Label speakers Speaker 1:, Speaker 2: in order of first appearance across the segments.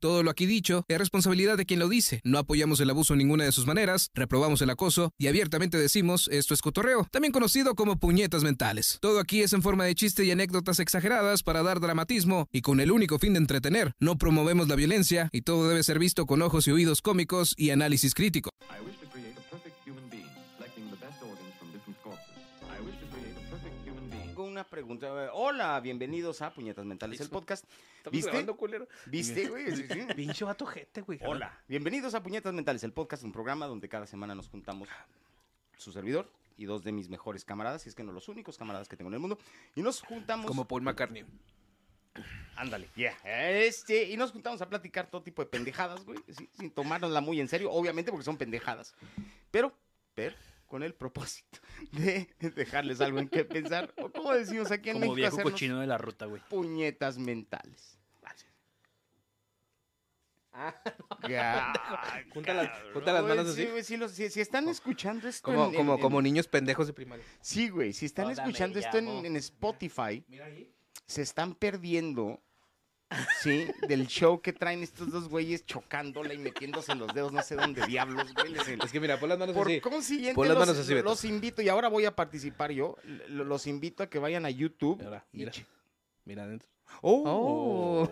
Speaker 1: Todo lo aquí dicho es responsabilidad de quien lo dice. No apoyamos el abuso en ninguna de sus maneras, reprobamos el acoso y abiertamente decimos esto es cotorreo, también conocido como puñetas mentales. Todo aquí es en forma de chiste y anécdotas exageradas para dar dramatismo y con el único fin de entretener. No promovemos la violencia y todo debe ser visto con ojos y oídos cómicos y análisis crítico.
Speaker 2: I wish to create a perfect human being, selecting the best organs from different corpses. I wish to create a perfect human being.
Speaker 3: Tengo una pregunta. Hola, bienvenidos a Puñetas Mentales, el podcast.
Speaker 4: Estamos
Speaker 3: ¿Viste?
Speaker 4: grabando, culero.
Speaker 3: ¿Viste, güey? Sí, sí.
Speaker 4: Pinche vato gente, güey.
Speaker 3: Hola, bienvenidos a Puñetas Mentales, el podcast, un programa donde cada semana nos juntamos su servidor y dos de mis mejores camaradas, y es que no los únicos camaradas que tengo en el mundo, y nos juntamos...
Speaker 4: Como Paul McCartney.
Speaker 3: Ándale. Yeah. Este, y nos juntamos a platicar todo tipo de pendejadas, güey, sí, sin tomárnosla muy en serio, obviamente porque son pendejadas, pero, pero, con el propósito de dejarles algo en qué pensar, o como decimos aquí en
Speaker 5: Como
Speaker 3: México,
Speaker 5: viejo
Speaker 3: hacernos
Speaker 5: cochino de la ruta, güey.
Speaker 3: puñetas mentales. Ah, Ya.
Speaker 4: Junta las, junta
Speaker 3: No, Ah,
Speaker 4: las
Speaker 3: güey,
Speaker 4: manos
Speaker 3: sí,
Speaker 4: así.
Speaker 3: güey, sí, los- si, si están escuchando esto
Speaker 4: Como,
Speaker 3: en-
Speaker 4: como,
Speaker 3: en-
Speaker 4: como
Speaker 3: en-
Speaker 4: niños pendejos de primaria.
Speaker 3: Sí, güey, si están
Speaker 5: Hola, me
Speaker 3: escuchando esto en,
Speaker 5: llamo.
Speaker 3: en Spotify,
Speaker 4: Mira ahí.
Speaker 3: se están perdiendo, ¿sí? Del show que traen estos dos güeyes chocándola y metiéndose en los dedos, no sé dónde diablos, güey. les-
Speaker 4: Es que mira, pon las manos
Speaker 3: Por
Speaker 4: así.
Speaker 3: consiguiente,
Speaker 4: Pon las
Speaker 3: los,
Speaker 4: manos así, Beto.
Speaker 3: los invito, y ahora voy a participar yo, lo- los invito a que vayan a YouTube.
Speaker 4: Mira,
Speaker 3: y
Speaker 4: mira.
Speaker 3: che-
Speaker 4: Mira adentro.
Speaker 3: Oh.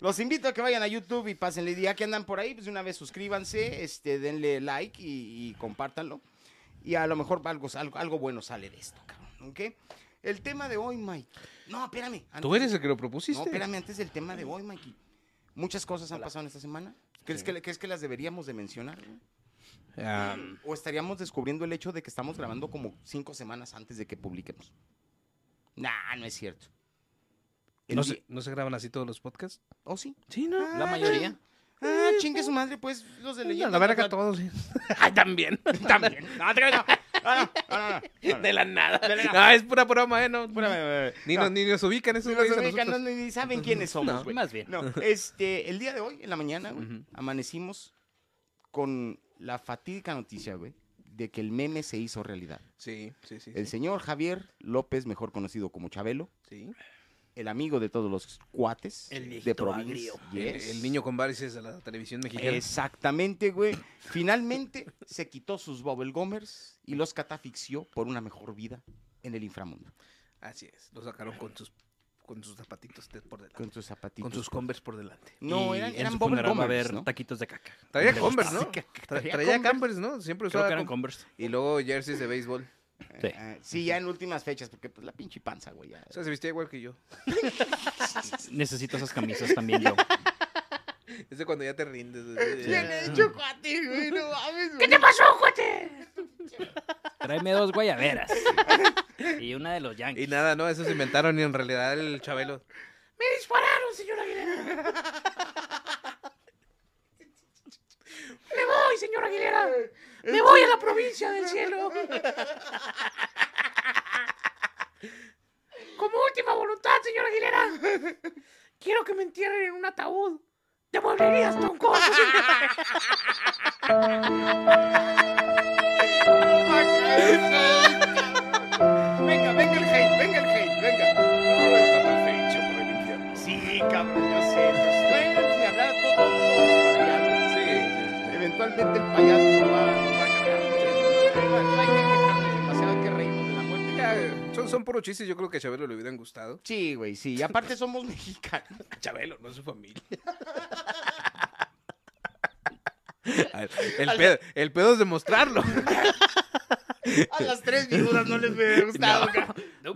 Speaker 3: Los invito a que vayan a YouTube y pásenle día que andan por ahí, pues de una vez suscríbanse, este, denle like y, y compártanlo. Y a lo mejor algo, algo, algo bueno sale de esto, cabrón. ¿ok? El tema de hoy, Mike. No, espérame.
Speaker 4: Tú
Speaker 3: antes-
Speaker 4: eres el que lo
Speaker 3: No,
Speaker 4: propusiste.
Speaker 3: espérame, antes del tema de hoy, Mikey. Muchas cosas han pasado en esta semana. ¿Crees, que, crees que las deberíamos de mencionar? güey?
Speaker 4: Ah,
Speaker 3: ¿O estaríamos descubriendo el hecho de que estamos grabando como cinco semanas antes de que publiquemos? Nah, no es cierto. El
Speaker 4: ¿no,
Speaker 3: di-
Speaker 4: se, ¿No se graban así todos los podcasts?
Speaker 3: ¿O sí?
Speaker 4: Sí, ¿no?
Speaker 3: La mayoría. Ah, chingue su madre, pues, los de leyenda.
Speaker 4: la verga todos. También.
Speaker 3: También. No, Ah, te creas, no. No, no, no, no, no.
Speaker 4: De la nada.
Speaker 3: De la nada.
Speaker 4: Ah, es pura broma, ¿eh? No,
Speaker 3: Espérame,
Speaker 4: Ni,
Speaker 3: no.
Speaker 4: nos, ni nos ubican esos
Speaker 3: Ni
Speaker 4: güeyes
Speaker 3: nos
Speaker 4: a
Speaker 3: ubican, no,
Speaker 4: nosotros.
Speaker 3: ni ni saben quiénes somos,
Speaker 4: No,
Speaker 3: güey.
Speaker 5: más bien.
Speaker 3: No, este, el día de hoy, en la mañana, güey,
Speaker 4: Ujú.
Speaker 3: amanecimos con la fatídica noticia, güey, de que el meme se hizo realidad.
Speaker 4: Sí, sí, sí.
Speaker 3: El
Speaker 4: sí,
Speaker 3: señor Javier López, mejor conocido como Chabelo,
Speaker 4: sí.
Speaker 3: el amigo de todos los cuates
Speaker 5: El
Speaker 3: de
Speaker 5: viejito
Speaker 3: provincia.
Speaker 4: El,
Speaker 3: yes.
Speaker 4: el niño con varices de la televisión mexicana.
Speaker 3: Exactamente, güey. Finalmente se quitó sus Bubble Gomers y los catafixió por una mejor vida en el inframundo.
Speaker 4: Así es. Lo sacaron con sus, con sus zapatitos de- por delante.
Speaker 3: Con sus zapatitos.
Speaker 4: Con sus Converse por delante.
Speaker 3: No,
Speaker 5: Y
Speaker 3: eran,
Speaker 5: en
Speaker 3: eran
Speaker 5: su
Speaker 3: Bubble
Speaker 5: funeral va a
Speaker 3: Gomers,
Speaker 5: haber
Speaker 3: ¿no?
Speaker 5: taquitos de caca.
Speaker 4: Traía
Speaker 5: Le
Speaker 4: Converse,
Speaker 5: gusta.
Speaker 4: ¿no?
Speaker 3: que-
Speaker 4: Tra-
Speaker 3: traía
Speaker 4: Traía,
Speaker 3: Converse.
Speaker 4: Converse. ¿no? Siempre
Speaker 5: Creo
Speaker 4: usaba
Speaker 5: que eran
Speaker 4: Con-
Speaker 5: Converse.
Speaker 4: Y luego jerseys de béisbol.
Speaker 5: Sí.
Speaker 3: Ah, sí, ya en últimas fechas, porque pues la pinche panza, güey. ya.
Speaker 4: O sea, se vestía igual que yo.
Speaker 5: Necesito esas camisas también yo.
Speaker 4: Es de cuando ya te rindes.
Speaker 3: Bien
Speaker 4: Ya.
Speaker 3: hecho, cuate, güey, no mames, ¿Qué te pasó?
Speaker 5: Tráeme dos guayaberas. Y una de los Yankees.
Speaker 4: Y nada, no, eso se inventaron y en realidad el Chabelo.
Speaker 3: ¡Me dispararon, señora Aguilera!
Speaker 6: Me voy, señor Aguilera. Me voy a la provincia del cielo. Como última voluntad, señor Aguilera. Quiero que me entierren en un ataúd de mueblerías troncoso.
Speaker 3: venga, venga el hate, venga el hate, venga. Sí, cabrón, yo sé. Bueno, si hablar todo, todo, todo para allá, güey.
Speaker 4: Sí, sí, sí.
Speaker 3: Eventualmente el payaso se va, se va a cargar. No hay- no hay que quejarnos demasiado, hay que reírnos de la muerte.
Speaker 4: Ya, son, son puros chistes, yo creo que a Chabelo le hubieran gustado.
Speaker 3: Sí, güey, sí. Y aparte somos mexicanos.
Speaker 4: A Chabelo, no a su familia. A ver, Ah, El pedo, el pedo es demostrarlo.
Speaker 3: A las tres figuras no les hubiera gustado. cabrón.
Speaker 4: No,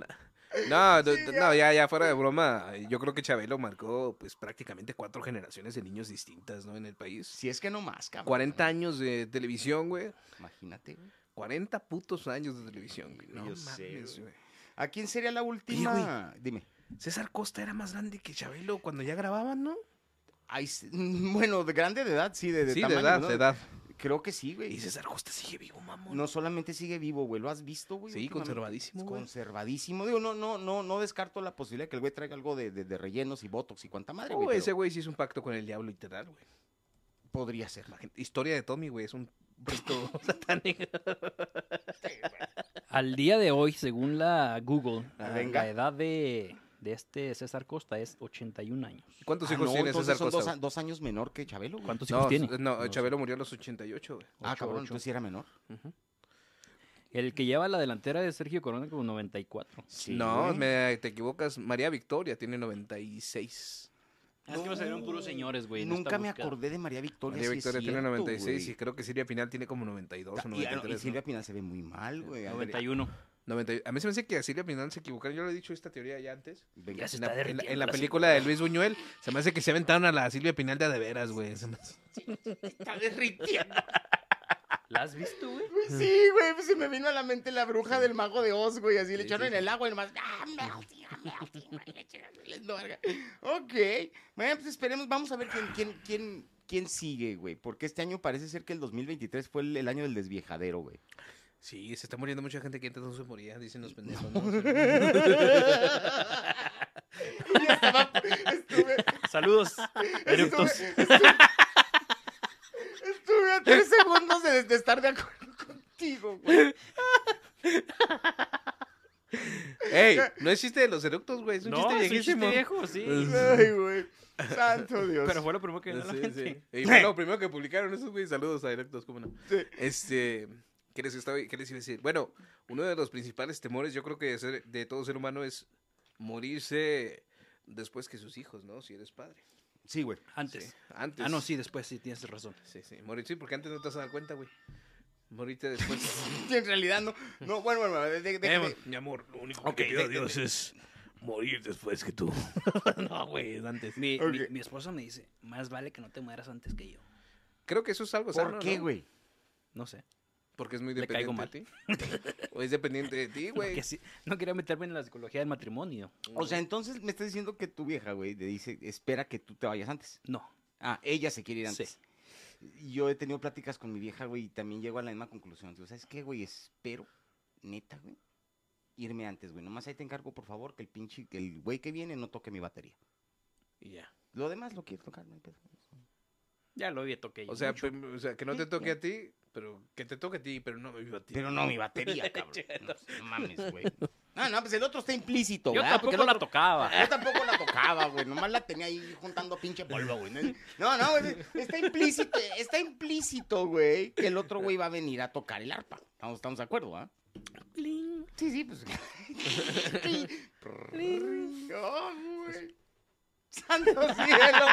Speaker 4: no, no, ya, ya fuera de broma. Yo creo que Chabelo marcó pues prácticamente cuatro generaciones de niños distintas, ¿no? En el país.
Speaker 3: Si es que no más, cabrón.
Speaker 4: 40 años de televisión, güey.
Speaker 3: Imagínate, güey.
Speaker 4: 40 putos años de televisión, güey. No
Speaker 3: Yo sé,
Speaker 4: mames,
Speaker 3: güey.
Speaker 4: güey.
Speaker 3: ¿A quién sería la última? Dime.
Speaker 4: César Costa era más grande que Chabelo cuando ya grababan, ¿no?
Speaker 3: Ay, s- bueno, de grande de edad, sí, de, de
Speaker 4: sí,
Speaker 3: tamaño,
Speaker 4: de edad,
Speaker 3: ¿no?
Speaker 4: de edad.
Speaker 3: Creo que sí, güey.
Speaker 4: Y César Costa sigue vivo, mamón.
Speaker 3: No solamente sigue vivo, güey. ¿Lo has visto, güey?
Speaker 4: sí,
Speaker 3: últimamente?
Speaker 4: conservadísimo, güey.
Speaker 3: Conservadísimo. Digo, no, no, no, no descarto la posibilidad de que el güey traiga algo de, de- de rellenos y botox y cuanta madre,
Speaker 4: Oh,
Speaker 3: güey.
Speaker 4: ese
Speaker 3: pero
Speaker 4: güey sí hizo un pacto con el diablo literal, güey.
Speaker 3: Podría ser.
Speaker 4: Imagínate, Historia de Tommy, güey, es un pacto satánico.
Speaker 5: Al día de hoy, según la Google,
Speaker 3: Ah,
Speaker 5: la-
Speaker 3: venga.
Speaker 5: la edad de de este César Costa es 81 años.
Speaker 4: ¿Cuántos
Speaker 3: Ah,
Speaker 4: hijos
Speaker 3: no,
Speaker 4: tiene
Speaker 3: entonces
Speaker 4: César
Speaker 3: son
Speaker 4: Costa?
Speaker 3: dos, a-
Speaker 4: güey?
Speaker 3: dos años menor que Chabelo, güey.
Speaker 5: ¿Cuántos hijos
Speaker 4: No,
Speaker 5: tiene?
Speaker 4: no,
Speaker 5: sé.
Speaker 4: Chabelo murió a los 88, güey.
Speaker 3: Ah,
Speaker 5: Ocho,
Speaker 3: cabrón,
Speaker 5: ocho.
Speaker 3: entonces sí era menor.
Speaker 5: El que lleva la delantera es Sergio Corona con 94.
Speaker 3: Sí,
Speaker 4: no,
Speaker 3: güey.
Speaker 4: me- te equivocas. María Victoria tiene 96.
Speaker 5: Ah, Es que me salieron puros señores, güey. en
Speaker 3: Nunca
Speaker 5: esta
Speaker 3: me
Speaker 5: búsqueda.
Speaker 3: acordé de María Victoria.
Speaker 4: María
Speaker 3: sí es
Speaker 4: Victoria tiene
Speaker 3: cierto,
Speaker 4: 96
Speaker 3: güey.
Speaker 4: y creo que Silvia Final tiene como 92 o
Speaker 3: Y-
Speaker 4: 93.
Speaker 3: Y,
Speaker 4: ¿no? Eh,
Speaker 3: Silvia Pinal se ve muy mal, güey.
Speaker 5: 91.
Speaker 4: 90 A mí se me hace que a Silvia Pinal se equivocaron. Yo le he dicho esta teoría ya antes.
Speaker 3: Venga,
Speaker 5: se
Speaker 4: En
Speaker 5: está
Speaker 4: la, en la- en
Speaker 5: derritiendo
Speaker 4: la
Speaker 5: la
Speaker 4: película de Luis Buñuel, se me hace que se aventaron a la Silvia Pinal de a de veras, güey. Se me hace-
Speaker 3: está derritiendo.
Speaker 5: ¿La has visto, güey?
Speaker 3: Sí, güey, pues se me vino a la mente la bruja del mago de Oz, güey. Así le
Speaker 4: Sí,
Speaker 3: echaron
Speaker 4: sí,
Speaker 3: en el agua y nomás. ¡Ah, melting, ah, melting, güey, le echaron valiendo verga. Ok. Bueno, pues esperemos, vamos a ver quién, quién, quién, quién sigue, güey. Porque este año parece ser que el 2023 fue el, el año del desviejadero, güey.
Speaker 4: Sí, se está muriendo mucha gente que antes no se moría, dicen los pendejos. ¿no?
Speaker 3: Y ya estaba- estuve,
Speaker 5: Saludos,
Speaker 3: estuve,
Speaker 5: eructos.
Speaker 3: estuve- estuve a tres segundos de, de estar de acuerdo contigo, güey.
Speaker 4: ¡Ey! No es chiste de los eructos, güey. Es un
Speaker 5: No,
Speaker 4: chiste
Speaker 5: Oh, es un chiste
Speaker 4: viejísimo.
Speaker 5: viejo, sí.
Speaker 3: Ay, güey. Santo Dios.
Speaker 5: Pero fue lo primero que vino a la
Speaker 4: Sí,
Speaker 5: mente.
Speaker 4: sí. Y fue lo primero que publicaron esos güey. Saludos a directos, cómo no.
Speaker 3: Sí.
Speaker 4: Este, ¿qué les, estaba- qué les iba a decir? Bueno, uno de los principales temores, yo creo que de, ser- de todo ser humano es morirse después que sus hijos, ¿no? Si eres padre.
Speaker 3: Sí, güey.
Speaker 5: Antes.
Speaker 4: Sí, Antes.
Speaker 5: Ah, no, sí, después sí, tienes razón.
Speaker 4: Sí, sí. Morir, sí, porque antes no te vas a dar cuenta, güey. Morirte después.
Speaker 3: Sí, en realidad no. No, bueno, bueno, de- de- de- de-
Speaker 4: mi amor, lo único
Speaker 3: Ok, de- de- de-
Speaker 4: es morir después que tú. no, güey, es antes.
Speaker 5: Mi,
Speaker 3: Ok.
Speaker 5: mi- mi esposa me dice, más vale que no te mueras antes que yo.
Speaker 4: Creo que eso es algo
Speaker 3: ¿Por
Speaker 4: sano,
Speaker 3: qué,
Speaker 4: ¿no?
Speaker 3: güey?
Speaker 5: No sé.
Speaker 4: Porque es muy
Speaker 5: Le caigo
Speaker 4: dependiente de ti. o es dependiente de ti, güey. Mm.
Speaker 5: Porque sí- no quería meterme en la psicología del matrimonio.
Speaker 3: O sea, entonces me estás diciendo que tu vieja, güey, te dice, espera que tú te vayas antes.
Speaker 5: No.
Speaker 3: Ah, ella se quiere ir
Speaker 5: Sí.
Speaker 3: antes. Yo he tenido pláticas con mi vieja, güey, y también llego a la misma conclusión. Digo, ¿sabes qué, güey? Espero, neta, güey, irme antes, güey. Nomás ahí te encargo, por favor, que el pinche, que el güey que viene no toque mi batería.
Speaker 5: Y ya.
Speaker 3: Lo demás lo quiero tocar, no hay pedo.
Speaker 5: Ya lo había toqué yo.
Speaker 4: O sea,
Speaker 5: mucho.
Speaker 4: prim- o sea, que no te toque a ti, pero que te toque a ti, pero no me viva a ti.
Speaker 3: Pero no mi batería, cabrón. No, no mames, güey. No, no, pues el otro está implícito,
Speaker 5: yo
Speaker 3: ¿verdad? Porque
Speaker 5: tampoco
Speaker 3: el
Speaker 5: la
Speaker 3: otro-
Speaker 5: tocaba.
Speaker 3: Yo tampoco la tocaba, güey. Nomás la tenía ahí juntando pinche polvo, güey. No, no, güey, está implícito, está implícito, güey, que el otro güey va a venir a tocar el arpa. Estamos, estamos de acuerdo, ¿ah? Sí, sí, pues. Oh, güey. ¡Santo cielo!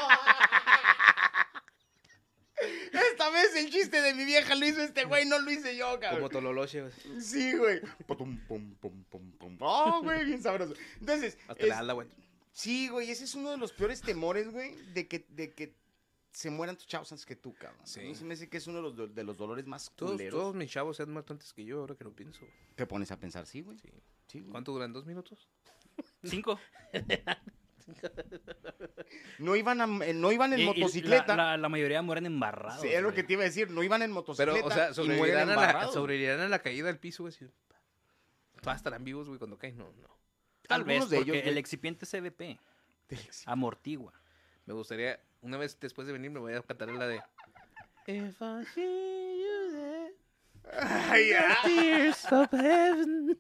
Speaker 3: Esta vez el chiste de mi vieja lo hizo este güey, no lo hice yo, cabrón.
Speaker 4: Como Tololoche, güey.
Speaker 3: Sí, güey. Patum, pum, pum, pum, pum. Oh, güey, bien sabroso. Entonces,
Speaker 4: Hasta la
Speaker 3: es-
Speaker 4: ala, güey.
Speaker 3: Sí, güey, ese es uno de los peores temores, güey, de que, de que se mueran tus chavos antes que tú, cabrón.
Speaker 4: Sí.
Speaker 3: A mí se me dice que es uno de los, do- de los dolores más
Speaker 4: Todos,
Speaker 3: culeros.
Speaker 4: todos mis chavos se han muerto antes que yo, ahora que lo pienso.
Speaker 3: Te pones a pensar, sí, güey.
Speaker 4: Sí.
Speaker 3: Sí, güey.
Speaker 4: ¿Cuánto duran? ¿Dos minutos?
Speaker 5: Cinco.
Speaker 3: No iban, a- eh, no iban en
Speaker 5: Y- y
Speaker 3: motocicleta.
Speaker 5: La, la- la mayoría mueren embarrados.
Speaker 3: Sí, es lo
Speaker 5: güey.
Speaker 3: que te iba a decir, no iban en motocicleta.
Speaker 4: Pero, o sea,
Speaker 3: y mueren
Speaker 4: sobrevivirán a, la,
Speaker 3: embarrados.
Speaker 4: sobrevivirán a la caída del piso, güey. así. Todas estarán vivos, güey, cuando caen. No, no.
Speaker 5: Tal vez
Speaker 3: Algunos de
Speaker 5: porque
Speaker 3: ellos, güey.
Speaker 5: el excipiente CBP amortigua.
Speaker 4: Me gustaría, una vez después de venir, me voy a cantar la de... If I see you there,
Speaker 3: Ay, ya.
Speaker 4: tears of heaven.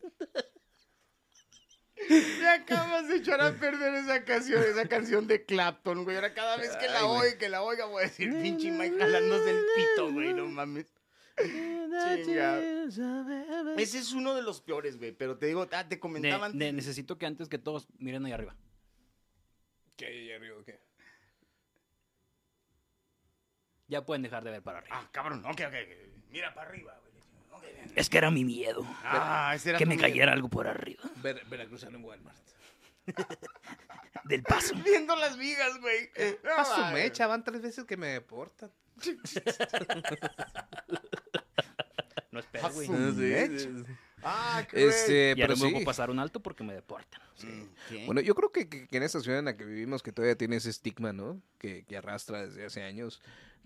Speaker 3: Me acabas de echar a perder esa canción, esa canción de Clapton, güey. Ahora cada vez que la
Speaker 4: Ay, güey.
Speaker 3: oiga, que la oiga, voy a decir, pinche Mike jalándose el pito, güey, no mames. Chingado. Ese es uno de los peores, güey. Pero te digo, ah, te
Speaker 5: Ne-
Speaker 3: comentaban.
Speaker 5: ne- necesito que antes que todos miren ahí arriba.
Speaker 4: ¿Qué hay ahí arriba? ¿Qué?
Speaker 5: Ya pueden dejar de ver para arriba.
Speaker 3: Ah, cabrón, ok, ok. ok. Mira para arriba, güey. Ok, bien.
Speaker 5: Es que era mi miedo.
Speaker 3: Ah, ese era
Speaker 5: Que
Speaker 3: tu
Speaker 5: me
Speaker 3: miedo.
Speaker 5: cayera algo por arriba.
Speaker 4: Ver, Veracruzano en Walmart.
Speaker 5: Del paso.
Speaker 3: Viendo las vigas, güey. No,
Speaker 5: Ah,
Speaker 4: Paso
Speaker 3: mames.
Speaker 4: mecha, van tres veces que me deportan.
Speaker 5: No
Speaker 3: A
Speaker 5: esperes, güey.
Speaker 3: su mecha. Ah, qué
Speaker 4: Este,
Speaker 5: Ya
Speaker 4: pero
Speaker 5: no me
Speaker 4: sí.
Speaker 5: puedo pasar un alto porque me deportan.
Speaker 4: Bueno, yo creo que, que- que en esta ciudad en la que vivimos, que todavía tiene ese estigma, ¿no? Que, que arrastra desde hace años.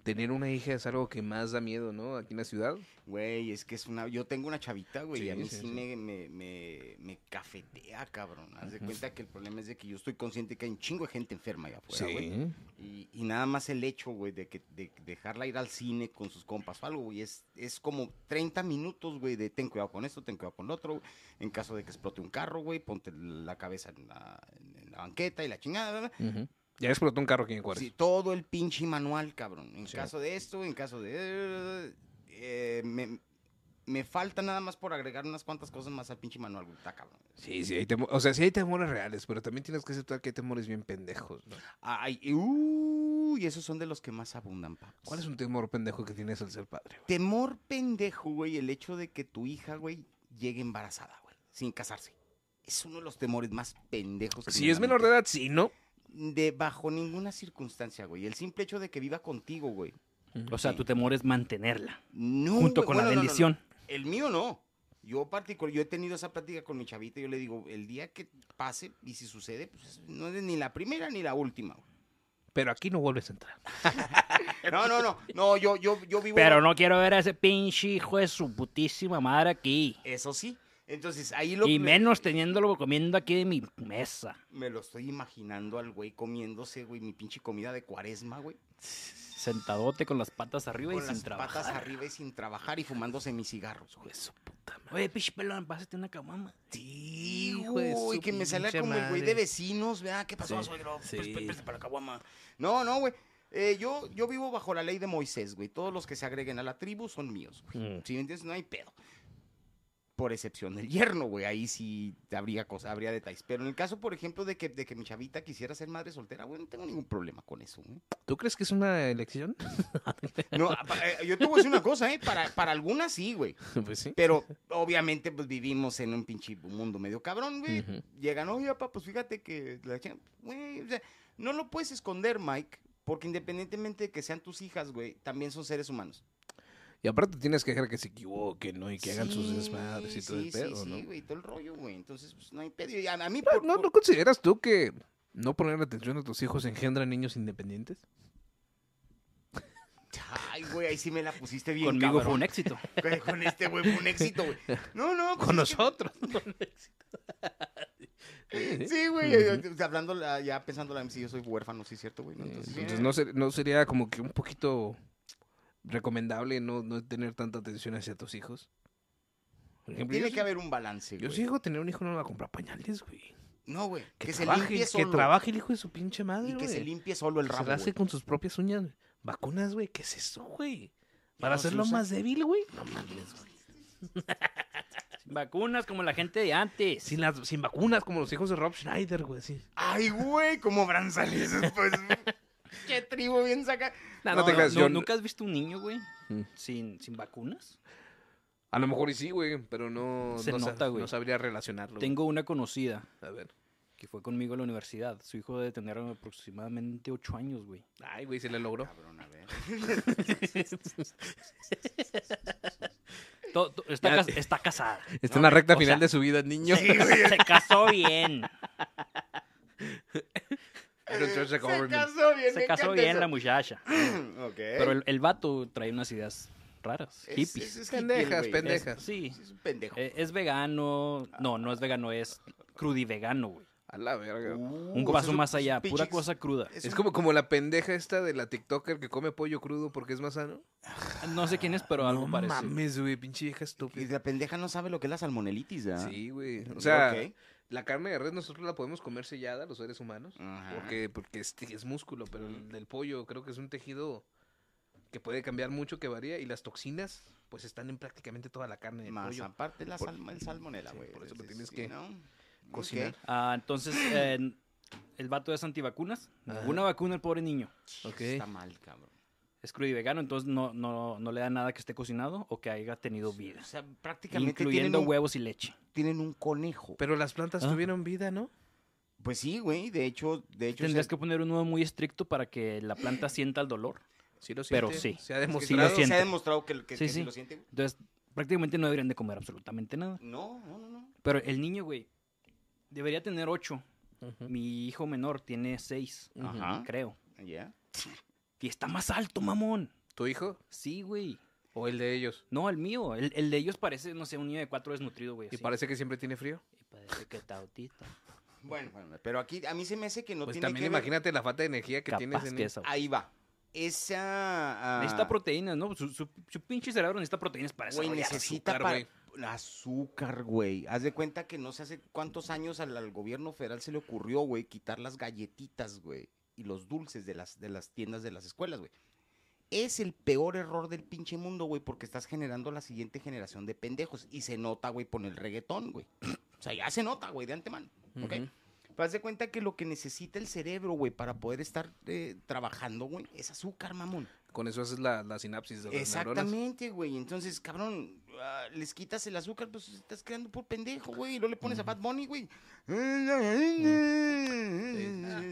Speaker 4: Tener una hija es algo que más da miedo, ¿no? Aquí en la ciudad.
Speaker 3: Güey, es que es una. Yo tengo una chavita, güey, y a
Speaker 4: Sí,
Speaker 3: mí sí,
Speaker 4: sí, sí.
Speaker 3: Me, me, me, me cafetea, cabrón. Haz de cuenta que el problema es de que yo estoy consciente que hay un chingo de gente enferma allá afuera, güey. Y, y nada más el hecho, güey, de que de dejarla ir al cine con sus compas o algo, güey, es, es como 30 minutos, güey, de ten cuidado con esto, ten cuidado con lo otro, en caso de que explote un carro, güey, ponte la cabeza en la, en- en la banqueta y la chingada, bla, bla.
Speaker 4: Ya explotó un carro aquí en
Speaker 3: Sí,
Speaker 4: Juárez.
Speaker 3: todo el pinche manual, cabrón. En
Speaker 4: Sí.
Speaker 3: caso de esto, en caso de... eh, me, me falta nada más por agregar unas cuantas cosas más al pinche manual, güey. Está cabrón.
Speaker 4: Sí, sí, hay temo- o sea, sí hay temores reales, pero también tienes que aceptar que hay temores bien pendejos, ¿no?
Speaker 3: Ay, y- uh, y esos son de los que más abundan, papas.
Speaker 4: ¿Cuál es un temor pendejo que tienes al ser padre, güey?
Speaker 3: Temor pendejo, güey, el hecho de que tu hija, güey, llegue embarazada, güey, sin casarse. Es uno de los temores más pendejos. que
Speaker 4: Si
Speaker 3: tiene
Speaker 4: es
Speaker 3: la
Speaker 4: menor de
Speaker 3: gente.
Speaker 4: edad, sí, ¿no?
Speaker 3: De bajo ninguna circunstancia, güey. El simple hecho de que viva contigo, güey.
Speaker 5: O sea,
Speaker 3: Sí.
Speaker 5: tu temor es mantenerla
Speaker 3: No,
Speaker 5: junto
Speaker 3: güey.
Speaker 5: con
Speaker 3: Bueno, no, no,
Speaker 5: la
Speaker 3: no.
Speaker 5: bendición.
Speaker 3: El mío no. Yo particular, yo he tenido esa plática con mi chavita. Yo le digo, el día que pase y si sucede, pues no es ni la primera ni la última. güey.
Speaker 4: Pero aquí no vuelves a entrar.
Speaker 3: No, no, no. No, yo, yo, yo vivo.
Speaker 5: Pero no quiero ver a ese pinche hijo de su putísima madre aquí.
Speaker 3: Eso sí. Entonces ahí lo
Speaker 5: Y
Speaker 3: me-
Speaker 5: menos teniéndolo comiendo aquí de mi mesa.
Speaker 3: Me lo estoy imaginando al güey comiéndose, güey, mi pinche comida de cuaresma, güey.
Speaker 5: Sentadote con las patas arriba
Speaker 3: Con
Speaker 5: y
Speaker 3: las
Speaker 5: sin
Speaker 3: patas
Speaker 5: trabajar.
Speaker 3: arriba y sin trabajar y fumándose mis cigarros, güey.
Speaker 5: Oye, pinche pelón, pásate una camama.
Speaker 3: Sí,
Speaker 4: Hijo de
Speaker 3: güey,
Speaker 4: su
Speaker 3: que me salía
Speaker 4: pinche
Speaker 3: como el güey de
Speaker 4: madre.
Speaker 3: vecinos, ¿verdad? ¿Qué pasó,
Speaker 5: Sí,
Speaker 3: suegro?
Speaker 5: sí.
Speaker 3: Pues, pues, pues, para la caguama. No, no, güey. Eh, yo, yo vivo bajo la ley de Moisés, güey. Todos los que se agreguen a la tribu son míos, güey.
Speaker 5: Mm.
Speaker 3: Si me entiendes, no hay pedo. Por excepción del yerno, güey. Ahí sí habría cosa, habría detalles. Pero en el caso, por ejemplo, de que, de que mi chavita quisiera ser madre soltera, güey, no tengo ningún problema con eso, güey.
Speaker 4: ¿Tú crees que es una elección?
Speaker 3: No, pa- eh, yo te voy a decir una cosa, ¿eh? Para, para algunas sí, güey.
Speaker 4: pues sí.
Speaker 3: Pero obviamente, pues vivimos en un pinche mundo medio cabrón, güey.
Speaker 4: Ujú.
Speaker 3: Llegan, oye, papá, pues fíjate que la chinga-". Güey, o sea, no lo puedes esconder, Mike, porque independientemente de que sean tus hijas, güey, también son seres humanos.
Speaker 4: Y aparte tienes que dejar que se equivoquen, ¿no? Y que hagan sus
Speaker 3: Sí,
Speaker 4: desmadres y todo
Speaker 3: sí,
Speaker 4: el pedo,
Speaker 3: sí,
Speaker 4: ¿no?
Speaker 3: Sí, güey, todo el rollo, güey. Entonces, pues no hay pedo. Y a, a mí,
Speaker 4: Ah,
Speaker 3: por,
Speaker 4: ¿No,
Speaker 3: por-
Speaker 4: ¿No consideras tú que no poner atención a tus hijos engendra niños independientes?
Speaker 3: Ay, güey, ahí sí me la pusiste bien,
Speaker 5: Conmigo
Speaker 3: cabrón.
Speaker 5: fue un éxito.
Speaker 3: Con- Con este güey fue un éxito, güey. No, no. pues
Speaker 4: Con
Speaker 3: es que-
Speaker 4: nosotros.
Speaker 3: Sí, güey. eh, eh, Hablando, la- ya pensando la si yo soy huérfano, sí es cierto, güey. ¿no? Entonces,
Speaker 4: Entonces,
Speaker 3: eh,
Speaker 4: ¿no, ser- no sería como que un poquito recomendable no, no tener tanta atención hacia tus hijos? Por ejemplo,
Speaker 3: Tiene que
Speaker 4: yo sí-
Speaker 3: haber un balance,
Speaker 4: Yo
Speaker 3: güey.
Speaker 4: si llego a tener un hijo no me va a comprar pañales, güey.
Speaker 3: No, güey.
Speaker 4: Que,
Speaker 3: Que, se
Speaker 4: trabaje,
Speaker 3: limpie
Speaker 4: que
Speaker 3: solo.
Speaker 4: trabaje el hijo de su pinche madre,
Speaker 3: y que
Speaker 4: güey.
Speaker 3: se limpie solo el
Speaker 4: Se
Speaker 3: rabo.
Speaker 4: la hace
Speaker 3: güey.
Speaker 4: con sus propias uñas. Vacunas, güey. ¿Qué es eso, güey? Para
Speaker 3: no se
Speaker 4: hacerlo
Speaker 3: usa.
Speaker 4: más débil, güey.
Speaker 5: Vacunas como la gente de antes.
Speaker 4: Sin, las, sin vacunas, como los hijos de Rob Schneider, güey. Sí.
Speaker 3: Ay, güey, cómo habrán salido después. Qué tribu bien saca.
Speaker 4: No, no te creas, yo-
Speaker 5: ¿Nunca has visto un niño, güey?
Speaker 4: Mm.
Speaker 5: Sin, sin vacunas.
Speaker 4: A lo mejor y sí, güey, pero no,
Speaker 5: Se
Speaker 4: no, sab-
Speaker 5: nota, güey.
Speaker 4: no sabría relacionarlo. güey.
Speaker 5: Tengo una conocida
Speaker 4: A ver.
Speaker 5: que fue conmigo a la universidad. Su hijo debe tener aproximadamente ocho años, güey.
Speaker 4: Ay, güey, se le logró.
Speaker 3: Cabrón, a ver.
Speaker 5: To- to- está,
Speaker 4: Ya-
Speaker 5: cas- está casada.
Speaker 4: Está en la recta
Speaker 5: O
Speaker 4: final
Speaker 5: sea,
Speaker 4: de este su vida, niño.
Speaker 5: Se casó bien.
Speaker 4: Don't trust the
Speaker 3: Eh, Se
Speaker 4: government.
Speaker 3: casó bien,
Speaker 5: Se casó bien la muchacha.
Speaker 3: mujer. ok.
Speaker 5: Pero el, el vato trae unas ideas raras,
Speaker 3: Es-
Speaker 5: hippies.
Speaker 3: es- es hippie,
Speaker 4: Pendejas,
Speaker 3: güey.
Speaker 5: Es-
Speaker 4: pendejas.
Speaker 5: sí.
Speaker 3: Es, es un pendejo.
Speaker 5: Eh, Es vegano. No, no es vegano, es crudivegano, güey.
Speaker 4: A la verga.
Speaker 3: Uh,
Speaker 5: Un
Speaker 3: o sea, es
Speaker 5: paso más
Speaker 3: es un
Speaker 5: allá, pura
Speaker 3: pinche-
Speaker 5: cosa cruda.
Speaker 3: es
Speaker 4: es
Speaker 3: un-
Speaker 4: como, como la pendeja esta de la TikToker que come pollo crudo porque es más sano.
Speaker 5: No sé quién es, pero algo
Speaker 4: no
Speaker 5: parece.
Speaker 4: mames, güey, pinche vieja
Speaker 3: Y
Speaker 4: estúpida.
Speaker 3: la pendeja no sabe lo que es la salmonelitis, ¿verdad?
Speaker 4: Sí, güey. O sea,
Speaker 3: Ok.
Speaker 4: la carne de res nosotros la podemos comer sellada, los seres humanos.
Speaker 3: Ajá.
Speaker 4: Porque, porque es, es músculo, pero el del pollo creo que es un tejido que puede cambiar mucho, que varía. Y las toxinas, pues están en prácticamente toda la carne del
Speaker 3: Más
Speaker 4: pollo.
Speaker 3: aparte la
Speaker 4: Por-
Speaker 3: salma, el salmonela,
Speaker 4: sí,
Speaker 3: güey.
Speaker 4: por eso lo
Speaker 3: Sí,
Speaker 4: tienes
Speaker 3: sí,
Speaker 4: que
Speaker 3: ¿no?
Speaker 4: cocinar.
Speaker 3: Ok.
Speaker 5: Ah, entonces, eh, el vato es antivacunas. Una vacuna el pobre niño.
Speaker 4: Ok.
Speaker 3: Está mal, cabrón.
Speaker 5: Es crudivegano, entonces no, no, no le da nada que esté cocinado o que haya tenido vida.
Speaker 3: O sea, prácticamente tienen
Speaker 5: Incluyendo
Speaker 3: un,
Speaker 5: huevos y leche.
Speaker 3: tienen un conejo.
Speaker 4: Pero las plantas
Speaker 5: Ah.
Speaker 4: tuvieron vida, ¿no?
Speaker 3: Pues sí, güey. De hecho, de hecho.
Speaker 5: Tendrías
Speaker 3: se-
Speaker 5: que poner un nuevo muy estricto para que la planta sienta el dolor.
Speaker 4: Sí lo
Speaker 5: Pero
Speaker 4: siente,
Speaker 5: sí.
Speaker 4: Se ha
Speaker 3: es que
Speaker 5: sí lo
Speaker 4: demostrado.
Speaker 5: siente.
Speaker 3: Se ha demostrado que, que,
Speaker 5: Sí,
Speaker 3: que sí
Speaker 5: sí.
Speaker 3: lo siente. güey.
Speaker 5: Entonces, prácticamente no deberían de comer absolutamente nada.
Speaker 3: No, no, no, no.
Speaker 5: Pero el niño, güey, debería tener ocho.
Speaker 4: Ujú.
Speaker 5: Mi hijo menor tiene seis,
Speaker 3: Ajá.
Speaker 5: creo.
Speaker 3: Ya.
Speaker 5: Y está más alto, mamón.
Speaker 4: ¿Tu hijo
Speaker 5: Sí, güey.
Speaker 4: o el de ellos?
Speaker 5: No, el mío. El, el de ellos parece, no sé, un niño de cuatro desnutrido, güey.
Speaker 4: Y
Speaker 5: así.
Speaker 4: parece que siempre tiene frío.
Speaker 5: Y parece que está autista.
Speaker 3: Bueno, bueno, pero aquí a mí se me hace que no
Speaker 4: pues
Speaker 3: tiene
Speaker 4: también
Speaker 3: que ver-
Speaker 4: imagínate la falta de energía que tienes
Speaker 5: Capaz
Speaker 4: en
Speaker 5: que es autista.
Speaker 3: Ahí va. ah, Esa. ah,
Speaker 5: Necesita proteínas, ¿no? Su, su- su pinche cerebro necesita proteínas para
Speaker 3: güey,
Speaker 5: desarrollarse.
Speaker 3: necesita
Speaker 4: azúcar,
Speaker 3: para.
Speaker 4: güey.
Speaker 3: azúcar, güey. Haz de cuenta que no sé hace cuántos años al, al gobierno federal se le ocurrió, güey, quitar las galletitas, güey, y los dulces de las, de las tiendas de las escuelas, güey. Es el peor error del pinche mundo, güey, porque estás generando la siguiente generación de pendejos. Y se nota, güey, por el reggaetón, güey. o sea, ya se nota, güey, de antemano. ¿ok?
Speaker 4: Ujú.
Speaker 3: Pero haz de cuenta que lo que necesita el cerebro, güey, para poder estar eh, trabajando, güey, es azúcar, mamón.
Speaker 4: Con eso haces la, la sinapsis de las neuronas.
Speaker 3: Exactamente, güey. Entonces, cabrón, ah, les quitas el azúcar, pues estás quedando por pendejo, güey. Y luego le pones a Bad Bunny, güey.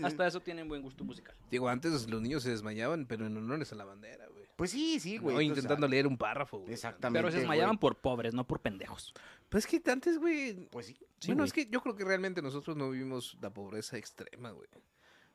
Speaker 5: Hasta eso tienen buen gusto musical.
Speaker 4: Digo, antes los niños se desmayaban, pero en honores a la bandera, güey.
Speaker 3: Pues sí, sí, güey.
Speaker 4: No,
Speaker 3: entonces,
Speaker 4: intentando
Speaker 3: ah,
Speaker 4: leer un párrafo, güey.
Speaker 3: Exactamente.
Speaker 5: Pero se desmayaban
Speaker 3: güey.
Speaker 5: por pobres, no por pendejos.
Speaker 4: Pues es que antes, güey,
Speaker 3: Pues sí.
Speaker 4: bueno,
Speaker 5: güey.
Speaker 4: es que yo creo que realmente nosotros no vivimos la pobreza extrema, güey.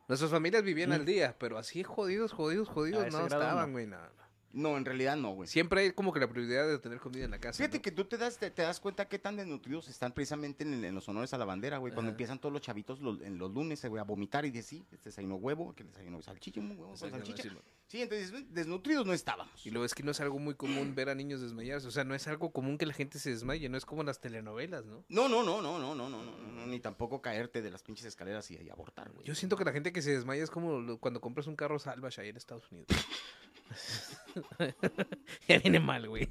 Speaker 4: Nuestras familias vivían
Speaker 3: Mm.
Speaker 4: al día, pero así jodidos, jodidos, jodidos
Speaker 5: ese
Speaker 4: no
Speaker 5: grado
Speaker 4: estaban,
Speaker 5: no.
Speaker 4: güey, nada.
Speaker 3: No, en realidad no, güey.
Speaker 4: Siempre hay como que la prioridad de tener comida en la casa.
Speaker 3: Fíjate
Speaker 4: ¿no?
Speaker 3: que tú te das, te, te das cuenta qué tan desnutridos están precisamente en, el- en los honores a la bandera, güey. Cuando
Speaker 4: Ajá.
Speaker 3: empiezan todos los chavitos los, en los lunes, eh, güey, a vomitar y decir, sí, este desayuno huevo, que desayuno salchicha, un huevo con
Speaker 4: Exactamente,
Speaker 3: salchicha.
Speaker 4: Simón.
Speaker 3: Sí, entonces desnutridos no estábamos.
Speaker 4: Y luego es que no es algo muy común ver a niños desmayarse. O sea, no es algo común que la gente se desmaye. No es como en las telenovelas, ¿no?
Speaker 3: No, no, no, no, no, no, no, no, no, ni tampoco caerte de las pinches escaleras y, y abortar, güey.
Speaker 4: Yo siento que la gente que se desmaya es como lo- cuando compras un carro salvage ahí en Estados Unidos. ya viene mal, güey.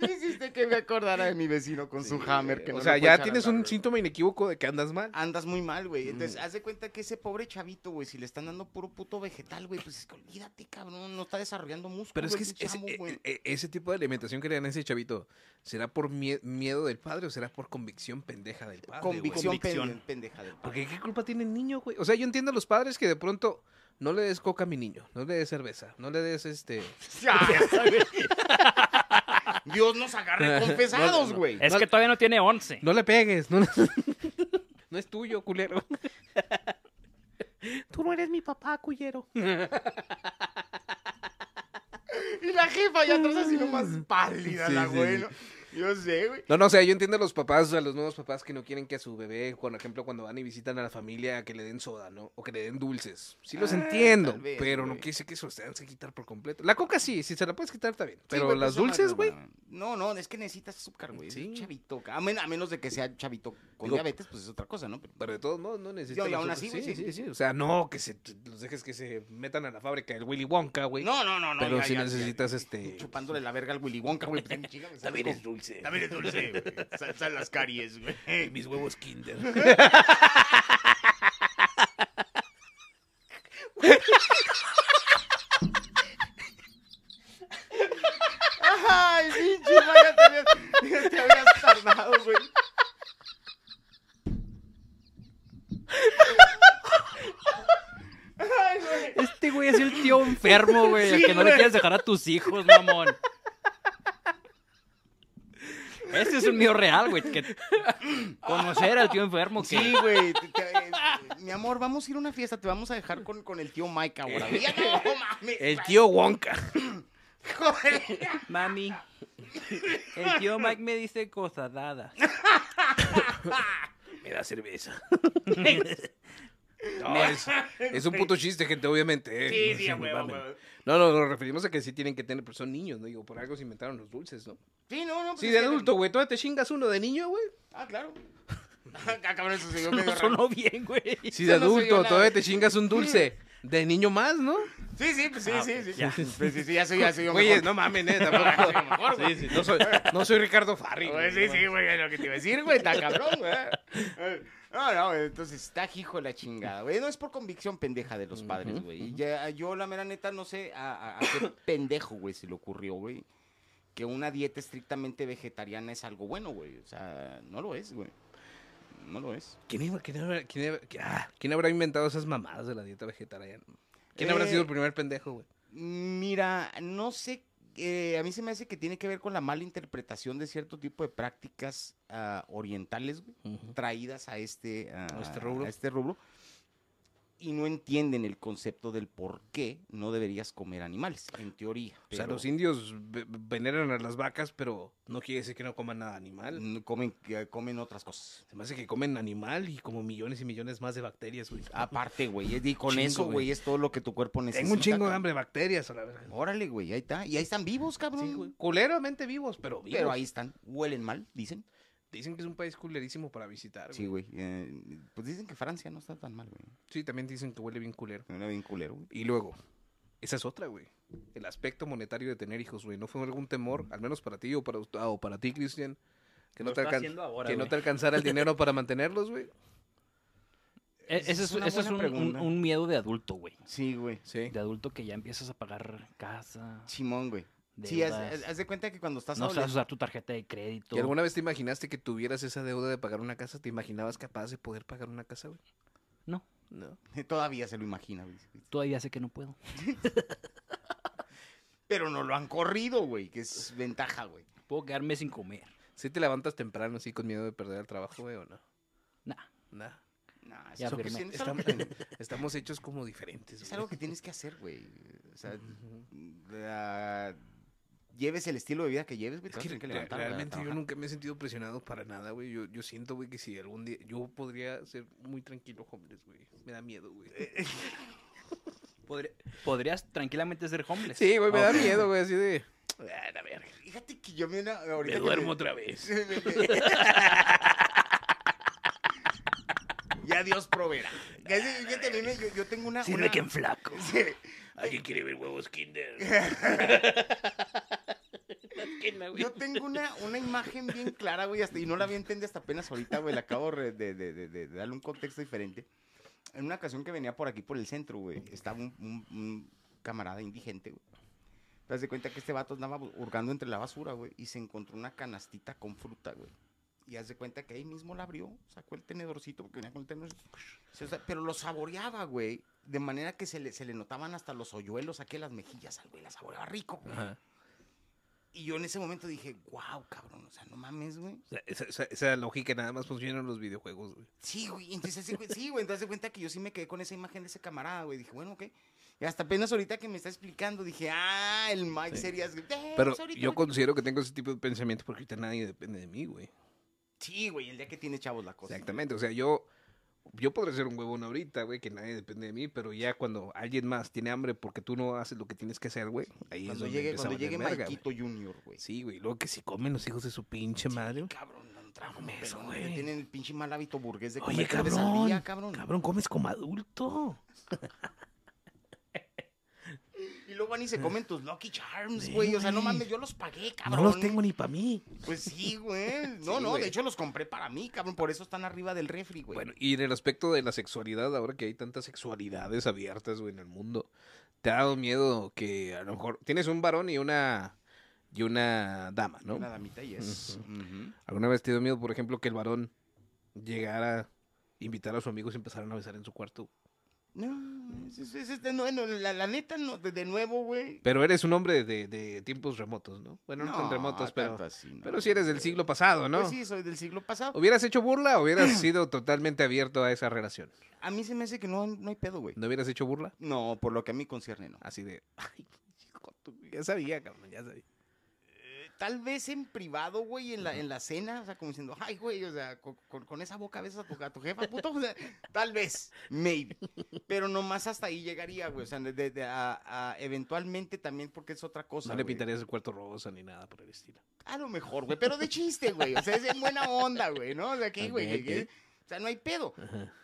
Speaker 3: Hiciste que me acordara de mi vecino con su hammer. Que
Speaker 4: o
Speaker 3: no
Speaker 4: sea,
Speaker 3: lo puedes
Speaker 4: ya tienes
Speaker 3: arrancar,
Speaker 4: un
Speaker 3: güey. Ah,
Speaker 4: síntoma inequívoco de que andas mal.
Speaker 3: Andas muy mal, güey. Entonces, haz de cuenta que ese pobre chavito, güey, si le están dando puro puto vegetal, güey, pues es que olvídate, cabrón. No está desarrollando músculo.
Speaker 4: Pero es
Speaker 3: el
Speaker 4: que es-
Speaker 3: pinche
Speaker 4: ese,
Speaker 3: chamo,
Speaker 4: e-
Speaker 3: güey.
Speaker 4: e- ese tipo de alimentación que le dan a ese chavito, ¿será por mie- miedo del padre o será por convicción pendeja del padre? güey? Pues
Speaker 3: Convicción,
Speaker 5: Convicción.
Speaker 3: pen- pendeja. del padre.
Speaker 4: Porque qué culpa tiene el niño, güey. O sea, yo entiendo a los padres que de pronto no le des coca a mi niño, no le des cerveza, no le des este.
Speaker 3: Dios nos agarre confesados, güey.
Speaker 5: Es que todavía no tiene 11.
Speaker 4: No le pegues, no, le- no es tuyo, culero. Tú no eres mi papá, culero.
Speaker 3: Y la jefa ya atrás así nomás pálida,
Speaker 4: Sí,
Speaker 3: la
Speaker 4: sí,
Speaker 3: güey.
Speaker 4: sí.
Speaker 3: ¿no? Yo sé, güey.
Speaker 4: No, no, o sea, yo entiendo a los papás, a los nuevos papás que no quieren que a su bebé, por ejemplo, cuando van y visitan a la familia, que le den soda, ¿no? O que le den dulces. Sí los
Speaker 3: Ah,
Speaker 4: entiendo,
Speaker 3: tal vez,
Speaker 4: pero no
Speaker 3: güey.
Speaker 4: quiere decir que se los tengan que quitar por completo. La coca sí, si se la puedes quitar está bien.
Speaker 3: Sí,
Speaker 4: Pero
Speaker 3: güey, pues,
Speaker 4: las
Speaker 3: no,
Speaker 4: dulces,
Speaker 3: no,
Speaker 4: güey.
Speaker 3: No, no, es que necesitas azúcar, güey. es
Speaker 4: Sí.
Speaker 3: Chavito, a, men- a menos de que sea chavito con
Speaker 4: Digo,
Speaker 3: diabetes, pues es otra cosa, ¿no? Pero-
Speaker 4: Pero de todos modos no
Speaker 3: Yo,
Speaker 4: necesitas.
Speaker 3: y
Speaker 4: las
Speaker 3: aún
Speaker 4: otras-
Speaker 3: así,
Speaker 4: sí,
Speaker 3: güey,
Speaker 4: sí,
Speaker 3: sí.
Speaker 4: sí, O sea, no que se los dejes que se metan a la fábrica del Willy Wonka, güey.
Speaker 3: no, no, no, no.
Speaker 4: pero
Speaker 3: ya,
Speaker 4: si
Speaker 3: ya,
Speaker 4: necesitas
Speaker 3: ya,
Speaker 4: este.
Speaker 3: Chupándole la verga al Willy Wonka, güey. pues, chinga, me sale como-
Speaker 4: dulce.
Speaker 3: También es dulce, güey. Sal- sal las caries, güey.
Speaker 4: Mis huevos Kinder.
Speaker 3: Ay, pinche, vaya, te habías, ya te habías tardado, güey. Ay, güey.
Speaker 5: Este güey es el tío enfermo, güey. al
Speaker 3: Sí,
Speaker 5: que no le
Speaker 3: güey.
Speaker 5: quieres dejar a tus hijos, mamón. Ese es un mío real, güey. que- Conocer al tío enfermo que.
Speaker 3: Sí, güey. te- te- eh, Mi amor, vamos a ir a una fiesta. Te vamos a dejar con, con el tío Mike ahora. Ya no mames.
Speaker 4: El tío Wonka.
Speaker 3: Joder.
Speaker 5: Mami, el tío Mike me dice cosas dadas.
Speaker 4: Me da cerveza. No, es, es un puto chiste, gente, obviamente. eh.
Speaker 6: Sí, sí, a huevo, a huevo.
Speaker 4: No, no, nos referimos a que sí tienen que tener, pero son niños, ¿no? Digo, por algo se inventaron los dulces, ¿no?
Speaker 3: Sí, no, no. pues
Speaker 4: Sí,
Speaker 3: es
Speaker 4: de
Speaker 3: que-
Speaker 4: adulto, güey. Todavía te chingas uno de niño, güey.
Speaker 3: Ah, claro. Ah, cabrón, eso se dio medio
Speaker 5: No
Speaker 3: raro.
Speaker 5: sonó bien, güey.
Speaker 4: Sí, de
Speaker 3: Eso no se vio
Speaker 4: adulto,
Speaker 3: nada.
Speaker 4: todavía te chingas un dulce. De niño más, ¿no?
Speaker 3: Sí, sí, pues sí,
Speaker 4: Ah,
Speaker 3: sí, sí.
Speaker 5: ya.
Speaker 3: Pues sí, sí, ya se ya se dio
Speaker 4: Oye,
Speaker 3: mejor.
Speaker 4: no mames, eh,
Speaker 3: Ya se
Speaker 4: tampoco.
Speaker 3: dio mejor, güey.
Speaker 4: Sí, sí, no soy, no soy Ricardo Farri.
Speaker 3: Pues sí,
Speaker 4: güey, no
Speaker 3: sí, güey, es lo que te iba a decir, güey, está cabrón, güey. Eh, No, no, güey, entonces está hijo de la chingada, güey. No es por convicción pendeja de los padres, güey. Y ya, yo, la mera neta, no sé a, a- a qué pendejo, güey, se le ocurrió, güey, que una dieta estrictamente vegetariana es algo bueno, güey. O sea, no lo es, güey. No lo es.
Speaker 4: ¿Quién, iba- quién habrá, quién habrá- qui- ah, quién habrá inventado esas mamadas de la dieta vegetariana? ¿Quién habrá
Speaker 3: Eh,
Speaker 4: sido el primer pendejo, güey?
Speaker 3: Mira, no sé, eh, a mí se me hace que tiene que ver con la mala interpretación de cierto tipo de prácticas ah, orientales, güey. traídas a este, a,
Speaker 4: este rubro.
Speaker 3: a este rubro, y no entienden el concepto del por qué no deberías comer animales, en teoría.
Speaker 4: O sea,
Speaker 3: pero
Speaker 4: los indios ve- veneran a las vacas, pero no quiere decir que no coman nada animal.
Speaker 3: n- comen, eh, comen otras cosas.
Speaker 4: Se me hace que comen animal y como millones y millones más de bacterias, güey.
Speaker 3: Aparte, güey, y con
Speaker 4: Chingo,
Speaker 3: eso,
Speaker 4: güey.
Speaker 3: güey, es todo lo que tu cuerpo necesita.
Speaker 4: Tengo un chingo de
Speaker 3: cabrón.
Speaker 4: hambre de bacterias, a la verga.
Speaker 3: Órale, güey, ahí está. Y ahí están vivos, cabrón.
Speaker 4: Sí, güey. Culeramente vivos, pero vivos.
Speaker 3: Pero ahí están. Huelen mal, dicen.
Speaker 4: Dicen que es un país culerísimo para visitar, güey.
Speaker 3: Sí, güey. eh, pues dicen que Francia no está tan mal, güey.
Speaker 4: Sí, también dicen que huele bien culero.
Speaker 3: Era bien culero, güey.
Speaker 4: Y luego, esa es otra, güey. El aspecto monetario de tener hijos, güey. ¿No fue algún temor, al menos para ti o para, ah, o para ti, Cristian? Que no,
Speaker 5: Lo
Speaker 4: te,
Speaker 5: está
Speaker 4: alcan-
Speaker 5: haciendo ahora,
Speaker 4: que no
Speaker 5: güey.
Speaker 4: te alcanzara el dinero para mantenerlos, güey.
Speaker 5: E-
Speaker 3: Esa
Speaker 5: Ese
Speaker 3: es
Speaker 5: es,
Speaker 3: una
Speaker 5: ese es
Speaker 3: buena
Speaker 5: un, un-
Speaker 3: pregunta.
Speaker 5: un miedo de adulto, güey.
Speaker 3: Sí, güey.
Speaker 4: Sí.
Speaker 5: De adulto que ya empiezas a pagar casa.
Speaker 3: Simón, güey. Sí, haz,
Speaker 5: deudas,
Speaker 3: haz- haz de cuenta que cuando estás
Speaker 5: no sabes
Speaker 3: adolescente-
Speaker 5: usar tu tarjeta de crédito.
Speaker 4: ¿Y alguna vez te imaginaste que tuvieras esa deuda de pagar una casa? ¿Te imaginabas capaz de poder pagar una casa, güey?
Speaker 5: No,
Speaker 4: No.
Speaker 3: Todavía se lo imagina, güey.
Speaker 5: todavía sé que no puedo.
Speaker 3: Pero no lo han corrido, güey, que es ventaja, güey.
Speaker 5: Puedo quedarme sin comer.
Speaker 4: ¿Sí te levantas temprano así con miedo de perder el trabajo, güey, o no?
Speaker 5: Nah.
Speaker 4: Nah.
Speaker 3: Nah, es,
Speaker 5: Ya
Speaker 3: algo que
Speaker 5: firmé.
Speaker 3: tienes- es algo
Speaker 4: Estamos,
Speaker 3: que tienes,
Speaker 4: estamos hechos como diferentes,
Speaker 3: es
Speaker 4: güey.
Speaker 3: algo que tienes que hacer, güey. O sea, la- lleves el estilo de vida que lleves, güey. te
Speaker 4: Es
Speaker 3: vas a
Speaker 4: que,
Speaker 3: tener que
Speaker 4: re-
Speaker 3: levantar, güey, a
Speaker 4: realmente yo
Speaker 3: trabajar.
Speaker 4: nunca me he sentido presionado para nada, güey. Yo, yo siento, güey, que si algún día yo podría ser muy tranquilo homeless, güey. Me da miedo, güey. Podría-
Speaker 5: Podrías tranquilamente ser homeless.
Speaker 4: Sí, güey, me da miedo, güey, así de... "Ah, la verga,
Speaker 3: Fíjate que yo me, una- ahorita que
Speaker 4: Me duermo otra vez.
Speaker 3: ya Dios proveerá. Casi, Fíjate, a mí me- yo, yo tengo una...
Speaker 5: Sirve
Speaker 3: una-
Speaker 5: que en flaco.
Speaker 4: ¿Alguien quiere ver huevos Kinder?
Speaker 3: Yo tengo una, una imagen bien clara, güey, hasta, y no la había entendido hasta apenas ahorita, güey. Le acabo re- de, de- de- de darle un contexto diferente. En una ocasión que venía por aquí, por el centro, güey, estaba un, un- un camarada indigente, güey. Te das de cuenta que este vato andaba hurgando entre la basura, güey, y se encontró una canastita con fruta, güey. Y haz de cuenta que ahí mismo la abrió, sacó el tenedorcito, porque venía con el tenedorcito. se- o sea, pero lo saboreaba, güey. De manera que se le, se le notaban hasta los hoyuelos aquí en las mejillas al güey, la saboreaba rico. güey. Y yo en ese momento dije, wow, cabrón, o sea, no mames, güey.
Speaker 4: O sea, esa, esa- esa lógica nada más funciona en los videojuegos, güey.
Speaker 3: Sí, güey, entonces, sí, güey, sí, güey, entonces de cuenta que yo sí me quedé con esa imagen de ese camarada, güey. Dije, bueno, ¿qué? Y hasta apenas ahorita que me está explicando, dije, ah, el Mike serías... eh,
Speaker 4: Pero
Speaker 3: pues ahorita-
Speaker 4: yo considero que tengo ese tipo de pensamiento porque ahorita nadie depende de mí, güey.
Speaker 3: Sí, güey, el día que tiene chavos la cosa.
Speaker 4: Exactamente, o sea, yo yo podré ser un huevón ahorita, güey, que nadie depende de mí, pero ya cuando alguien más tiene hambre porque tú no haces lo que tienes que hacer, güey, ahí es
Speaker 3: Cuando
Speaker 4: donde
Speaker 3: llegue,
Speaker 4: empieza a
Speaker 3: cuando
Speaker 4: valer
Speaker 3: llegue
Speaker 4: verga, güey.
Speaker 3: Maikito Junior, güey.
Speaker 4: Sí, güey, luego que si comen los hijos de su pinche madre. güey.
Speaker 3: Cabrón, no
Speaker 4: Come eso,
Speaker 3: pelón,
Speaker 4: güey.
Speaker 3: Tienen el pinche mal hábito burgués de comer
Speaker 4: Oye,
Speaker 3: tres veces al
Speaker 4: cabrón,
Speaker 3: día,
Speaker 4: cabrón,
Speaker 3: cabrón.
Speaker 4: comes como adulto.
Speaker 3: Y luego van y se comen tus Lucky Charms, güey. O sea, no
Speaker 4: güey.
Speaker 3: mames, yo los pagué, cabrón.
Speaker 4: No los tengo ni para mí.
Speaker 3: Pues sí, güey. No,
Speaker 4: Sí,
Speaker 3: no,
Speaker 4: güey.
Speaker 3: de hecho los compré para mí, cabrón. Por eso están arriba del refri, güey.
Speaker 4: Pues, Bueno, y en el aspecto de la sexualidad, ahora que hay tantas sexualidades abiertas, güey, en el mundo, ¿te ha dado miedo que a lo mejor tienes un varón y una y una dama, ¿no?
Speaker 3: Una damita y es. Ujú.
Speaker 4: ¿Alguna vez te dio miedo, por ejemplo, que el varón llegara, invitar a su amigo y se empezaran a besar en su cuarto?
Speaker 3: No, es- es- es- no, no, la, la neta, no, de, de nuevo, güey.
Speaker 4: Pero eres un hombre de, de tiempos remotos, ¿no? Bueno, no, tan remotos, pero,
Speaker 3: tanto así, no.
Speaker 4: pero sí eres del siglo pasado, ¿no?
Speaker 3: Pues sí, soy del siglo pasado.
Speaker 4: ¿Hubieras hecho burla o hubieras sido totalmente abierto a esa relación?
Speaker 3: A mí se me hace que no, no hay pedo, güey.
Speaker 4: ¿No hubieras hecho burla?
Speaker 3: No, por lo que a mí concierne, no.
Speaker 4: Así de, ay, hijo de tu- ya sabía, cabrón, ya sabía. Eh.
Speaker 3: Tal vez en privado, güey, en la, en la cena, o sea, como diciendo, ay, güey, o sea, con, con- con esa boca besas a tu, a tu jefa, puto, o sea, tal vez, maybe. Pero nomás hasta ahí llegaría, güey, o sea, de, de- a, a- eventualmente también, porque es otra cosa.
Speaker 4: No le
Speaker 3: güey.
Speaker 4: pintarías el cuarto rosa ni nada por el estilo.
Speaker 3: A lo mejor, güey, pero de chiste, güey. O sea, es en buena onda, güey, ¿no? O sea, que,
Speaker 4: Ok,
Speaker 3: güey,
Speaker 4: ok.
Speaker 3: que- o sea, no hay pedo.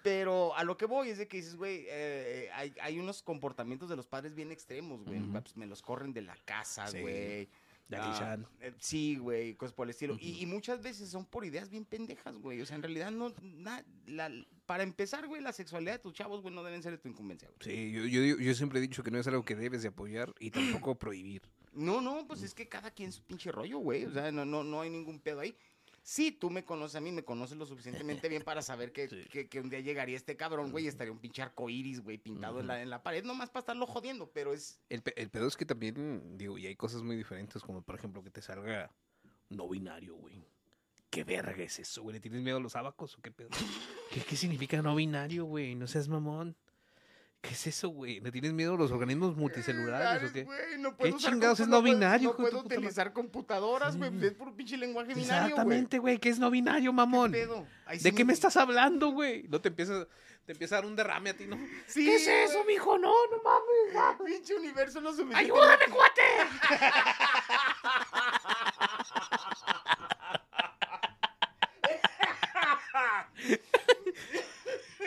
Speaker 3: Pero a lo que voy es de que dices, güey, eh, eh, hay, hay unos comportamientos de los padres bien extremos, güey.
Speaker 4: Ujú.
Speaker 3: Pues, me los corren de la casa,
Speaker 4: Sí.
Speaker 3: güey.
Speaker 4: Jackie
Speaker 3: Ah,
Speaker 4: Chan.
Speaker 3: eh, sí, güey, cosas por el estilo. y, y muchas veces son por ideas bien pendejas, güey. O sea, en realidad no... na- la- para empezar, güey, la sexualidad de tus chavos, güey, no deben ser de tu incumbencia, güey.
Speaker 4: Sí, yo, yo, digo- yo siempre he dicho que no es algo que debes de apoyar y tampoco prohibir.
Speaker 3: No, no, pues es que cada quien su pinche rollo, güey. O sea, no, no, no hay ningún pedo ahí. Sí, tú me conoces a mí, me conoces lo suficientemente bien para saber que, que- que un día llegaría este cabrón, güey, y estaría un pinche arcoiris, güey, pintado en, la, en la pared, nomás para estarlo jodiendo, pero es.
Speaker 4: El, pe- el pedo es que también, digo, y hay cosas muy diferentes, como por ejemplo que te salga no binario, güey. ¿Qué verga es eso, güey? ¿Le tienes miedo a los abacos o qué pedo? ¿Qué, qué significa no binario, güey? No seas mamón. ¿Qué es eso, güey? ¿Le tienes miedo a los organismos multicelulares o qué?
Speaker 3: Güey, no puedo usar
Speaker 4: chingados es
Speaker 3: compu-
Speaker 4: no
Speaker 3: puedo-
Speaker 4: binario,
Speaker 3: No
Speaker 4: hijo
Speaker 3: puedo
Speaker 4: de tu puta madre?
Speaker 3: utilizar computadoras, güey. Es por pinche lenguaje binario, güey.
Speaker 4: Exactamente, güey, que es no binario, mamón.
Speaker 3: pedo? Ahí sí
Speaker 4: ¿De qué me estás hablando, güey? No te empiezas, te empieza a dar un derrame a ti, ¿no?
Speaker 3: Sí,
Speaker 6: ¿Qué es eso, mijo? No, no mames.
Speaker 3: güey, Pinche universo no se
Speaker 6: ¡Ayúdame, cuate!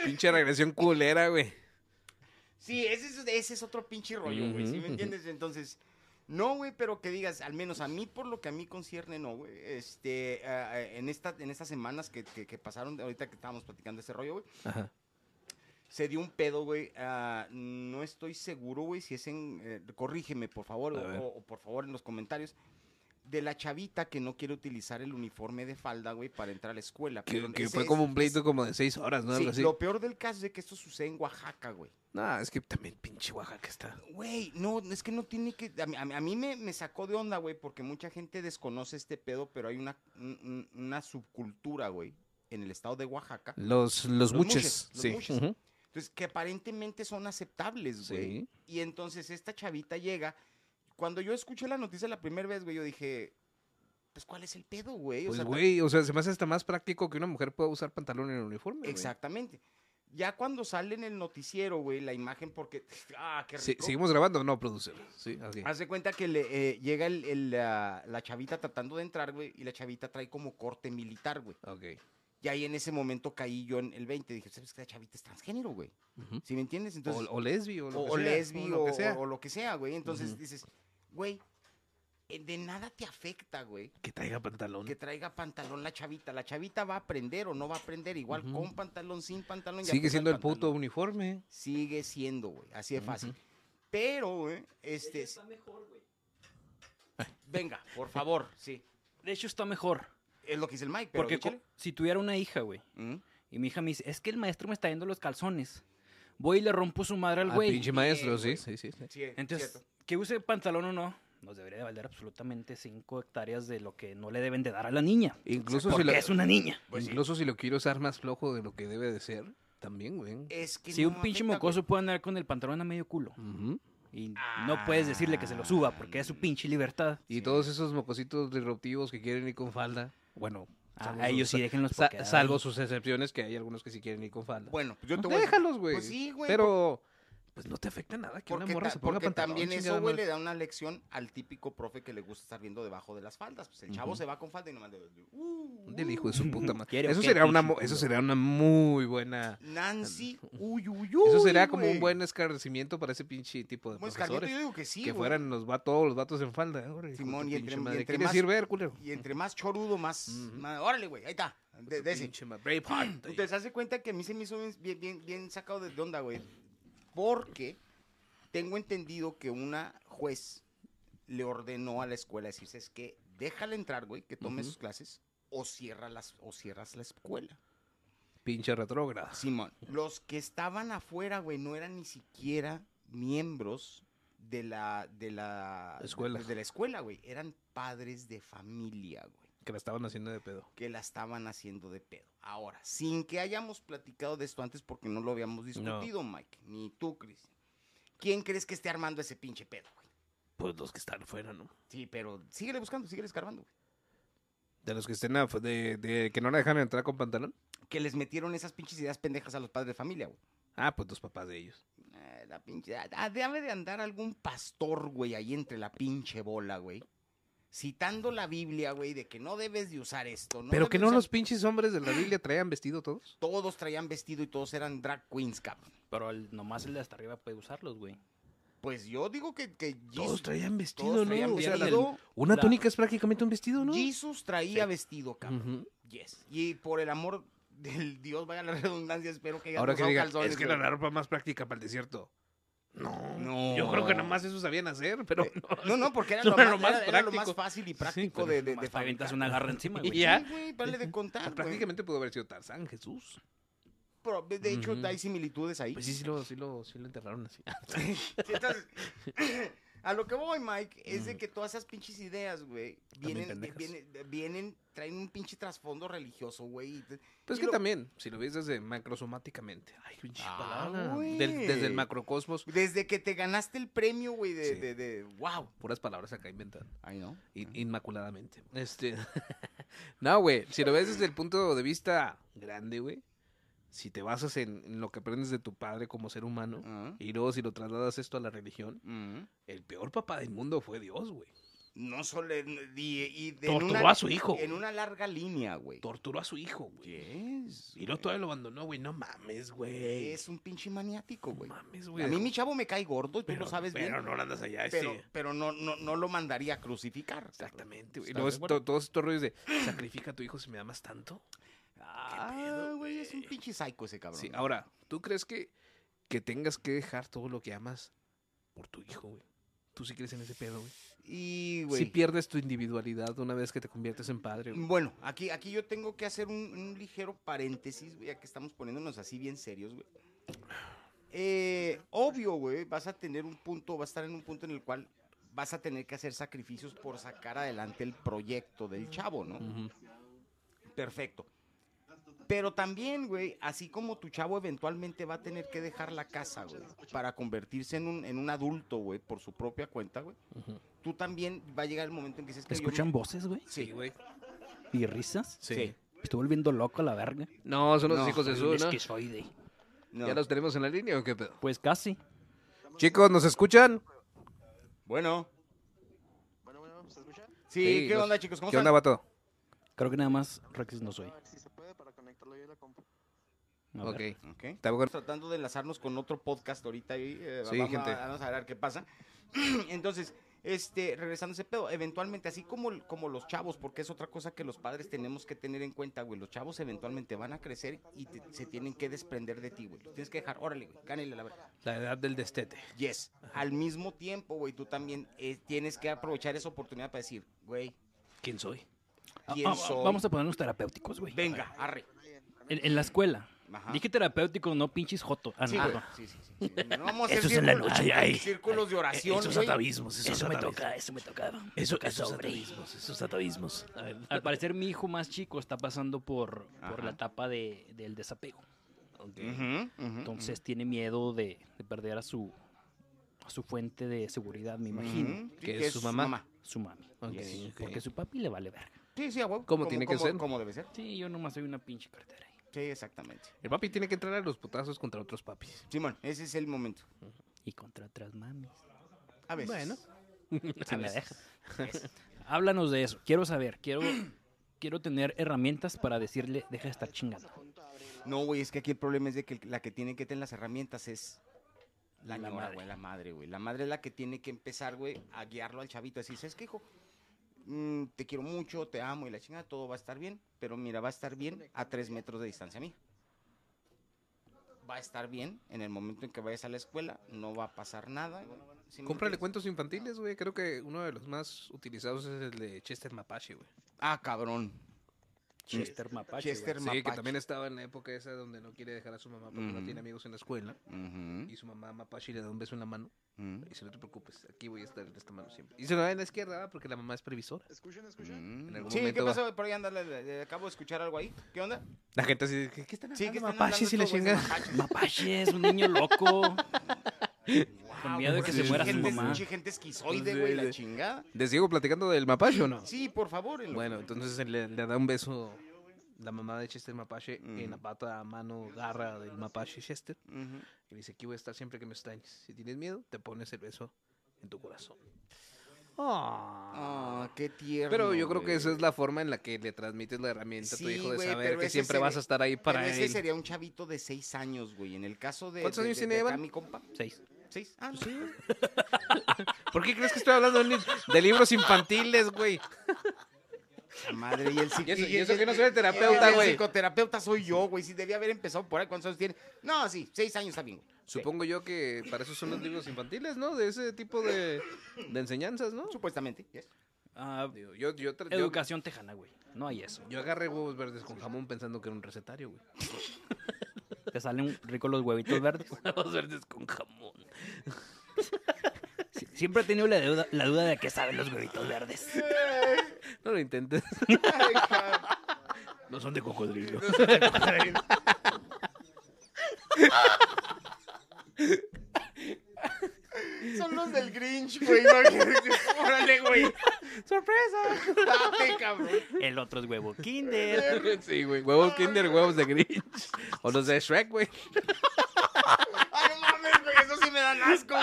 Speaker 4: Pinche regresión culera, güey.
Speaker 3: Sí, ese es, ese es otro pinche rollo, güey. ¿Sí
Speaker 4: Ujú,
Speaker 3: me entiendes? Entonces, no, güey, pero que digas, al menos a mí, por lo que a mí concierne, no, güey. Este, ah, en, esta, en estas semanas que, que- que pasaron, ahorita que estábamos platicando ese rollo, güey,
Speaker 4: Ajá.
Speaker 3: se dio un pedo, güey. ah, no estoy seguro, güey, si es en. eh, corrígeme, por favor,
Speaker 4: A
Speaker 3: o-
Speaker 4: ver.
Speaker 3: o- o por favor en los comentarios. De la chavita que no quiere utilizar el uniforme de falda, güey, para entrar a la escuela.
Speaker 4: Que,
Speaker 3: pero
Speaker 4: que
Speaker 3: ese
Speaker 4: fue
Speaker 3: es-
Speaker 4: como un
Speaker 3: es-
Speaker 4: pleito como de seis horas, ¿no?
Speaker 3: sí,
Speaker 4: Algo así.
Speaker 3: lo peor del caso es de que esto sucede en Oaxaca, güey.
Speaker 4: No, es que también pinche Oaxaca está.
Speaker 3: Güey, no, es que no tiene que... A mí, a mí- a mí me, me sacó de onda, güey, porque mucha gente desconoce este pedo, pero hay una, un- un- una subcultura, güey, en el estado de Oaxaca.
Speaker 4: Los, los,
Speaker 3: Los
Speaker 4: muches.
Speaker 3: muches, los
Speaker 4: sí.
Speaker 3: muches.
Speaker 4: Ujú.
Speaker 3: Entonces, que aparentemente son aceptables, güey.
Speaker 4: Sí.
Speaker 3: Y entonces esta chavita llega. Cuando yo escuché la noticia la primera vez, güey, yo dije, pues, ¿cuál es el pedo, güey? O
Speaker 4: Pues,
Speaker 3: sea, ta-
Speaker 4: güey, o sea, se me hace hasta más práctico que una mujer pueda usar pantalón en el uniforme. güey.
Speaker 3: Exactamente. Ya cuando sale en el noticiero, güey, la imagen, porque... Ah, qué
Speaker 4: Sí,
Speaker 3: rico. Ah,
Speaker 4: ¿Seguimos grabando o no, producer? Sí, así.
Speaker 3: Hace cuenta que le eh, llega el- el, la, la chavita tratando de entrar, güey, y la chavita trae como corte militar, güey.
Speaker 4: Ok.
Speaker 3: Y ahí en ese momento caí yo en el 20. Dije, ¿sabes que la chavita es transgénero, güey?
Speaker 4: Ujú.
Speaker 3: ¿Sí me entiendes? Entonces,
Speaker 4: o, o lesbi, o
Speaker 3: o,
Speaker 4: lo que
Speaker 3: o
Speaker 4: sea,
Speaker 3: lesbi,
Speaker 4: lo
Speaker 3: o,
Speaker 4: que sea.
Speaker 3: o lo que sea, güey. Entonces
Speaker 4: Ujú.
Speaker 3: dices, güey, eh, de nada te afecta, güey,
Speaker 4: Que traiga pantalón.
Speaker 3: que traiga pantalón la chavita. La chavita va a aprender o no va a aprender, igual
Speaker 4: Ujú.
Speaker 3: con pantalón, sin pantalón. ya
Speaker 4: Sigue
Speaker 3: pesa
Speaker 4: siendo el
Speaker 3: pantalón.
Speaker 4: puto uniforme.
Speaker 3: Sigue siendo, güey. Así de fácil.
Speaker 4: Ujú.
Speaker 3: Pero, güey, este. Venga, por favor, sí.
Speaker 5: De hecho, está mejor.
Speaker 3: Es lo que dice el Mike, pero.
Speaker 5: Porque
Speaker 3: échale.
Speaker 5: co- si tuviera una hija, güey,
Speaker 4: ¿Mm?
Speaker 3: Ujú.
Speaker 5: y mi hija me dice, es que el maestro me está yendo los calzones. Voy y le rompo su madre al
Speaker 4: Al
Speaker 5: güey.
Speaker 4: pinche maestro,
Speaker 3: Eh,
Speaker 4: sí,
Speaker 3: güey.
Speaker 4: sí, sí. sí.
Speaker 3: Sí, es
Speaker 5: Entonces,
Speaker 3: cierto.
Speaker 5: que use pantalón o no, nos debería de valer absolutamente 5 hectáreas de lo que no le deben de dar a la niña.
Speaker 4: Incluso si
Speaker 5: Porque
Speaker 4: lo,
Speaker 5: es una niña.
Speaker 3: Pues sí.
Speaker 4: incluso si lo quiero usar más flojo de lo que debe de ser, también, güey.
Speaker 3: Es que
Speaker 5: Si
Speaker 3: no
Speaker 5: un pinche
Speaker 3: afecta,
Speaker 5: mocoso puede andar con el pantalón a medio culo
Speaker 4: Ujú.
Speaker 5: y no puedes decirle que se
Speaker 4: Ah.
Speaker 5: lo suba porque es su pinche libertad.
Speaker 4: Y todos esos mocositos disruptivos que quieren ir con falda. pues Bueno,
Speaker 5: Ah,
Speaker 4: salvo
Speaker 5: a ellos
Speaker 4: sus-
Speaker 5: sí déjenlos
Speaker 4: sa-
Speaker 5: porque-
Speaker 4: salvo sus excepciones, que hay algunos que sí quieren ir con falda.
Speaker 3: güey. Bueno, yo te voy a decir-
Speaker 4: Déjalos, güey.
Speaker 3: Pues sí, güey.
Speaker 4: Pero, pues no te afecta nada que una
Speaker 3: porque,
Speaker 4: morra
Speaker 3: ta-
Speaker 4: se ponga
Speaker 3: porque
Speaker 4: pantalón.
Speaker 3: también
Speaker 4: chingada
Speaker 3: eso, güey,
Speaker 4: madre.
Speaker 3: le da una lección al típico profe que le gusta estar viendo debajo de las faldas. Pues el chavo
Speaker 4: Ujú.
Speaker 3: se va con falda y nomás de. uh,
Speaker 4: Del hijo de su puta madre.
Speaker 5: Quiero
Speaker 4: Eso
Speaker 5: que
Speaker 4: sería, una,
Speaker 5: pinche
Speaker 4: mo- eso sería una muy buena...
Speaker 3: Nancy, uy, uy,
Speaker 4: Eso
Speaker 3: uy,
Speaker 4: sería como
Speaker 3: güey.
Speaker 4: un buen escarcimiento para ese pinche tipo de
Speaker 3: Como escarmiento,
Speaker 4: profesores.
Speaker 3: yo digo que sí,
Speaker 4: que
Speaker 3: güey.
Speaker 4: fueran los va todos los vatos en falda. ¿eh? Ahora, hijo de tu
Speaker 3: Simón, y
Speaker 4: pinche
Speaker 3: entre- y
Speaker 4: madre.
Speaker 3: entre
Speaker 4: ¿Qué les
Speaker 3: más-
Speaker 4: sirve, ver, culero?
Speaker 3: Y entre más chorudo, más.
Speaker 4: Ujú.
Speaker 3: más- órale, güey, ahí está. De, de ese.
Speaker 4: Pinche madre, Braveheart.
Speaker 3: Entonces, hace cuenta que a mí se me hizo bien, bien, bien, bien sacado de onda, güey. Porque tengo entendido que una juez le ordenó a la escuela decir, es que déjala entrar, güey, que tome
Speaker 4: Ujú.
Speaker 3: sus clases o, cierra las, o cierras la escuela.
Speaker 4: Pinche retrógrada.
Speaker 3: Simón, los que estaban afuera, güey, no eran ni siquiera miembros de la, de la
Speaker 4: Escuela.
Speaker 3: de la escuela, güey. Eran padres de familia, güey
Speaker 4: Que la estaban haciendo de pedo.
Speaker 3: que la estaban haciendo de pedo. Ahora, sin que hayamos platicado de esto antes porque no lo habíamos discutido, Mike, ni tú, Cristian. ¿Quién crees que esté armando ese pinche pedo, güey?
Speaker 4: Pues los que están afuera, ¿no?
Speaker 3: Sí, pero síguele buscando, síguele escarbando, güey.
Speaker 4: De los que estén af- de, de que no la dejan entrar con pantalón.
Speaker 3: Que les metieron esas pinches ideas pendejas a los padres de familia, güey.
Speaker 4: Ah, pues los papás de ellos.
Speaker 3: Eh, la pinche... ah, ah, debe de andar algún pastor, güey, ahí entre la pinche bola, güey. Citando la Biblia, güey, de que no debes de usar esto. No
Speaker 4: Pero que
Speaker 3: debes
Speaker 4: no
Speaker 3: de
Speaker 4: los
Speaker 3: usar-
Speaker 4: pinches hombres de la Biblia traían vestido todos.
Speaker 3: Todos traían vestido y todos eran drag queens, cabrón.
Speaker 5: Pero el- nomás el de hasta arriba puede usarlos, güey.
Speaker 3: Pues yo digo que... que
Speaker 4: Todos
Speaker 3: Jesus-
Speaker 4: traían vestido,
Speaker 3: todos
Speaker 4: ¿no?
Speaker 3: traían
Speaker 4: O sea, la-
Speaker 3: vestido.
Speaker 4: una
Speaker 5: La-
Speaker 4: túnica es prácticamente un vestido, ¿no?
Speaker 3: Jesús traía vestido, cabrón.
Speaker 4: Ujú.
Speaker 3: Yes. Y por el amor del Dios, vaya la redundancia, espero que haya
Speaker 4: Ahora que
Speaker 3: usado
Speaker 4: digan,
Speaker 3: calzones,
Speaker 4: es que
Speaker 3: güey.
Speaker 4: la ropa más práctica para el desierto. No,
Speaker 3: No.
Speaker 4: Yo creo que nomás eso sabían hacer, pero no.
Speaker 3: No, no, porque era,
Speaker 4: No
Speaker 3: lo,
Speaker 4: era
Speaker 3: más,
Speaker 4: lo más
Speaker 3: era- era lo más
Speaker 4: práctico.
Speaker 3: fácil y
Speaker 4: pero
Speaker 3: práctico de, de, de
Speaker 5: Nomás te avientas
Speaker 3: fabricar.
Speaker 5: una garra encima,
Speaker 4: Y
Speaker 5: güey.
Speaker 4: ya.
Speaker 3: Sí, güey, vale de contar, güey.
Speaker 4: prácticamente pudo haber sido Tarzán, Jesús.
Speaker 3: Pero, de hecho,
Speaker 4: Ujú.
Speaker 3: hay similitudes ahí.
Speaker 4: Pues sí, sí lo, sí lo, sí lo enterraron así.
Speaker 3: Entonces, A lo que voy, Mike, es de que todas esas pinches ideas, güey, vienen,
Speaker 5: pendejas.
Speaker 3: vienen, vienen, traen un pinche trasfondo religioso, güey. y te-
Speaker 4: Pues
Speaker 3: y
Speaker 4: que
Speaker 3: lo-
Speaker 4: también, si lo ves desde macrosomáticamente. Ay, pinche
Speaker 3: Ah,
Speaker 4: palabra.
Speaker 3: güey.
Speaker 4: Del- desde el macrocosmos,
Speaker 3: Desde que te ganaste el premio, güey, de,
Speaker 4: Sí.
Speaker 3: de, de- wow.
Speaker 4: puras palabras acá inventadas.
Speaker 3: Ay, no.
Speaker 4: in- inmaculadamente. Este. no, güey. Si lo ves desde el punto de vista grande, güey. Si te basas en, en lo que aprendes de tu padre como ser humano. Y luego si lo trasladas esto a la religión. El peor papá del mundo fue Dios, güey.
Speaker 3: No solo. en- Y, y de- en
Speaker 4: Torturó
Speaker 3: una-
Speaker 4: a su hijo.
Speaker 3: En una larga línea, güey.
Speaker 4: Torturó a su hijo, güey.
Speaker 3: Yes,
Speaker 4: Y luego
Speaker 3: güey.
Speaker 4: todavía lo abandonó, güey. No mames, güey.
Speaker 3: Es un pinche maniático, güey.
Speaker 4: No mames, güey.
Speaker 3: A mí mi chavo me cae gordo, y tú lo sabes
Speaker 4: pero
Speaker 3: bien.
Speaker 4: no lo andas allá,
Speaker 3: pero
Speaker 4: este.
Speaker 3: pero no, no, no lo mandaría a crucificar.
Speaker 4: Exactamente, güey. Y
Speaker 3: ¿Estás
Speaker 4: luego
Speaker 3: de acuerdo?
Speaker 4: esto- todos estos rollos de sacrifica a tu hijo si me amas tanto.
Speaker 3: Ah,
Speaker 4: pedo,
Speaker 3: güey, es un
Speaker 4: güey?
Speaker 3: pinche psycho ese cabrón.
Speaker 4: Sí, ahora, ¿tú crees que, que tengas que dejar todo lo que amas por tu hijo, güey? Tú sí crees en ese pedo, güey.
Speaker 3: Y,
Speaker 4: Si
Speaker 3: güey.
Speaker 4: pierdes tu individualidad una vez que te conviertes en padre, güey.
Speaker 3: Bueno, aquí, aquí yo tengo que hacer un, un ligero paréntesis, güey, ya que estamos poniéndonos así bien serios, güey. Eh, obvio, güey, vas a tener un punto, vas a estar en un punto en el cual vas a tener que hacer sacrificios por sacar adelante el proyecto del chavo, ¿no? Perfecto. Pero también, güey, así como tu chavo eventualmente va a tener que dejar la casa, güey, para convertirse en un, en un adulto, güey, por su propia cuenta, güey, tú también va a llegar el momento en que dices que yo me-
Speaker 5: ¿Escuchan voces, güey?
Speaker 3: Sí, güey.
Speaker 5: ¿Y risas?
Speaker 4: Sí.
Speaker 5: Me Estoy volviendo loco a la verga.
Speaker 4: No, son los
Speaker 3: No,
Speaker 4: hijos de su,
Speaker 5: Es
Speaker 4: ¿no?
Speaker 5: que soy de...
Speaker 3: No.
Speaker 4: ¿Ya los tenemos en la línea o qué pedo?
Speaker 5: Pues casi.
Speaker 4: Chicos, ¿nos escuchan?
Speaker 3: Bueno.
Speaker 7: Bueno, bueno, ¿se escucha? A
Speaker 3: Sí,
Speaker 4: Sí,
Speaker 3: ¿qué
Speaker 4: los-
Speaker 3: onda, chicos? ¿Cómo
Speaker 4: ¿Qué onda,
Speaker 3: están?
Speaker 4: vato?
Speaker 5: Creo que nada más Rex no soy.
Speaker 7: ver si se puede para conectarlo yo a la compu.
Speaker 5: A
Speaker 4: Ok.
Speaker 5: ver.
Speaker 3: Ok.
Speaker 4: Estaba
Speaker 3: Estamos
Speaker 4: con-
Speaker 3: tratando de enlazarnos con otro podcast ahorita y eh,
Speaker 4: Sí,
Speaker 3: vamos,
Speaker 4: gente.
Speaker 3: A, vamos a ver qué pasa. Entonces, este, regresando a ese pedo, eventualmente, así como, como los chavos, porque es otra cosa que los padres tenemos que tener en cuenta, güey. Los chavos eventualmente van a crecer y te- se tienen que desprender de ti, güey. Los tienes que dejar, órale, güey, gánele la verdad.
Speaker 4: La edad del destete.
Speaker 3: Yes. Al mismo tiempo, güey, tú también eh, tienes que aprovechar esa oportunidad para decir, güey,
Speaker 4: ¿Quién soy?
Speaker 5: Ah,
Speaker 3: ¿quién
Speaker 5: ah,
Speaker 3: soy?
Speaker 5: Vamos a ponernos terapéuticos, güey.
Speaker 3: Venga, arre.
Speaker 5: En, en la escuela.
Speaker 3: Ajá.
Speaker 5: Dije terapéutico, no pinches joto. Ah,
Speaker 3: Sí,
Speaker 5: no,
Speaker 3: güey.
Speaker 5: perdón.
Speaker 3: sí, sí, sí, sí. No vamos a hacer
Speaker 8: Eso es en la
Speaker 3: círculos-
Speaker 8: noche. ay,
Speaker 3: círculos de oración,
Speaker 8: Esos
Speaker 3: güey.
Speaker 8: atavismos, esos Eso me atavismos. toca, eso me toca. Eso, esos hombre. atavismos, esos atavismos. A ver,
Speaker 5: Al parecer mi hijo más chico está pasando por, por
Speaker 3: Ajá.
Speaker 5: la etapa de, del desapego.
Speaker 3: Ujú, ujú,
Speaker 5: Entonces tiene miedo de, de perder a su, a su fuente de seguridad, me imagino.
Speaker 3: Ujú, sí,
Speaker 4: que es su mamá.
Speaker 5: Su mami.
Speaker 4: Ok,
Speaker 5: Sí,
Speaker 4: ok.
Speaker 5: Porque su papi le vale verga.
Speaker 3: Sí, sí, a huevo.
Speaker 4: Como tiene que ser.
Speaker 3: Como debe ser.
Speaker 5: Sí, yo nomás soy una pinche cartera ahí.
Speaker 3: Sí, exactamente. Eh,
Speaker 4: El papi tiene que entrar a los putazos contra otros papis.
Speaker 3: Simón, ese es el momento.
Speaker 5: Y contra otras mamis.
Speaker 3: A veces.
Speaker 4: Bueno.
Speaker 5: Si me dejas. Háblanos de eso. Quiero saber, quiero, quiero tener herramientas para decirle, deja de estar chingando.
Speaker 3: No, güey, es que aquí el problema es de que la que tiene que tener las herramientas es la,
Speaker 5: La
Speaker 3: ñora,
Speaker 5: madre.
Speaker 3: güey, la madre, güey. La madre es la que tiene que empezar, güey, a guiarlo al chavito. Así, ¿sabes qué, hijo? Mm, te quiero mucho, te amo y la chingada, todo va a estar bien. Pero mira, va a estar bien a tres metros de distancia a mí. Va a estar bien en el momento en que vayas a la escuela, no va a pasar nada. güey. ¿Sí me
Speaker 4: Cómprale
Speaker 3: entiendes?
Speaker 4: cuentos infantiles, güey. Creo que uno de los más utilizados es el de Chester Mapache, güey.
Speaker 3: Ah, cabrón.
Speaker 5: Chester Mapache. güey.
Speaker 3: Chester
Speaker 4: Sí, que
Speaker 3: Mapache.
Speaker 4: también estaba en la época esa donde no quiere dejar a su mamá porque no
Speaker 3: Ujú.
Speaker 4: tiene amigos en la escuela.
Speaker 3: Ujú,
Speaker 4: Y su mamá Mapache le da un beso en la mano.
Speaker 3: ujú,
Speaker 4: Y dice, no te preocupes, aquí voy a estar en esta mano siempre. Y se lo da en la izquierda ¿verdad? porque la mamá es previsora.
Speaker 7: ¿Escuchan, escuchan?
Speaker 3: ujú.
Speaker 4: algún
Speaker 3: Sí, ¿qué
Speaker 4: momento va.
Speaker 3: pasó? Por ahí anda, le- le- le acabo de escuchar algo ahí. ¿Qué onda?
Speaker 4: La gente así, de, ¿qué, qué están
Speaker 3: Sí,
Speaker 4: hablando?
Speaker 3: que están
Speaker 4: Mapache
Speaker 3: hablando
Speaker 4: si la
Speaker 3: estos güeyes
Speaker 4: chingada.
Speaker 3: mapaches.
Speaker 5: Mapache es un niño loco. Con miedo de que
Speaker 3: Porque
Speaker 5: se
Speaker 3: son
Speaker 5: muera su
Speaker 3: gente-
Speaker 5: mamá.
Speaker 3: mucha gente esquizoide, güey, la chingada.
Speaker 4: ¿Les sigo platicando del Mapache o no?
Speaker 3: Sí, por favor. en lo-
Speaker 4: Bueno, entonces le, le da un beso la mamá de Chester Mapache en la
Speaker 3: Ujú.
Speaker 4: pata, mano, garra del Mapache Chester.
Speaker 3: Ujú.
Speaker 4: Y dice, aquí voy a estar siempre que me extrañes. Si tienes miedo, te pones el beso en tu corazón.
Speaker 3: Ah, qué tierno.
Speaker 4: Pero yo creo que
Speaker 3: güey.
Speaker 4: esa es la forma en la que le transmites la herramienta a tu
Speaker 3: Sí,
Speaker 4: hijo de
Speaker 3: güey,
Speaker 4: saber
Speaker 3: pero
Speaker 4: que
Speaker 3: ese
Speaker 4: siempre vas
Speaker 3: sería-
Speaker 4: a estar ahí para
Speaker 3: Pero ese
Speaker 4: él.
Speaker 3: sería un chavito de seis años, güey. En el caso de.
Speaker 4: ¿Cuántos
Speaker 3: de-
Speaker 4: años
Speaker 3: de-
Speaker 4: tiene
Speaker 3: de acá,
Speaker 4: Evan?
Speaker 3: mi compa?
Speaker 5: Seis.
Speaker 3: Seis. Ah, no.
Speaker 4: ¿Por qué crees que estoy hablando de, li- de libros infantiles, güey?
Speaker 3: La madre y el
Speaker 4: Y eso,
Speaker 3: psiquiatra.
Speaker 4: y eso que no soy el terapeuta,
Speaker 3: Terapeuta, güey.
Speaker 4: güey.
Speaker 3: Psicoterapeuta soy yo, güey. Si debía haber empezado por ahí, ¿cuántos años tiene? No, sí, seis años está bien, güey.
Speaker 4: Supongo yo que para eso son los libros infantiles, ¿no? De ese tipo de, de enseñanzas, ¿no?
Speaker 3: Supuestamente. yes.
Speaker 5: Ah,
Speaker 4: Digo, yo, yo, tra- yo-
Speaker 5: educación tejana, güey. No hay eso.
Speaker 4: yo agarré huevos verdes con jamón pensando que era un recetario, güey.
Speaker 5: Te salen ricos los huevitos verdes.
Speaker 8: huevos verdes con jamón.
Speaker 5: Sí, Siempre he tenido la duda, la duda de que saben los huevitos verdes.
Speaker 4: No lo intentes.
Speaker 5: No son de cocodrilo.
Speaker 3: Son los del Grinch, güey. imagínate. Órale, güey. ¡Sorpresa! Date, cabrón.
Speaker 5: El otro es huevo kinder.
Speaker 4: Sí, güey. Huevos Kinder, huevos de Grinch. O los de Shrek, güey.
Speaker 3: Ay, no mames, güey. Eso sí me dan asco,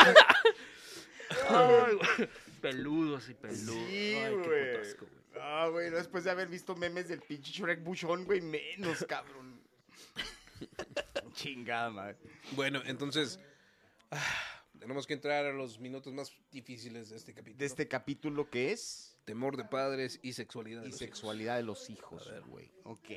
Speaker 3: güey.
Speaker 5: Peludos y peludos.
Speaker 3: Sí,
Speaker 5: Ay, qué puto
Speaker 3: güey.
Speaker 5: asco, güey.
Speaker 3: Ah, güey, no, después de haber visto memes del pinche Shrek buchón, güey, menos, cabrón. Chingada, madre.
Speaker 4: Bueno, entonces. ah, tenemos que entrar a los minutos más difíciles de este capítulo:
Speaker 3: De este capítulo que es
Speaker 4: temor de padres y sexualidad. de
Speaker 3: y
Speaker 4: los hijos.
Speaker 3: sexualidad de los hijos, güey. Ok.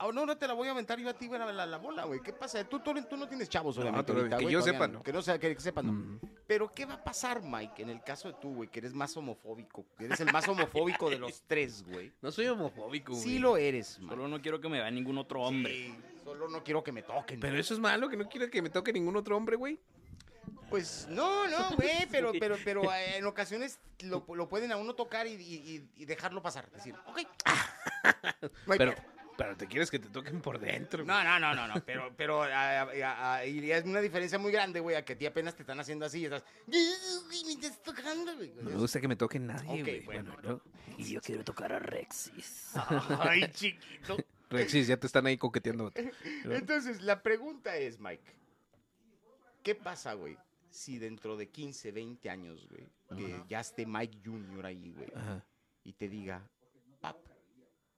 Speaker 3: Ah, no, no te la voy a aventar yo a ti, güey, la, la- la bola, güey. ¿Qué pasa? Tú, tú, tú no tienes chavos, obviamente.
Speaker 4: todavía-
Speaker 3: ahorita,
Speaker 4: que
Speaker 3: güey,
Speaker 4: yo
Speaker 3: todavía
Speaker 4: sepa,
Speaker 3: no.
Speaker 4: no.
Speaker 3: Que no sea- que sepan, no. Pero, ¿qué va a pasar, Mike, en el caso de tú, güey, que eres más homofóbico? Que eres el más homofóbico de los tres, güey.
Speaker 4: No soy homofóbico, güey.
Speaker 3: Sí lo eres, Mike.
Speaker 5: Solo no quiero que me vea ningún otro hombre.
Speaker 3: Sí, solo no quiero que me toquen.
Speaker 4: Pero eso es malo, que no quiero que me toque ningún otro hombre, güey.
Speaker 3: Pues no, no, güey, pero, pero, pero eh, en ocasiones lo, lo pueden a uno tocar y, y- y- y dejarlo pasar. Decir, ok. No hay
Speaker 4: Pero,
Speaker 3: pedo.
Speaker 4: pero te quieres que te toquen por dentro. güey.
Speaker 3: No, no, no, no, no, pero, pero ah, ah, ah, ah, y es una diferencia muy grande, güey, a que a ti apenas te están haciendo así y estás, "Uy, me estás tocando, güey.
Speaker 4: No me gusta que me toque nadie,
Speaker 3: Ok,
Speaker 4: güey.
Speaker 3: bueno.
Speaker 8: Y yo quiero tocar a Rexis.
Speaker 5: Ah,
Speaker 3: Ay, chiquito.
Speaker 4: Rexis, ya te están ahí coqueteando. vato.
Speaker 3: Entonces, la pregunta es, Mike, ¿qué pasa, güey? Si dentro de 15, 20 años, güey, que ya esté Mike Jr. ahí, güey,
Speaker 4: Ajá.
Speaker 3: y te diga, pap,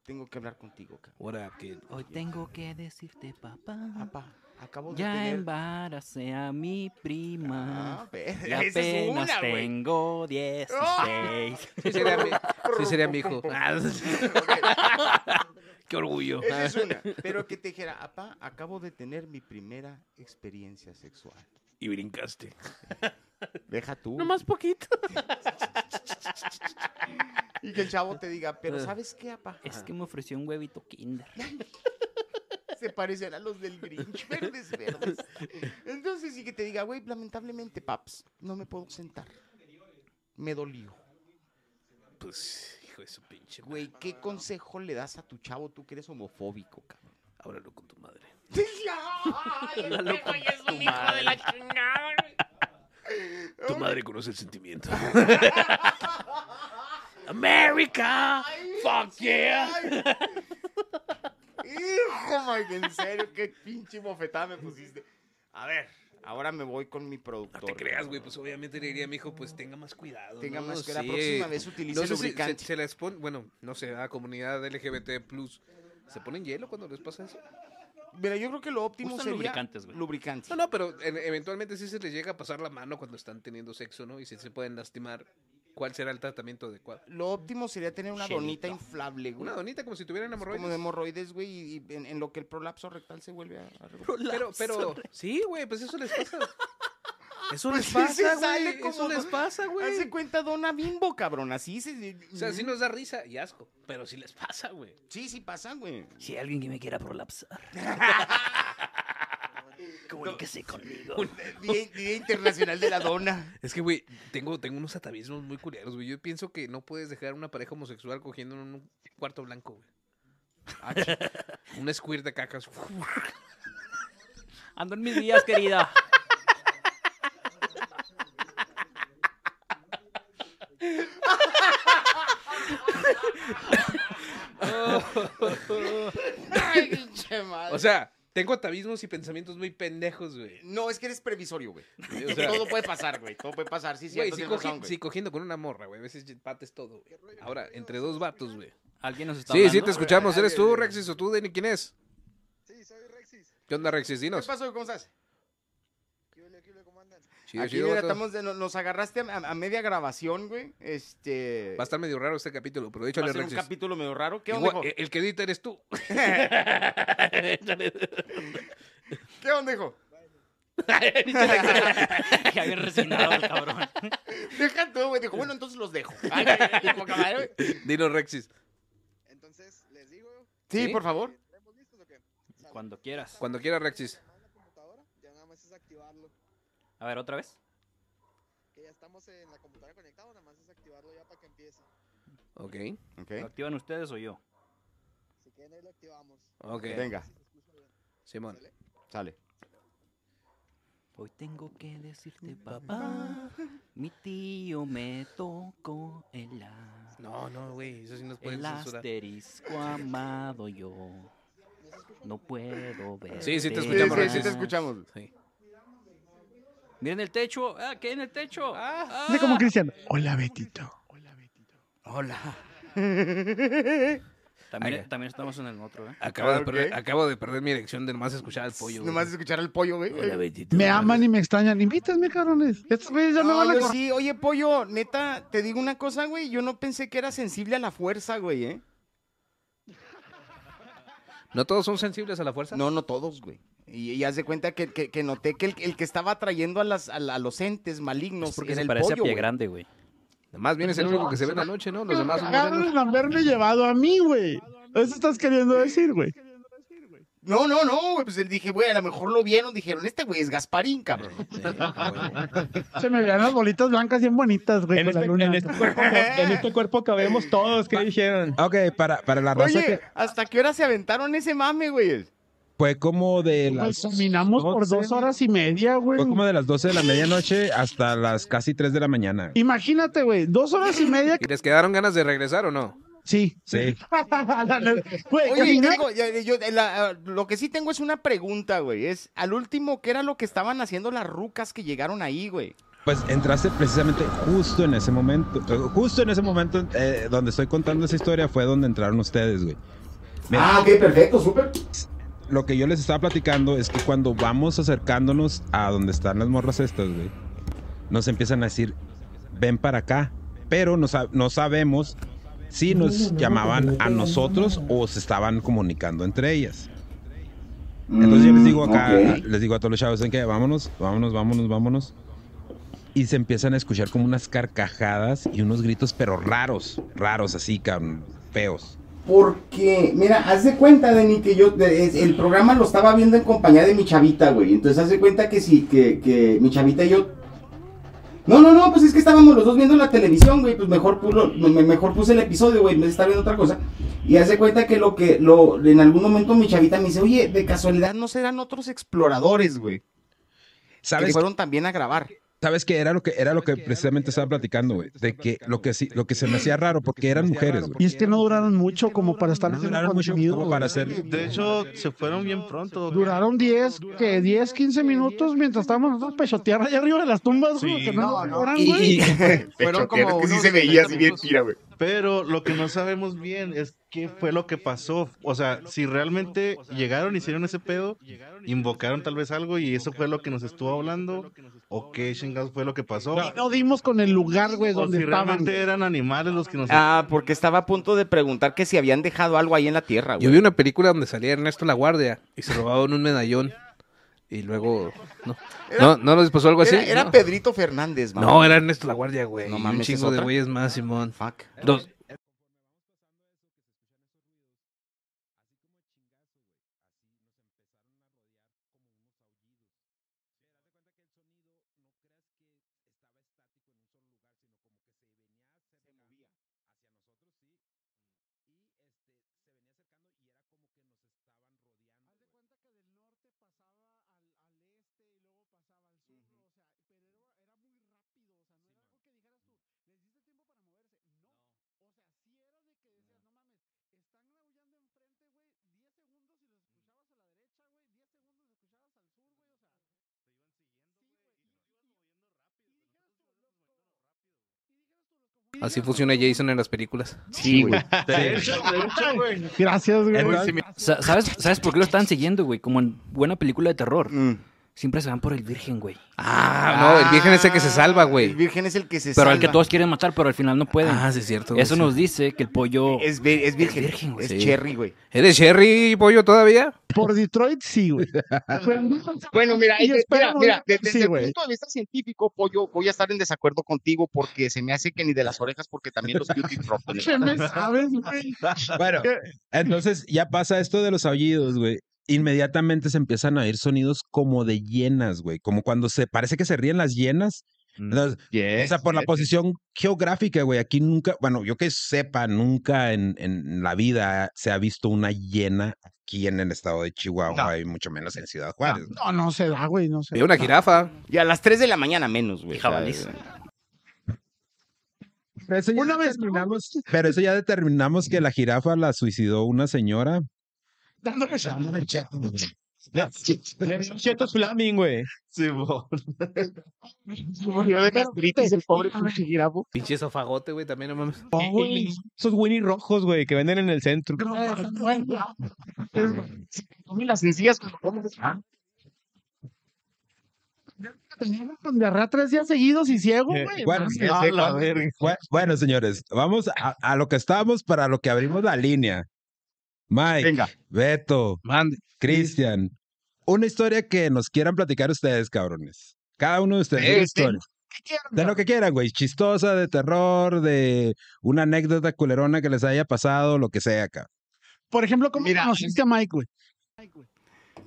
Speaker 3: tengo que hablar contigo, cabrón.
Speaker 4: What up, kid?
Speaker 5: Hoy tengo que decirte, Ah, papá.
Speaker 3: Papá, acabo de
Speaker 5: Ya
Speaker 3: tener...
Speaker 5: embaracé a mi prima.
Speaker 3: Ah, ve,
Speaker 5: Y
Speaker 3: esa es
Speaker 5: apenas
Speaker 3: una, güey.
Speaker 5: tengo 16.
Speaker 4: Sí sería mi, sí sería mi hijo. Ah, Qué orgullo.
Speaker 3: Esa es una. Pero que te dijera, papá, acabo de tener mi primera experiencia sexual.
Speaker 4: Y brincaste.
Speaker 3: Deja tú.
Speaker 6: Nomás poquito.
Speaker 3: Y que el chavo te diga, pero ¿sabes qué, papá?
Speaker 5: Es que me ofreció un huevito kinder.
Speaker 3: se parecen a los del Grinch, verdes, verdes. Entonces, y que te diga, güey, lamentablemente, paps, no me puedo sentar. Me dolió.
Speaker 4: Pues, hijo de su pinche. madre.
Speaker 3: Güey, ¿qué consejo le das a tu chavo tú que eres homofóbico, cabrón?
Speaker 4: Háblalo con tu madre.
Speaker 6: Ay, este güey es un hijo de la chingada. güey.
Speaker 4: Tu madre conoce el sentimiento.
Speaker 8: ¡America! ¡Fuck yeah!
Speaker 3: Hijo, Mike, en serio, qué pinche bofetada me pusiste. A ver, ahora me voy con mi
Speaker 4: No
Speaker 3: productor.
Speaker 4: te creas, güey. Pues obviamente le diría a mi hijo, pues tenga más cuidado.
Speaker 3: Tenga
Speaker 4: ¿no?
Speaker 3: más que la
Speaker 4: Sí.
Speaker 3: próxima vez utilice
Speaker 4: No sé si se,
Speaker 3: lubricante.
Speaker 4: se les pone, bueno, no sé, a la comunidad LGBT plus. ¿Se ponen hielo cuando les pasa eso?
Speaker 3: Mira, yo creo que lo óptimo
Speaker 5: Usan
Speaker 3: sería
Speaker 5: lubricantes, güey.
Speaker 3: lubricante.
Speaker 4: No, no, pero en- eventualmente sí se les llega a pasar la mano cuando están teniendo sexo, ¿no? Y si se pueden lastimar, ¿cuál será el tratamiento adecuado?
Speaker 3: Lo óptimo sería tener una donita
Speaker 5: Chelito.
Speaker 3: inflable, güey.
Speaker 4: Una donita como si tuvieran
Speaker 3: Como
Speaker 4: hemorroides.
Speaker 3: de hemorroides, güey, y, y en, en lo que el prolapso rectal se vuelve a... a recuperar.
Speaker 4: Pero, pero, sí, güey, pues eso les pasa. Eso
Speaker 3: Pues
Speaker 4: les
Speaker 3: sí,
Speaker 4: pasa,
Speaker 3: se sale
Speaker 4: güey. Eso
Speaker 3: como-
Speaker 4: les pasa,
Speaker 3: Haz de
Speaker 4: güey.
Speaker 3: cuenta dona bimbo, cabrón, así se...
Speaker 4: O sea, sí nos da risa y asco, pero sí les pasa, güey.
Speaker 3: Sí, sí pasa, güey.
Speaker 8: Si hay alguien que me quiera prolapsar, comuníquese conmigo.
Speaker 3: Día, Día Internacional de la Dona.
Speaker 4: Es que, güey, tengo, tengo unos atavismos muy curiosos, güey. Yo pienso que no puedes dejar a una pareja homosexual cogiendo en un cuarto blanco, güey. un squirt de cacas.
Speaker 5: Ando en mis días, querida.
Speaker 3: Ay, pinche madre.
Speaker 4: O sea, tengo atavismos y pensamientos muy pendejos, güey.
Speaker 3: No, es que eres previsorio, güey.
Speaker 4: O sea,
Speaker 3: todo puede pasar, güey. Todo puede pasar, sí, sí.
Speaker 4: Güey, si, cogi- si cogiendo con una morra, güey. A veces pates todo, güey. Ahora, entre dos vatos, güey.
Speaker 5: ¿Alguien nos está
Speaker 4: Sí, sí,
Speaker 5: hablando?
Speaker 4: te escuchamos. ¿Eres tú, Rexis, o tú, Denny? ¿Quién es?
Speaker 7: Sí, soy Rexis.
Speaker 4: ¿Qué onda, Rexis?
Speaker 3: ¿Qué
Speaker 4: Dinos.
Speaker 3: pasó? ¿Cómo estás?
Speaker 7: ¿Qué huele, qué huele, cómo andan?
Speaker 4: Chido,
Speaker 3: Aquí
Speaker 4: chido,
Speaker 3: mira,
Speaker 4: vato.
Speaker 3: estamos de- no- nos agarraste a, a media grabación, güey. Este...
Speaker 4: Va a estar medio raro este capítulo, pero
Speaker 3: va a
Speaker 4: échale,
Speaker 3: ser un
Speaker 4: Rexis.
Speaker 3: capítulo medio raro. ¿Qué onda,
Speaker 4: Igual,
Speaker 3: hijo?
Speaker 4: eh, el que edita eres tú.
Speaker 3: ¿Qué onda, hijo?
Speaker 5: Ya bien resignado el cabrón.
Speaker 3: Deja todo, güey. Dijo, bueno, entonces los dejo. Ay, ay, ay, poca madre, güey.
Speaker 4: Dinos, Rexis.
Speaker 7: Entonces, les digo,
Speaker 3: sí,
Speaker 4: ¿Sí?
Speaker 3: por
Speaker 9: eh,
Speaker 3: favor.
Speaker 7: ¿tenemos listos o qué? Sale.
Speaker 5: Cuando quieras.
Speaker 4: Cuando quiera, Rexis.
Speaker 7: A la computadora, ya nada más es activarlo.
Speaker 5: A ver, otra vez.
Speaker 7: ¿Qué
Speaker 9: que ya estamos en la computadora conectado, nada más es activarlo ya para que empiece.
Speaker 4: Ok.
Speaker 3: Ok.
Speaker 5: ¿Lo activan ustedes o yo?
Speaker 9: Si quieren ahí lo activamos.
Speaker 4: Ok.
Speaker 3: Venga,
Speaker 9: Si se escucha bien,
Speaker 4: Simón.
Speaker 9: ¿sale?
Speaker 3: sale.
Speaker 5: Hoy tengo que decirte,
Speaker 4: Mm.
Speaker 5: papá, mi tío me tocó el, a-
Speaker 4: No, no, güey. Eso sí nos pueden
Speaker 5: el
Speaker 4: censurar.
Speaker 5: asterisco amado yo.
Speaker 9: ¿No se escucha?
Speaker 5: No puedo ver.
Speaker 4: Sí, sí te
Speaker 3: Sí,
Speaker 4: escuchamos,
Speaker 3: sí, sí te escuchamos.
Speaker 4: Sí.
Speaker 5: Miren el techo. Ah, ¿qué hay en el techo? Ah,
Speaker 10: Sé como Cristian. Hola, Betito. Hola, Betito.
Speaker 5: También, también estamos en el otro, ¿eh?
Speaker 4: Acabo, de
Speaker 3: Ok.
Speaker 4: perder, acabo de perder mi elección de nomás escuchar al pollo. güey.
Speaker 3: Nomás escuchar al pollo, güey.
Speaker 2: Hola, Betito.
Speaker 10: Me aman y me extrañan. Invítenme, cabrones. Estos güeyes ya me
Speaker 3: No,
Speaker 10: van a
Speaker 3: yo
Speaker 10: correr.
Speaker 3: sí, oye, pollo, neta, te digo una cosa, güey. Yo no pensé que era sensible a la fuerza, güey, ¿eh?
Speaker 4: ¿No todos son sensibles a la fuerza?
Speaker 3: No, no todos, güey. Y, y haz de cuenta que, que- que noté que el, el que estaba atrayendo a, las, a, la- a los entes malignos
Speaker 5: Es porque
Speaker 3: era
Speaker 5: se
Speaker 3: el
Speaker 5: parece
Speaker 3: pollo,
Speaker 5: a pie
Speaker 3: güey.
Speaker 5: grande, güey.
Speaker 4: Nomás bien es el único que se ve en la noche, ¿no? Los demás son morenos.
Speaker 10: Cabrones, al haberme llevado a mí, güey. Eso estás queriendo decir, güey.
Speaker 3: No, no, no, güey. Pues él dije, güey, a lo mejor lo vieron. Dijeron, este güey es Gasparín, cabrón.
Speaker 4: Sí, a huevo.
Speaker 10: Se me veían las bolitas blancas bien bonitas, güey,
Speaker 11: En
Speaker 10: con la
Speaker 11: este,
Speaker 10: luna.
Speaker 11: en este cuerpo, en este cuerpo cabemos todos, ¿qué dijeron?
Speaker 12: Ok, para, para la raza
Speaker 3: Oye,
Speaker 12: que
Speaker 3: ¿hasta qué hora se aventaron ese mame, güey?
Speaker 12: fue como de
Speaker 10: Pues
Speaker 12: las
Speaker 10: caminamos por dos
Speaker 12: doce.
Speaker 10: horas y media, güey.
Speaker 12: fue como de las 12 de la medianoche hasta las casi 3 de la mañana.
Speaker 10: Imagínate, güey, dos horas y media.
Speaker 4: ¿Y les quedaron ganas de regresar o no?
Speaker 10: Sí.
Speaker 12: Sí.
Speaker 10: La neta. Güey,
Speaker 3: Oye,
Speaker 10: caminé-
Speaker 3: tengo- ya- yo- la- lo que sí tengo es una pregunta, güey. Es, al último, ¿qué era lo que estaban haciendo las rucas que llegaron ahí, güey?
Speaker 12: Pues entraste precisamente justo en ese momento. eh, Justo en ese momento eh, donde estoy contando esa historia fue donde entraron ustedes, güey. Mira,
Speaker 3: Ah, ok, perfecto, súper.
Speaker 12: lo que yo les estaba platicando es que cuando vamos acercándonos a donde están las morras estas, güey, nos empiezan a decir, ven para acá. Pero no, sa- no sabemos si nos llamaban a nosotros o se estaban comunicando entre ellas. Entonces
Speaker 3: Mm,
Speaker 12: yo les digo acá, les digo a todos los chavos, ¿en qué? Vámonos, vámonos, vámonos, vámonos. Y se empiezan a escuchar como unas carcajadas y unos gritos, pero raros, raros así, cabrón, feos.
Speaker 3: Porque, mira, haz de cuenta, Denny, que yo de- es- el programa lo estaba viendo en compañía de mi chavita, güey. Entonces haz de cuenta que sí, que, que mi chavita y yo. No, no, no, pues es que estábamos los dos viendo la televisión, güey. Pues mejor, puro- me- me- mejor puse el episodio, güey, en vez de estar viendo otra cosa. Y haz de cuenta que lo que, lo, en algún momento mi chavita me dice, oye, de casualidad no serán otros exploradores, güey. Que
Speaker 12: ¿Sabes?
Speaker 3: fueron también a grabar.
Speaker 12: ¿Sabes qué? Era lo que, era lo que precisamente estaba platicando, güey. De que lo que, sí- lo que se me hacía raro, porque eran mujeres, güey.
Speaker 10: Y es que no duraron mucho como para estar
Speaker 12: No
Speaker 10: haciendo
Speaker 12: duraron mucho
Speaker 10: contenido,
Speaker 12: como
Speaker 10: güey.
Speaker 12: para hacer...
Speaker 11: De hecho, se fueron bien pronto.
Speaker 10: Duraron 10, que 10, 15 minutos mientras estábamos nosotros pechoteando allá arriba de las tumbas,
Speaker 11: Sí.
Speaker 10: güey, que no,
Speaker 3: No,
Speaker 10: nos
Speaker 3: no,
Speaker 10: valoran,
Speaker 3: y-
Speaker 10: güey.
Speaker 3: y-
Speaker 4: Fueron como
Speaker 3: que sí
Speaker 4: unos
Speaker 3: se veía así
Speaker 4: 30
Speaker 3: bien
Speaker 4: minutos.
Speaker 3: tira, güey.
Speaker 11: Pero lo que no sabemos bien es qué fue lo que pasó. O sea, si realmente llegaron, hicieron ese pedo, invocaron tal vez algo y eso fue lo que nos estuvo hablando. O qué chingados fue lo que pasó.
Speaker 10: Y no dimos con el lugar, güey,
Speaker 11: O
Speaker 10: donde
Speaker 11: si
Speaker 10: estaban.
Speaker 11: realmente eran animales los que nos.
Speaker 3: Ah, porque estaba a punto de preguntar que si habían dejado algo ahí en la tierra,
Speaker 4: Yo vi una película donde salía Ernesto La Guardia y se robaban un medallón. Y luego. ¿No, no, ¿no les pasó algo así?
Speaker 3: Era, era
Speaker 4: no.
Speaker 3: Pedrito Fernández, mamá.
Speaker 4: No, eh. era Ernesto La Guardia, güey.
Speaker 3: No
Speaker 4: y un
Speaker 3: mames, ¿es
Speaker 4: chingo de
Speaker 3: otra?
Speaker 4: güeyes más, Simón.
Speaker 3: Fuck.
Speaker 4: Los- así funciona Jason en las películas.
Speaker 3: Sí, güey.
Speaker 11: De hecho, de hecho, güey.
Speaker 10: Gracias, güey.
Speaker 12: Era-
Speaker 5: Sa- ¿Sabes, ¿Sabes por qué lo están siguiendo, güey? Como en buena película de terror.
Speaker 3: Mm.
Speaker 5: Siempre se van por el virgen, güey.
Speaker 4: Ah, no, el virgen es el que se salva,
Speaker 3: El
Speaker 4: güey.
Speaker 3: virgen es el que se
Speaker 5: Pero
Speaker 3: salva.
Speaker 5: al que todos quieren matar, pero al final no pueden.
Speaker 4: Ah, sí, es cierto. güey,
Speaker 5: Eso
Speaker 4: sí.
Speaker 5: nos dice que el pollo...
Speaker 3: Es, vi- es virgen. Es,
Speaker 5: virgen, güey.
Speaker 4: Sí.
Speaker 3: cherry, güey.
Speaker 4: ¿Eres Sherry, pollo, todavía?
Speaker 10: Por Detroit, sí, güey.
Speaker 3: Bueno, mira,
Speaker 10: Y espero morir-
Speaker 3: desde,
Speaker 10: sí,
Speaker 3: el
Speaker 10: güey.
Speaker 3: punto de vista científico, pollo, voy a estar en desacuerdo contigo porque se me hace que ni de las orejas, porque también los beauty drop.
Speaker 10: ¿Qué me sabes, güey?
Speaker 12: Bueno, entonces ya pasa esto de los aullidos, güey. Inmediatamente se empiezan a oír sonidos como de hienas, güey. Como cuando se parece que se ríen las hienas, Entonces, o sea, por la posición geográfica, güey, aquí nunca, bueno, yo que sepa, nunca en, en la vida se ha visto una hiena aquí en el estado de Chihuahua y mucho menos en Ciudad Juárez. ¿no?
Speaker 10: No, no se da, güey, no se
Speaker 12: Veo una
Speaker 10: da.
Speaker 12: jirafa.
Speaker 3: Y a las 3 de la mañana menos, güey.
Speaker 12: Y jabalís.
Speaker 3: ¿sabes?
Speaker 12: Pero eso ya determinamos, pero eso ya determinamos que la jirafa la suicidó una señora.
Speaker 10: Dándole dándole chat.
Speaker 13: Cheto Flaming, güey. Sí,
Speaker 10: Murió de gastritis el pobre pinche jirafo.
Speaker 14: Pinche sofagote, güey, también no mames.
Speaker 13: Esos Winnie rojos, güey, que venden en el centro.
Speaker 10: Comí las sencillas
Speaker 3: pues,
Speaker 4: Ah,
Speaker 3: ah,
Speaker 10: Donde arra tres días seguidos y ciego,
Speaker 11: Eh,
Speaker 10: güey.
Speaker 12: Bueno,
Speaker 10: Mames.
Speaker 12: Bue- bueno, señores, vamos a, a lo que estábamos para lo que abrimos la línea. Mike, Beto, Cristian, una historia que nos quieran platicar ustedes, cabrones. Cada uno de ustedes. una historia. De lo que quieran, güey. Chistosa, de terror, de una anécdota culerona que les haya pasado, lo que sea, acá.
Speaker 10: Por ejemplo, ¿cómo conociste a Mike, güey?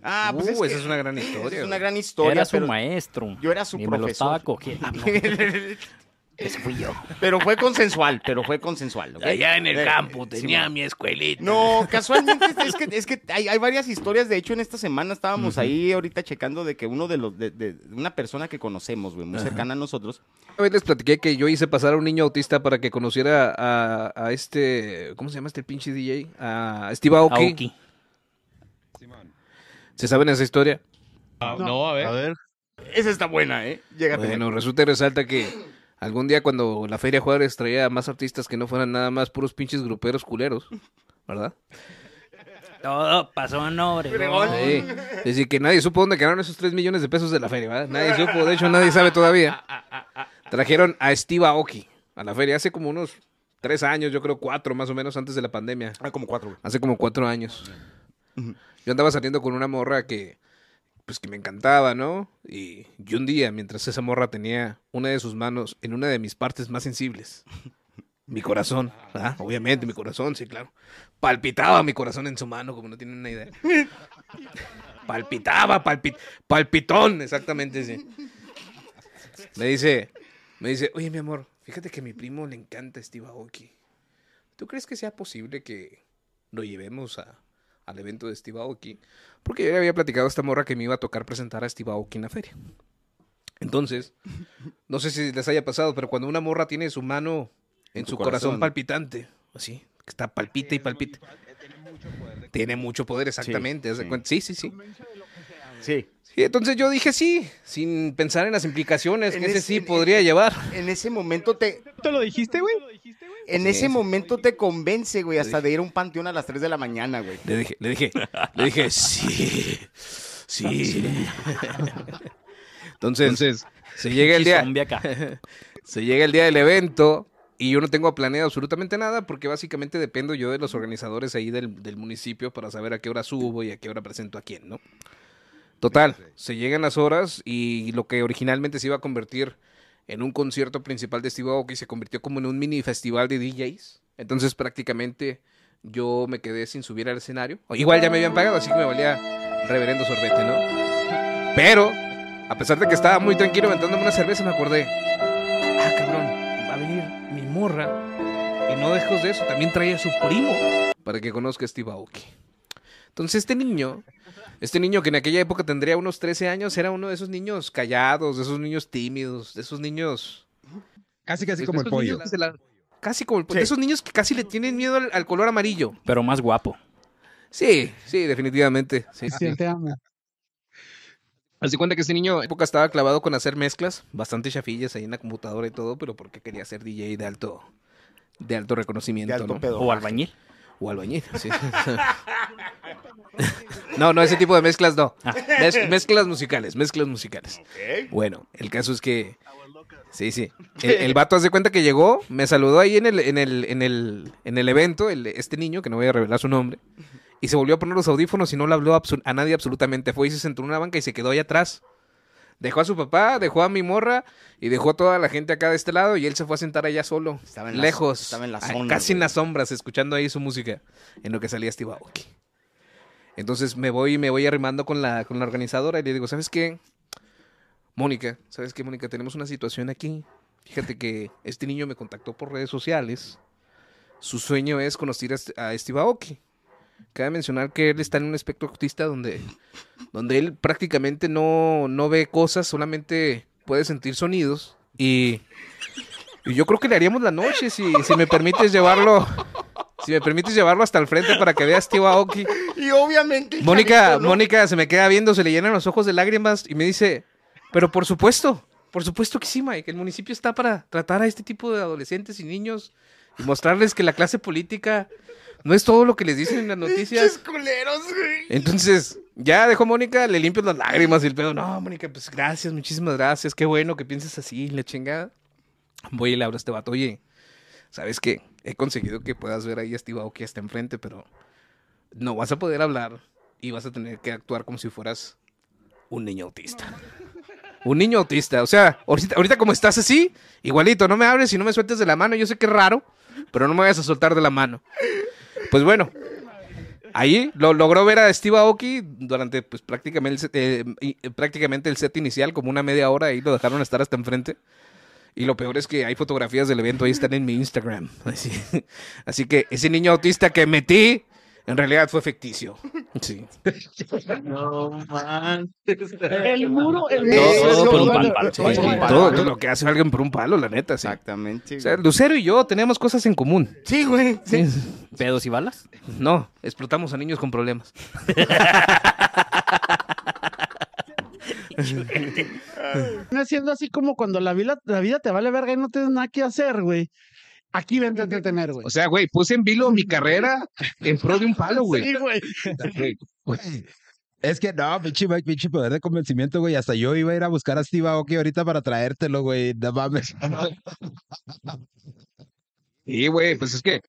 Speaker 3: Ah, pues
Speaker 14: Uh,
Speaker 3: es que-
Speaker 14: esa es una gran
Speaker 3: esa
Speaker 14: historia,
Speaker 3: Es una
Speaker 14: güey.
Speaker 3: gran historia.
Speaker 14: Era su
Speaker 3: maestro. Yo era su
Speaker 5: Ni me
Speaker 3: profesor. Ah,
Speaker 5: lo estaba cogiendo.
Speaker 3: Ese fui yo. Pero fue consensual, pero fue consensual. ¿ok?
Speaker 15: Allá en
Speaker 3: Eh,
Speaker 15: el campo
Speaker 3: sí,
Speaker 15: tenía
Speaker 3: bueno.
Speaker 15: mi escuelita.
Speaker 3: No, casualmente es- es que, es que hay, hay varias historias. De hecho, en esta semana estábamos ahí ahorita checando de que uno de los de, de- de una persona que conocemos, güey, muy
Speaker 14: Ajá.
Speaker 3: cercana a nosotros.
Speaker 14: Una vez les platiqué que yo hice pasar a un niño autista para que conociera a, a este, ¿cómo se llama este pinche DJ? A Steve Aoki.
Speaker 5: Aoki.
Speaker 14: ¿Se saben esa historia?
Speaker 13: no, a ver.
Speaker 3: Esa está buena, ¿eh? Llégate.
Speaker 14: Bueno, resulta y resalta que algún día cuando la Feria Juárez traía más artistas que no fueran nada más puros pinches gruperos culeros, ¿verdad?
Speaker 5: Todo pasó en Obregón.
Speaker 3: Ah.
Speaker 14: Sí. Es decir, que nadie supo dónde quedaron esos 3 millones de pesos de la feria, ¿verdad? Nadie supo, de hecho nadie sabe
Speaker 3: Ah,
Speaker 14: todavía. Trajeron a Steve Aoki a la feria hace como unos 3 años, yo creo 4 más o menos antes de la pandemia.
Speaker 3: Ah, como 4.
Speaker 14: Hace como 4 años. Yo andaba saliendo con una morra que pues que me encantaba, ¿no? Y, y un día, mientras esa morra tenía una de sus manos en una de mis partes más sensibles, mi corazón, ¿verdad? obviamente mi corazón, sí, claro. Palpitaba mi corazón en su mano, como no tienen una idea. Palpitaba, palpi- palpitón, exactamente, sí. Me dice, me dice, oye, mi amor, fíjate que a mi primo le encanta Steve Aoki. ¿Tú crees que sea posible que lo llevemos a, al evento de Steve Aoki? Porque yo le había platicado a esta morra que me iba a tocar presentar a Steve Aoki en la feria. Entonces, no sé si les haya pasado, pero cuando una morra tiene su mano en,
Speaker 5: En tu
Speaker 14: su corazón,
Speaker 5: corazón.
Speaker 14: palpitante, así, que está palpita y palpita. Tiene mucho poder, exactamente. haz de cuenta. Sí, sí, sí.
Speaker 3: Sí.
Speaker 14: entonces yo dije sí, sin pensar en las implicaciones
Speaker 3: En
Speaker 14: que ese
Speaker 3: ese-
Speaker 14: sí
Speaker 3: en-
Speaker 14: podría llevar.
Speaker 3: En ese momento te.
Speaker 13: ¿Te lo dijiste, güey?
Speaker 3: En
Speaker 14: Sí,
Speaker 3: ese
Speaker 14: sí.
Speaker 3: momento te convence, güey, hasta de ir a un panteón a las 3 de la mañana, güey.
Speaker 14: Le dije, le dije, le dije, sí, sí. Entonces, se llega el
Speaker 5: Zombie
Speaker 14: día,
Speaker 5: acá.
Speaker 14: se llega el día del evento y yo no tengo planeado absolutamente nada porque básicamente dependo yo de los organizadores ahí del, del municipio para saber a qué hora subo y a qué hora presento a quién, ¿no? Total, se llegan las horas y lo que originalmente se iba a convertir en un concierto principal de Steve Aoki se convirtió como en un mini festival de DJs. Entonces prácticamente yo me quedé sin subir al escenario. O Igual ya me habían pagado, así que me valía reverendo sorbete, ¿no? Pero, a pesar de que estaba muy tranquilo aventándome una cerveza, me acordé. Ah, cabrón, va a venir mi morra. Y no dejos de eso, también trae a su primo para que conozca a Steve Aoki. Entonces este niño, este niño que en aquella época tendría unos 13 años, era uno de esos niños callados, de esos niños tímidos, de esos niños...
Speaker 12: Casi, casi
Speaker 5: como el pollo.
Speaker 14: Casi como el pollo. De esos niños que casi le tienen miedo al, al color amarillo.
Speaker 5: Pero más guapo.
Speaker 14: Sí, sí, definitivamente. Sí, sí.
Speaker 10: Sí, te amo.
Speaker 14: Así cuenta que este niño en época estaba clavado con hacer mezclas, bastante chafillas ahí en la computadora y todo, pero porque quería ser DJ de alto, de alto reconocimiento, ¿no?
Speaker 5: O albañil.
Speaker 14: O albañil, sí. no, no, ese tipo de mezclas no. Mez- mezclas musicales, mezclas musicales. Bueno, el caso es que. Sí, sí. El, el vato hace cuenta que llegó, me saludó ahí en el, en el, en el, en el evento, el- este niño, que no voy a revelar su nombre, y se volvió a poner los audífonos y no le habló absu- a nadie absolutamente. Fue y se sentó en una banca y se quedó ahí atrás. Dejó a su papá, dejó a mi morra y dejó a toda la gente acá de este lado y él se fue a sentar allá solo,
Speaker 3: en la-
Speaker 14: lejos,
Speaker 3: estaba en la
Speaker 14: a-
Speaker 3: zona,
Speaker 14: casi en las sombras, escuchando ahí su música, en lo que salía
Speaker 4: este
Speaker 14: Steve Aoki. Entonces me voy me voy arrimando con la, con la organizadora y le digo, ¿sabes qué?
Speaker 4: Mónica, ¿sabes qué, Mónica? Tenemos una situación aquí. Fíjate que este niño me contactó por redes sociales. Su sueño es conocer a St- a Steve Aoki. Cabe mencionar que él está en un espectro autista donde, donde él prácticamente no, no ve cosas, solamente puede sentir sonidos. Y, y yo creo que le haríamos la noche si, si me permites llevarlo. Si me permites llevarlo hasta el frente para que vea a este Steve Aoki.
Speaker 3: Y obviamente. el
Speaker 4: Mónica,
Speaker 3: carito, ¿no?
Speaker 4: Mónica se me queda viendo, se le llenan los ojos de lágrimas y me dice, pero por supuesto, por supuesto que sí, Mike, el municipio está para tratar a este tipo de adolescentes y niños y mostrarles que la clase política no es todo lo que les dicen en las noticias.
Speaker 3: culeros, güey.
Speaker 4: Entonces, ya dejó Mónica, le limpio las lágrimas y el pedo, no, Mónica, pues gracias, muchísimas gracias, qué bueno que pienses así, la chingada. Voy y le hablo a este vato, oye, ¿sabes qué? He conseguido que puedas ver ahí a este Steve Aoki hasta enfrente, pero no vas a poder hablar y vas a tener que actuar como si fueras un niño autista. Un niño autista, o sea, ahorita, ahorita como estás así, igualito, no me hables y no me sueltes de la mano, yo sé que es raro, pero no me vayas a soltar de la mano. Pues bueno, ahí lo logró ver a Steve Aoki durante pues prácticamente el, set- eh, y- eh, prácticamente el set inicial, como una media hora, ahí lo dejaron estar hasta enfrente. Y lo peor es que hay fotografías del evento, ahí están en mi Instagram. Así, así que ese niño autista que metí, en realidad fue ficticio. Sí.
Speaker 16: No man.
Speaker 11: El muro, el muro.
Speaker 4: Todo por un
Speaker 11: Bueno,
Speaker 4: palo. Sí,
Speaker 11: bueno, bueno,
Speaker 4: Todo
Speaker 11: bueno.
Speaker 4: todo lo que hace alguien por un palo, la neta, sí.
Speaker 3: Exactamente.
Speaker 4: O sea, Lucero y yo tenemos cosas en común.
Speaker 3: Sí, güey. sí.
Speaker 4: ¿Pedos y balas? No, explotamos a niños con problemas.
Speaker 11: Viene siendo así como cuando la vida, la vida te vale verga y no tienes nada que hacer, güey. Aquí vente a entretener, güey.
Speaker 14: O sea, güey, puse en vilo mi carrera en pro de un palo, güey.
Speaker 11: Sí, güey.
Speaker 14: Güey,
Speaker 12: Güey, Es que no, pinche Mike, pinche poder de convencimiento, güey. Hasta yo iba a ir a buscar a Steve Aoki ahorita para traértelo, güey. No mames.
Speaker 14: Sí, güey, pues es que.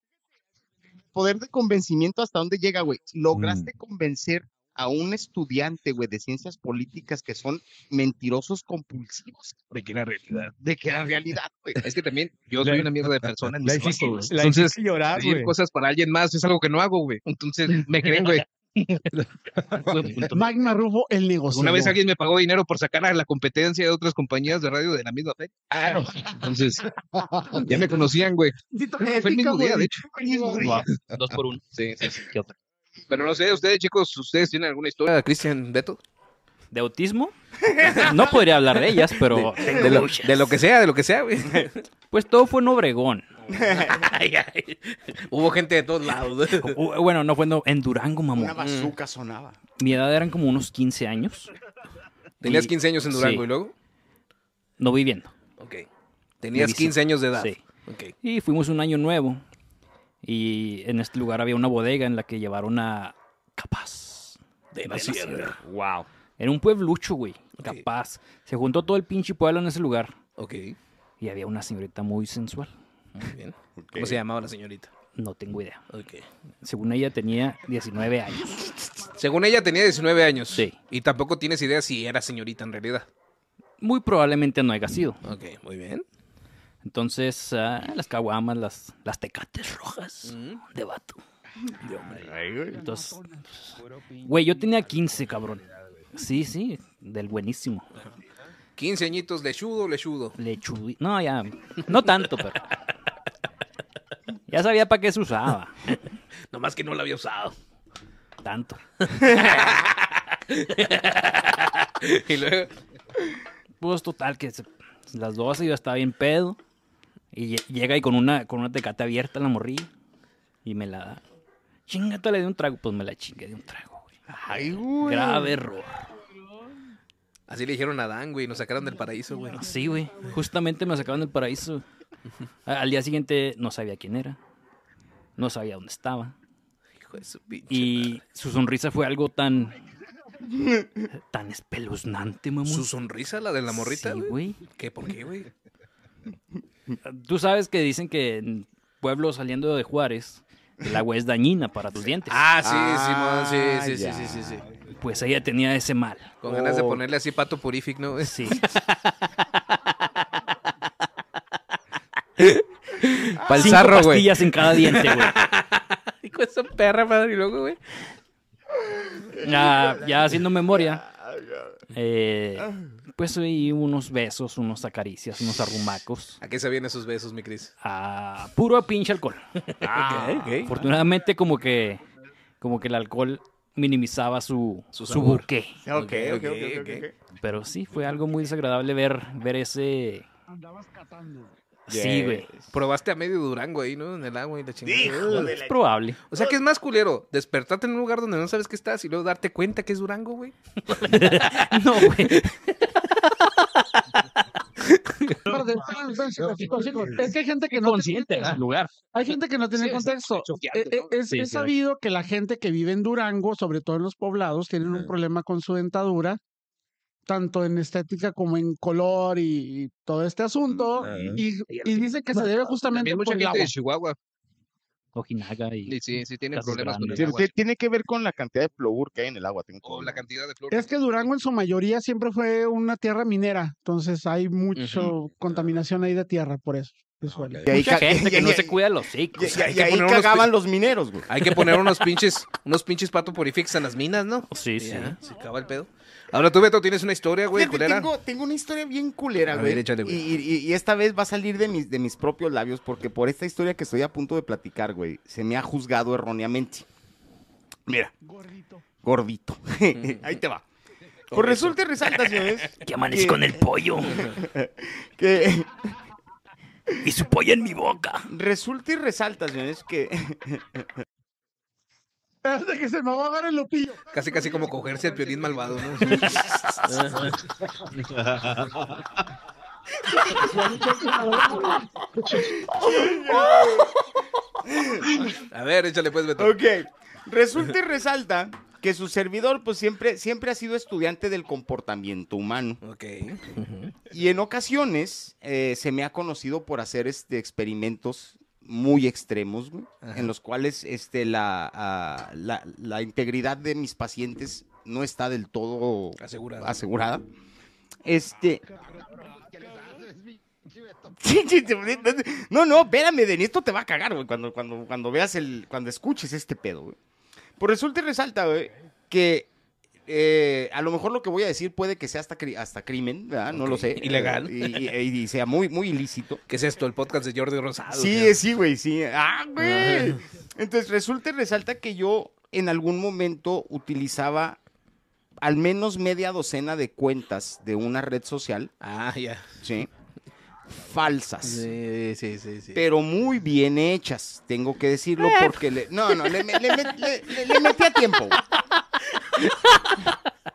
Speaker 3: Poder de convencimiento, ¿hasta dónde llega, güey? Lograste convencer a un estudiante, güey, de ciencias políticas que son mentirosos compulsivos.
Speaker 14: De que era realidad.
Speaker 3: De que era realidad, güey.
Speaker 14: Es que también yo soy una mierda de persona. en
Speaker 3: la
Speaker 14: mis
Speaker 3: hiciste-
Speaker 14: trabajos, güey.
Speaker 3: la
Speaker 14: Entonces,
Speaker 3: hiciste llorar,
Speaker 14: pedir
Speaker 3: güey.
Speaker 14: cosas para alguien más es algo que no hago, güey. Entonces, me creen, güey.
Speaker 11: Magma Rufo, el negocio.
Speaker 14: Una vez alguien me pagó dinero por sacar a la competencia de otras compañías de radio de la misma fe. Ah, no. Entonces, ya me conocían, güey. Fue el mismo día, de hecho.
Speaker 5: Dos por uno.
Speaker 14: Sí, sí, sí. Pero no sé, ustedes, chicos, ¿ustedes tienen alguna historia? Cristian Beto.
Speaker 5: ¿De autismo? No podría hablar de ellas, pero...
Speaker 4: De, de lo, de lo que sea, de lo que sea, güey.
Speaker 5: Pues todo fue en Obregón.
Speaker 4: Hubo gente de todos lados.
Speaker 5: U- Bueno, no fue en- en Durango, mamón.
Speaker 3: Una bazooka sonaba.
Speaker 5: Mi edad eran como unos 15 años.
Speaker 4: Tenías
Speaker 5: Y-
Speaker 4: 15 años en Durango
Speaker 5: sí.
Speaker 4: y luego.
Speaker 5: No viviendo.
Speaker 4: Ok. Tenías
Speaker 5: Viviendo.
Speaker 4: 15 años de edad.
Speaker 5: Sí.
Speaker 4: Ok.
Speaker 5: Y fuimos un año nuevo. Y en este lugar había una bodega en la que llevaron a Capaz. De la Sierra.
Speaker 3: Wow.
Speaker 5: Era un pueblucho, güey. Capaz. Se juntó todo el pinche pueblo en ese lugar.
Speaker 4: Ok.
Speaker 5: Y había una señorita muy sensual.
Speaker 4: Muy bien. ¿Cómo se llamaba la señorita?
Speaker 5: No tengo idea. Según ella tenía 19 años.
Speaker 4: Según ella tenía 19 años. Sí. Y tampoco tienes idea si era señorita en realidad.
Speaker 5: Muy probablemente no haya sido.
Speaker 4: Ok, muy bien.
Speaker 5: Entonces, ah, las caguamas, las, las tecates rojas de vato. Entonces, pues, güey, yo tenía 15, cabrón. Sí, sí, del buenísimo.
Speaker 4: 15 añitos, lechudo, lechudo.
Speaker 5: Lechudi... No, ya, no tanto, pero... Ya sabía para qué se usaba.
Speaker 4: Nomás que no la había usado.
Speaker 5: Tanto.
Speaker 4: y luego...
Speaker 5: Pues total, que se- las 12 yo estaba bien pedo. Y lle- llega y con una, con una tecate abierta la morrilla. Y me la da. Chingata, le di un trago. Pues me la chingué de un trago, güey.
Speaker 3: Ay, güey.
Speaker 5: Grave error.
Speaker 4: Así le dijeron a Dan, güey. Nos sacaron del paraíso, güey.
Speaker 5: Sí, güey. Justamente me sacaron del paraíso. A- Al día siguiente no sabía quién era. No sabía dónde estaba.
Speaker 4: Hijo de su pinche.
Speaker 5: Y su sonrisa fue algo tan. tan espeluznante, mamón.
Speaker 4: ¿Su sonrisa, la de la morrita,
Speaker 5: Sí,
Speaker 4: güey?
Speaker 5: güey.
Speaker 4: ¿Qué? ¿Por qué, güey?
Speaker 5: Mm. Tú sabes que dicen que en pueblos saliendo de Juárez, el agua es dañina para tus dientes.
Speaker 4: Ah, sí, Simón, sí, sí, sí, sí, sí, sí.
Speaker 5: Pues ella tenía ese mal.
Speaker 4: Con ganas de ponerle así pato purific, ¿no?
Speaker 5: Sí. Cinco
Speaker 4: Palzarro, güey.
Speaker 5: pastillas en cada diente, güey.
Speaker 4: Hijo de esa perra, madre. Y luego, güey.
Speaker 5: Ya, ya haciendo memoria, eh, Pues y unos besos, unos acaricias, unos arrumacos.
Speaker 4: ¿A qué se vienen esos besos, mi Cris?
Speaker 5: Ah, puro pinche alcohol.
Speaker 4: Ah, ok.
Speaker 5: Afortunadamente como que como que el alcohol minimizaba su, su,
Speaker 4: sabor.
Speaker 5: buque.
Speaker 4: Ok, ok, ok, ok, ok.
Speaker 5: Pero sí, fue algo muy desagradable ver, ver ese... Sí, güey.
Speaker 4: Probaste a medio Durango ahí, ¿no? En el agua y la chingada.
Speaker 5: Hijo de la- Es probable.
Speaker 4: O sea que es más culero despertarte en un lugar donde no sabes que estás y luego darte cuenta que es Durango, güey.
Speaker 5: no, güey.
Speaker 11: Espérate, espérate, espérate, chicos, chicos, chicos. Es que hay gente que no
Speaker 8: Consciente
Speaker 11: tiene-
Speaker 8: del lugar.
Speaker 11: Hay gente que no tiene
Speaker 8: Sí, es
Speaker 11: contexto.
Speaker 8: choqueante,
Speaker 11: Eh, eh,
Speaker 8: ¿no?
Speaker 11: Es,
Speaker 8: Sí,
Speaker 11: es
Speaker 8: sí, hay.
Speaker 11: sabido que la gente que vive en Durango, sobre todo en los poblados, tienen un problema con su dentadura, tanto en estética como en color y, y todo este asunto. Y, y dicen que se debe justamente
Speaker 14: También mucha
Speaker 11: por el
Speaker 14: gente
Speaker 11: agua.
Speaker 14: de Chihuahua.
Speaker 5: Ojinaga y.
Speaker 14: Sí, sí, tienen
Speaker 5: Casas
Speaker 14: problemas con
Speaker 5: grandes.
Speaker 14: el agua.
Speaker 3: Sí, Tiene que ver con la cantidad de flúor que hay en el agua. tengo
Speaker 14: O Oh, la cantidad de flores.
Speaker 11: Es que Durango en su mayoría siempre fue una tierra minera, entonces hay mucha contaminación ahí de tierra, por eso. de suelo.
Speaker 3: Y ahí Mucha ca- gente que y- no y- se
Speaker 5: cuida los hijos.
Speaker 3: Y, y- y ahí cagaban los mineros, güey.
Speaker 4: Hay que poner unos pinches, unos pinches pato purifics en las minas, ¿no?
Speaker 5: Sí,
Speaker 4: sí. Se acaba el pedo. Ahora tú, Beto, tienes una historia, güey,
Speaker 3: Fíjate,
Speaker 4: culera.
Speaker 3: Tengo, tengo una historia bien culera,
Speaker 4: A
Speaker 3: güey.
Speaker 4: ver, échale, güey.
Speaker 3: Y, y- y esta vez va a salir de mis, de mis propios labios porque por esta historia que estoy a punto de platicar, güey, se me ha juzgado erróneamente. Mira. Gordito. Gordito. Ahí te va. Pues resulta y resalta, señores.
Speaker 8: Mm. Que amanecí con el pollo.
Speaker 3: que
Speaker 8: y su pollo en mi boca.
Speaker 3: resulta y resalta, señores, que...
Speaker 11: Espérate que se me va a dar el lupillo.
Speaker 12: Mm.
Speaker 4: Casi, casi como cogerse al piolín malvado, ¿no? A ver, échale pues, Beto.
Speaker 3: Ok. Resulta y resalta que su servidor, pues siempre, siempre ha sido estudiante del comportamiento humano.
Speaker 4: Ok.
Speaker 3: Y en ocasiones eh, se me ha conocido por hacer este, experimentos muy extremos, güey,
Speaker 4: Ajá.
Speaker 3: en los cuales este, la, ah, la- la integridad de mis pacientes no está del todo
Speaker 4: Asegurada.
Speaker 3: asegurada. Este. Sí, sí, te- No, no, espérame, de esto te va a cagar, güey, cuando, cuando, cuando veas el, cuando escuches este pedo, güey. Pues resulta y resalta, güey, que eh, a lo mejor lo que voy a decir puede que sea hasta, cri- hasta crimen, ¿verdad? No lo sé.
Speaker 4: Ilegal.
Speaker 3: Y, y- y sea muy, muy ilícito.
Speaker 4: ¿Qué es esto? El podcast de Jordi Rosado.
Speaker 3: Sí,
Speaker 4: ¿qué?
Speaker 3: sí, güey, sí. Ah, güey.
Speaker 4: Ajá.
Speaker 3: Entonces resulta y resalta que yo en algún momento utilizaba al menos media docena de cuentas de una red social.
Speaker 4: Ah, ya.
Speaker 3: Sí. Falsas.
Speaker 4: Sí, sí, sí, Eh. sí.
Speaker 3: Pero muy bien hechas, tengo que decirlo, porque le, no, no, le, me- le me- le- le- le metí a tiempo.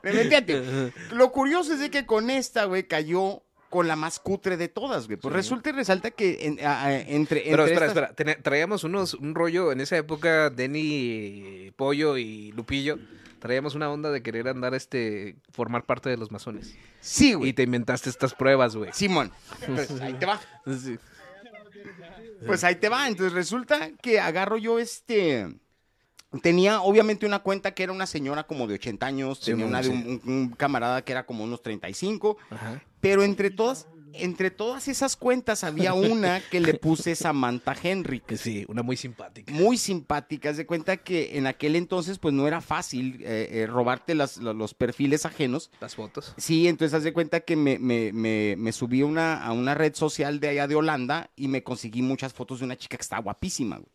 Speaker 3: Le metí a tiempo. Lo curioso es de que con esta, güey, cayó con la más cutre de todas, güey. Pues resulta y resalta que en- a- a- entre,
Speaker 4: Pero
Speaker 3: entre
Speaker 4: espera,
Speaker 3: estas-
Speaker 4: espera, tene- traíamos unos, un rollo en esa época, Denny, Pollo y Lupillo, traíamos una onda de querer andar, este, formar parte de los masones.
Speaker 3: Sí, güey.
Speaker 4: Y te inventaste estas pruebas, güey.
Speaker 3: Simón, pues, ahí te va. Pues ahí te va. Entonces resulta que agarro yo este. Tenía obviamente una cuenta que era una señora como de 80 años,
Speaker 4: Sí,
Speaker 3: tenía
Speaker 4: mon,
Speaker 3: una de
Speaker 4: sí.
Speaker 3: un, un- un camarada que era como unos 35,
Speaker 4: Ajá.
Speaker 3: pero entre todas, entre todas esas cuentas había una que le puse Samantha Henry.
Speaker 4: Sí, una muy simpática.
Speaker 3: Muy simpática, haz de cuenta que en aquel entonces pues no era fácil eh, eh, robarte las- lo- los perfiles ajenos.
Speaker 4: Las fotos.
Speaker 3: Sí, entonces haz de cuenta que me, me, me, me subí a una, a una red social de allá de Holanda y me conseguí muchas fotos de una chica que está guapísima. güey.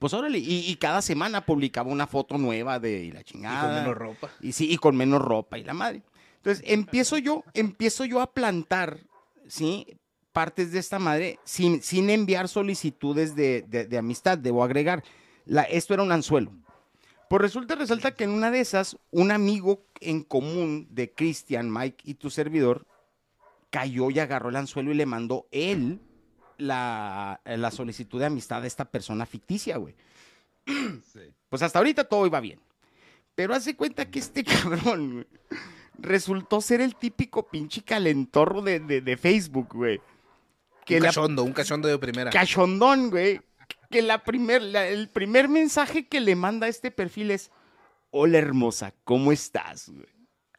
Speaker 3: Pues órale, y, y cada semana publicaba una foto nueva de y la chingada.
Speaker 4: menos ropa.
Speaker 3: Y sí, y con menos ropa y la madre. Entonces empiezo yo, empiezo yo a plantar, ¿sí? Partes de esta madre sin, sin enviar solicitudes de, de- de amistad, debo agregar. La, esto era un anzuelo. Pues resulta, resalta que en una de esas, un amigo en común de Christian, Mike y tu servidor cayó y agarró el anzuelo y le mandó él la, eh, la solicitud de amistad a esta persona ficticia, güey. Pues hasta ahorita todo iba bien. Pero hace cuenta que este cabrón güey, resultó ser el típico pinche calentorro de, de- de Facebook, güey.
Speaker 4: un
Speaker 3: le-
Speaker 4: cachondo, un cachondo de primera.
Speaker 3: cachondón, güey. Que la primer, la- el primer mensaje que le manda a este perfil es: Hola hermosa, ¿cómo estás, güey?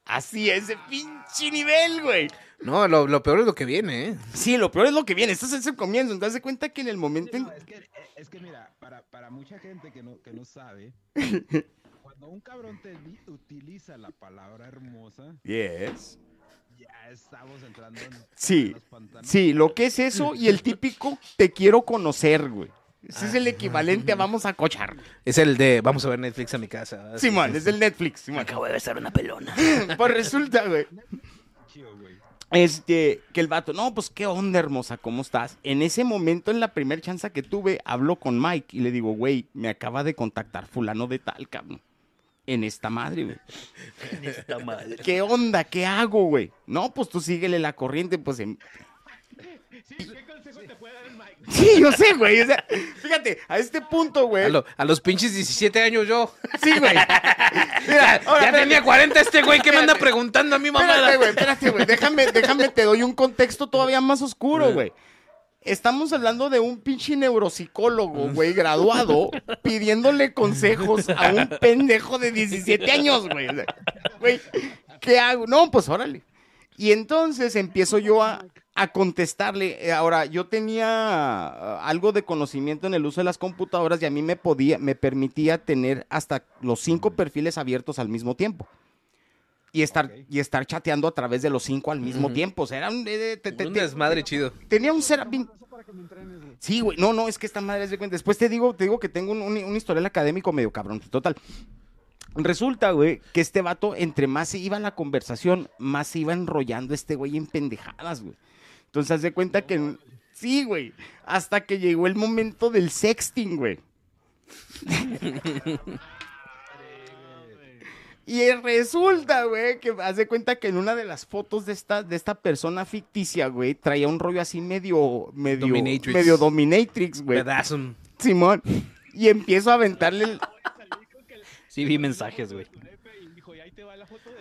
Speaker 3: Así es, de pinche nivel, güey.
Speaker 4: No, lo, lo peor es lo que viene, ¿eh?
Speaker 3: Sí, lo peor es lo que viene. Estás en el comienzo, entonces de cuenta que en el momento. en-
Speaker 12: Es que mira, para, para mucha gente que no, que no sabe, cuando un cabrón te di- utiliza la palabra hermosa,
Speaker 3: Yes.
Speaker 12: Ya estamos entrando en
Speaker 3: Sí, sí, lo que es eso y el típico te quiero conocer, güey. Ese es el equivalente a vamos a cochar.
Speaker 4: Es el de vamos a ver Netflix a mi casa.
Speaker 3: Simón, es el Netflix. Simón.
Speaker 4: Acabo de besar una pelona.
Speaker 3: Pues resulta, güey. Este, que el vato, no, pues qué onda, hermosa, ¿cómo estás? En ese momento, en la primera chance que tuve, hablo con Mike y le digo, güey, me acaba de contactar fulano de tal, cabrón. En esta madre, güey.
Speaker 8: Esta madre.
Speaker 3: ¿Qué onda? ¿Qué hago, güey? No, pues tú síguele la corriente, pues en- Sí, yo sé, güey. o sea, fíjate, a este punto, güey.
Speaker 4: A, lo- a los pinches 17 años yo.
Speaker 3: Sí, güey. Mira, ahora,
Speaker 4: ya
Speaker 3: espérate.
Speaker 4: tenía 40 este güey que me anda preguntando a mi mamá.
Speaker 3: Espérate, güey, espérate, güey. Déjame, déjame, te doy un contexto todavía más oscuro, güey. Estamos hablando de un pinche neuropsicólogo, güey, graduado, pidiéndole consejos a un pendejo de 17 años, güey. O sea, Güey, ¿qué hago? No, pues órale. Y entonces empiezo yo a, a contestarle. Eh, Ahora, yo tenía ah, algo de conocimiento en el uso de las computadoras y a mí me podía, me permitía tener hasta los cinco perfiles abiertos al mismo tiempo. Y estar, y estar chateando a través de los cinco al mismo tiempo. O sea, era un, eh, te- te-
Speaker 4: Un
Speaker 3: te-
Speaker 4: desmadre chido.
Speaker 3: tenía un Serapin. Sí, güey. No, no, es que esta madre es de cuenta. Después te digo, te digo que tengo un, un- un historial académico medio cabrón. Total. Resulta, güey, que este vato, entre más se iba la conversación, más se iba enrollando este güey en pendejadas, güey. Entonces, haz de cuenta que. Sí, güey. Hasta que llegó el momento del sexting, güey. Y eh, resulta, güey, que haz de cuenta que en una de las fotos de esta, de esta persona ficticia, güey, traía un rollo así medio, medio,
Speaker 4: Dominatrix.
Speaker 3: medio dominatrix, güey.
Speaker 4: Pedazo.
Speaker 3: Simón. Y empiezo a aventarle el...
Speaker 5: Sí, vi mensajes, güey.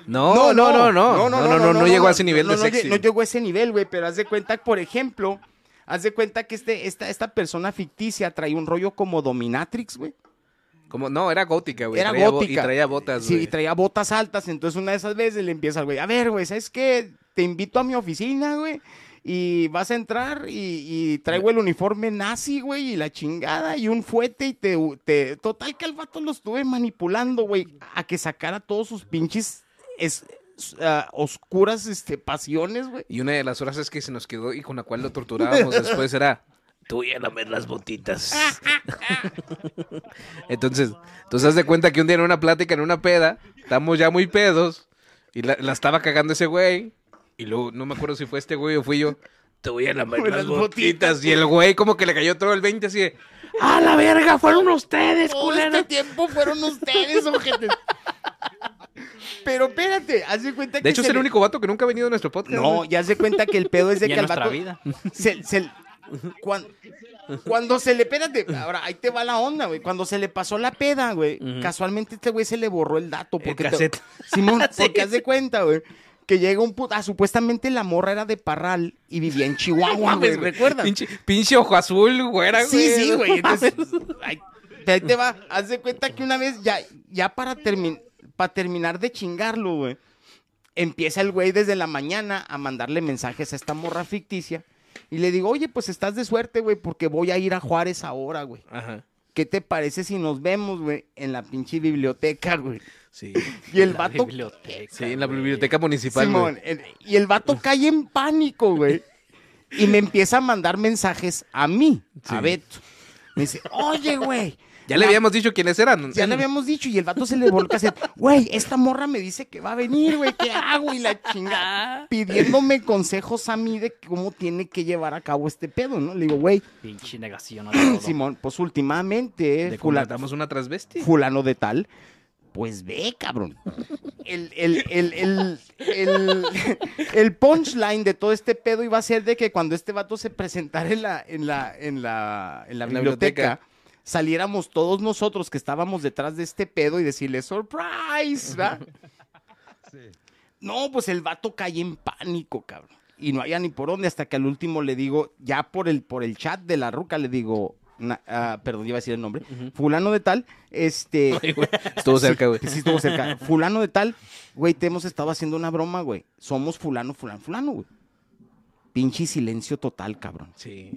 Speaker 4: No, no, no, no. No, no, no, no, llegó a ese nivel
Speaker 3: no,
Speaker 4: de
Speaker 3: no,
Speaker 4: sexy.
Speaker 3: No llegó a ese nivel, güey, pero haz de cuenta, por ejemplo, haz de cuenta que este, esta, esta persona ficticia traía un rollo como dominatrix, güey.
Speaker 4: Como, no, era gótica, güey.
Speaker 3: Era
Speaker 4: Traía bo-
Speaker 3: gótica.
Speaker 4: Y traía botas,
Speaker 3: Sí,
Speaker 4: güey.
Speaker 3: y traía botas altas. Entonces, una de esas veces le empieza al güey, a ver, güey, ¿sabes qué? Te invito a mi oficina, güey. Y vas a entrar y, y traigo el uniforme nazi, güey, y la chingada, y un fuete, y te, te- Total que al vato lo estuve manipulando, güey, a que sacara todos sus pinches es- ah, oscuras este, pasiones, güey.
Speaker 4: Y una de las frases que se nos quedó y con la cual lo torturábamos después era... Tú ya lamer las botitas. Entonces, entonces haz de cuenta que un día en una plática, en una peda, estamos ya muy pedos y la, la estaba cagando ese güey. Y luego, no me acuerdo si fue este güey o fui yo. Te voy a lamer
Speaker 8: Lamer
Speaker 4: las
Speaker 8: las
Speaker 4: botitas. Y el güey como que le cayó todo el 20 así de...
Speaker 8: ¡A la verga! ¡Fueron ustedes,
Speaker 3: Todo
Speaker 8: culero!
Speaker 3: este tiempo fueron ustedes, ojete. Pero espérate, haz de cuenta que.
Speaker 4: De hecho, es
Speaker 3: se
Speaker 4: el
Speaker 3: le-
Speaker 4: único vato que nunca ha venido a nuestro podcast.
Speaker 3: No,
Speaker 4: güey.
Speaker 3: ya se cuenta que el pedo es de
Speaker 4: Y a
Speaker 3: que al
Speaker 4: nuestra
Speaker 3: vato.
Speaker 4: vida.
Speaker 3: Se, se- cuan- cuando se le. Espérate, ahora ahí te va la onda, güey. Cuando se le pasó la peda, güey, casualmente este güey se le borró el dato. Porque te-
Speaker 8: cassette.
Speaker 3: Simón, porque haz de cuenta, güey. Que llega un puta. Ah, supuestamente la morra era de Parral y vivía en Chihuahua, güey. ¿Recuerdas?
Speaker 4: Pinche, pinche ojo azul, güera,
Speaker 3: Sí,
Speaker 4: güey.
Speaker 3: sí,
Speaker 4: No
Speaker 3: güey.
Speaker 4: mames.
Speaker 3: Entonces, ay, te- ahí te va. Haz de cuenta que una vez, ya, ya para, termi- para terminar de chingarlo, güey, empieza el güey desde la mañana a mandarle mensajes a esta morra ficticia. Y le digo, oye, pues estás de suerte, güey, porque voy a ir a Juárez ahora, güey.
Speaker 4: Ajá.
Speaker 3: ¿Qué te parece si nos vemos, güey, en la pinche biblioteca, güey?
Speaker 4: Sí.
Speaker 3: Y el vato
Speaker 4: Sí, en la biblioteca municipal,
Speaker 3: Simón,
Speaker 4: güey.
Speaker 3: el- y el vato cae en pánico, güey. Y me empieza a mandar mensajes a mí, a Beto. Me dice, oye, güey.
Speaker 4: Ya le habíamos dicho quiénes eran.
Speaker 3: Ya le habíamos dicho y el vato se le volca así, güey, esta morra me dice que va a venir, güey, ¿qué hago? Y la chingada, pidiéndome consejos a mí de cómo tiene que llevar a cabo este pedo, ¿no? Le digo, güey,
Speaker 5: Pinche negación a todo.
Speaker 3: Simón, pues últimamente,
Speaker 4: Le
Speaker 3: fula-
Speaker 4: contratamos una transvesti.
Speaker 3: fulano de tal, pues ve, cabrón. El, el, el, el, el, el punchline de todo este pedo iba a ser de que cuando este vato se presentara en la, en la, en la, en la
Speaker 4: En la
Speaker 3: biblioteca,
Speaker 4: biblioteca.
Speaker 3: saliéramos todos nosotros que estábamos detrás de este pedo y decirle, surprise, ¿verdad? No, pues el vato cae en pánico, cabrón. Y no había ni por dónde, hasta que al último le digo, ya por el, por el chat de la ruca le digo, na- ah, perdón, iba a decir el nombre, fulano de tal, este...
Speaker 4: Estuvo cerca, güey.
Speaker 3: Sí, sí, estuvo cerca. Fulano de tal, güey, te hemos estado haciendo una broma, güey. Somos fulano, fulano, fulano, güey. Pinche silencio total, cabrón.
Speaker 4: Sí.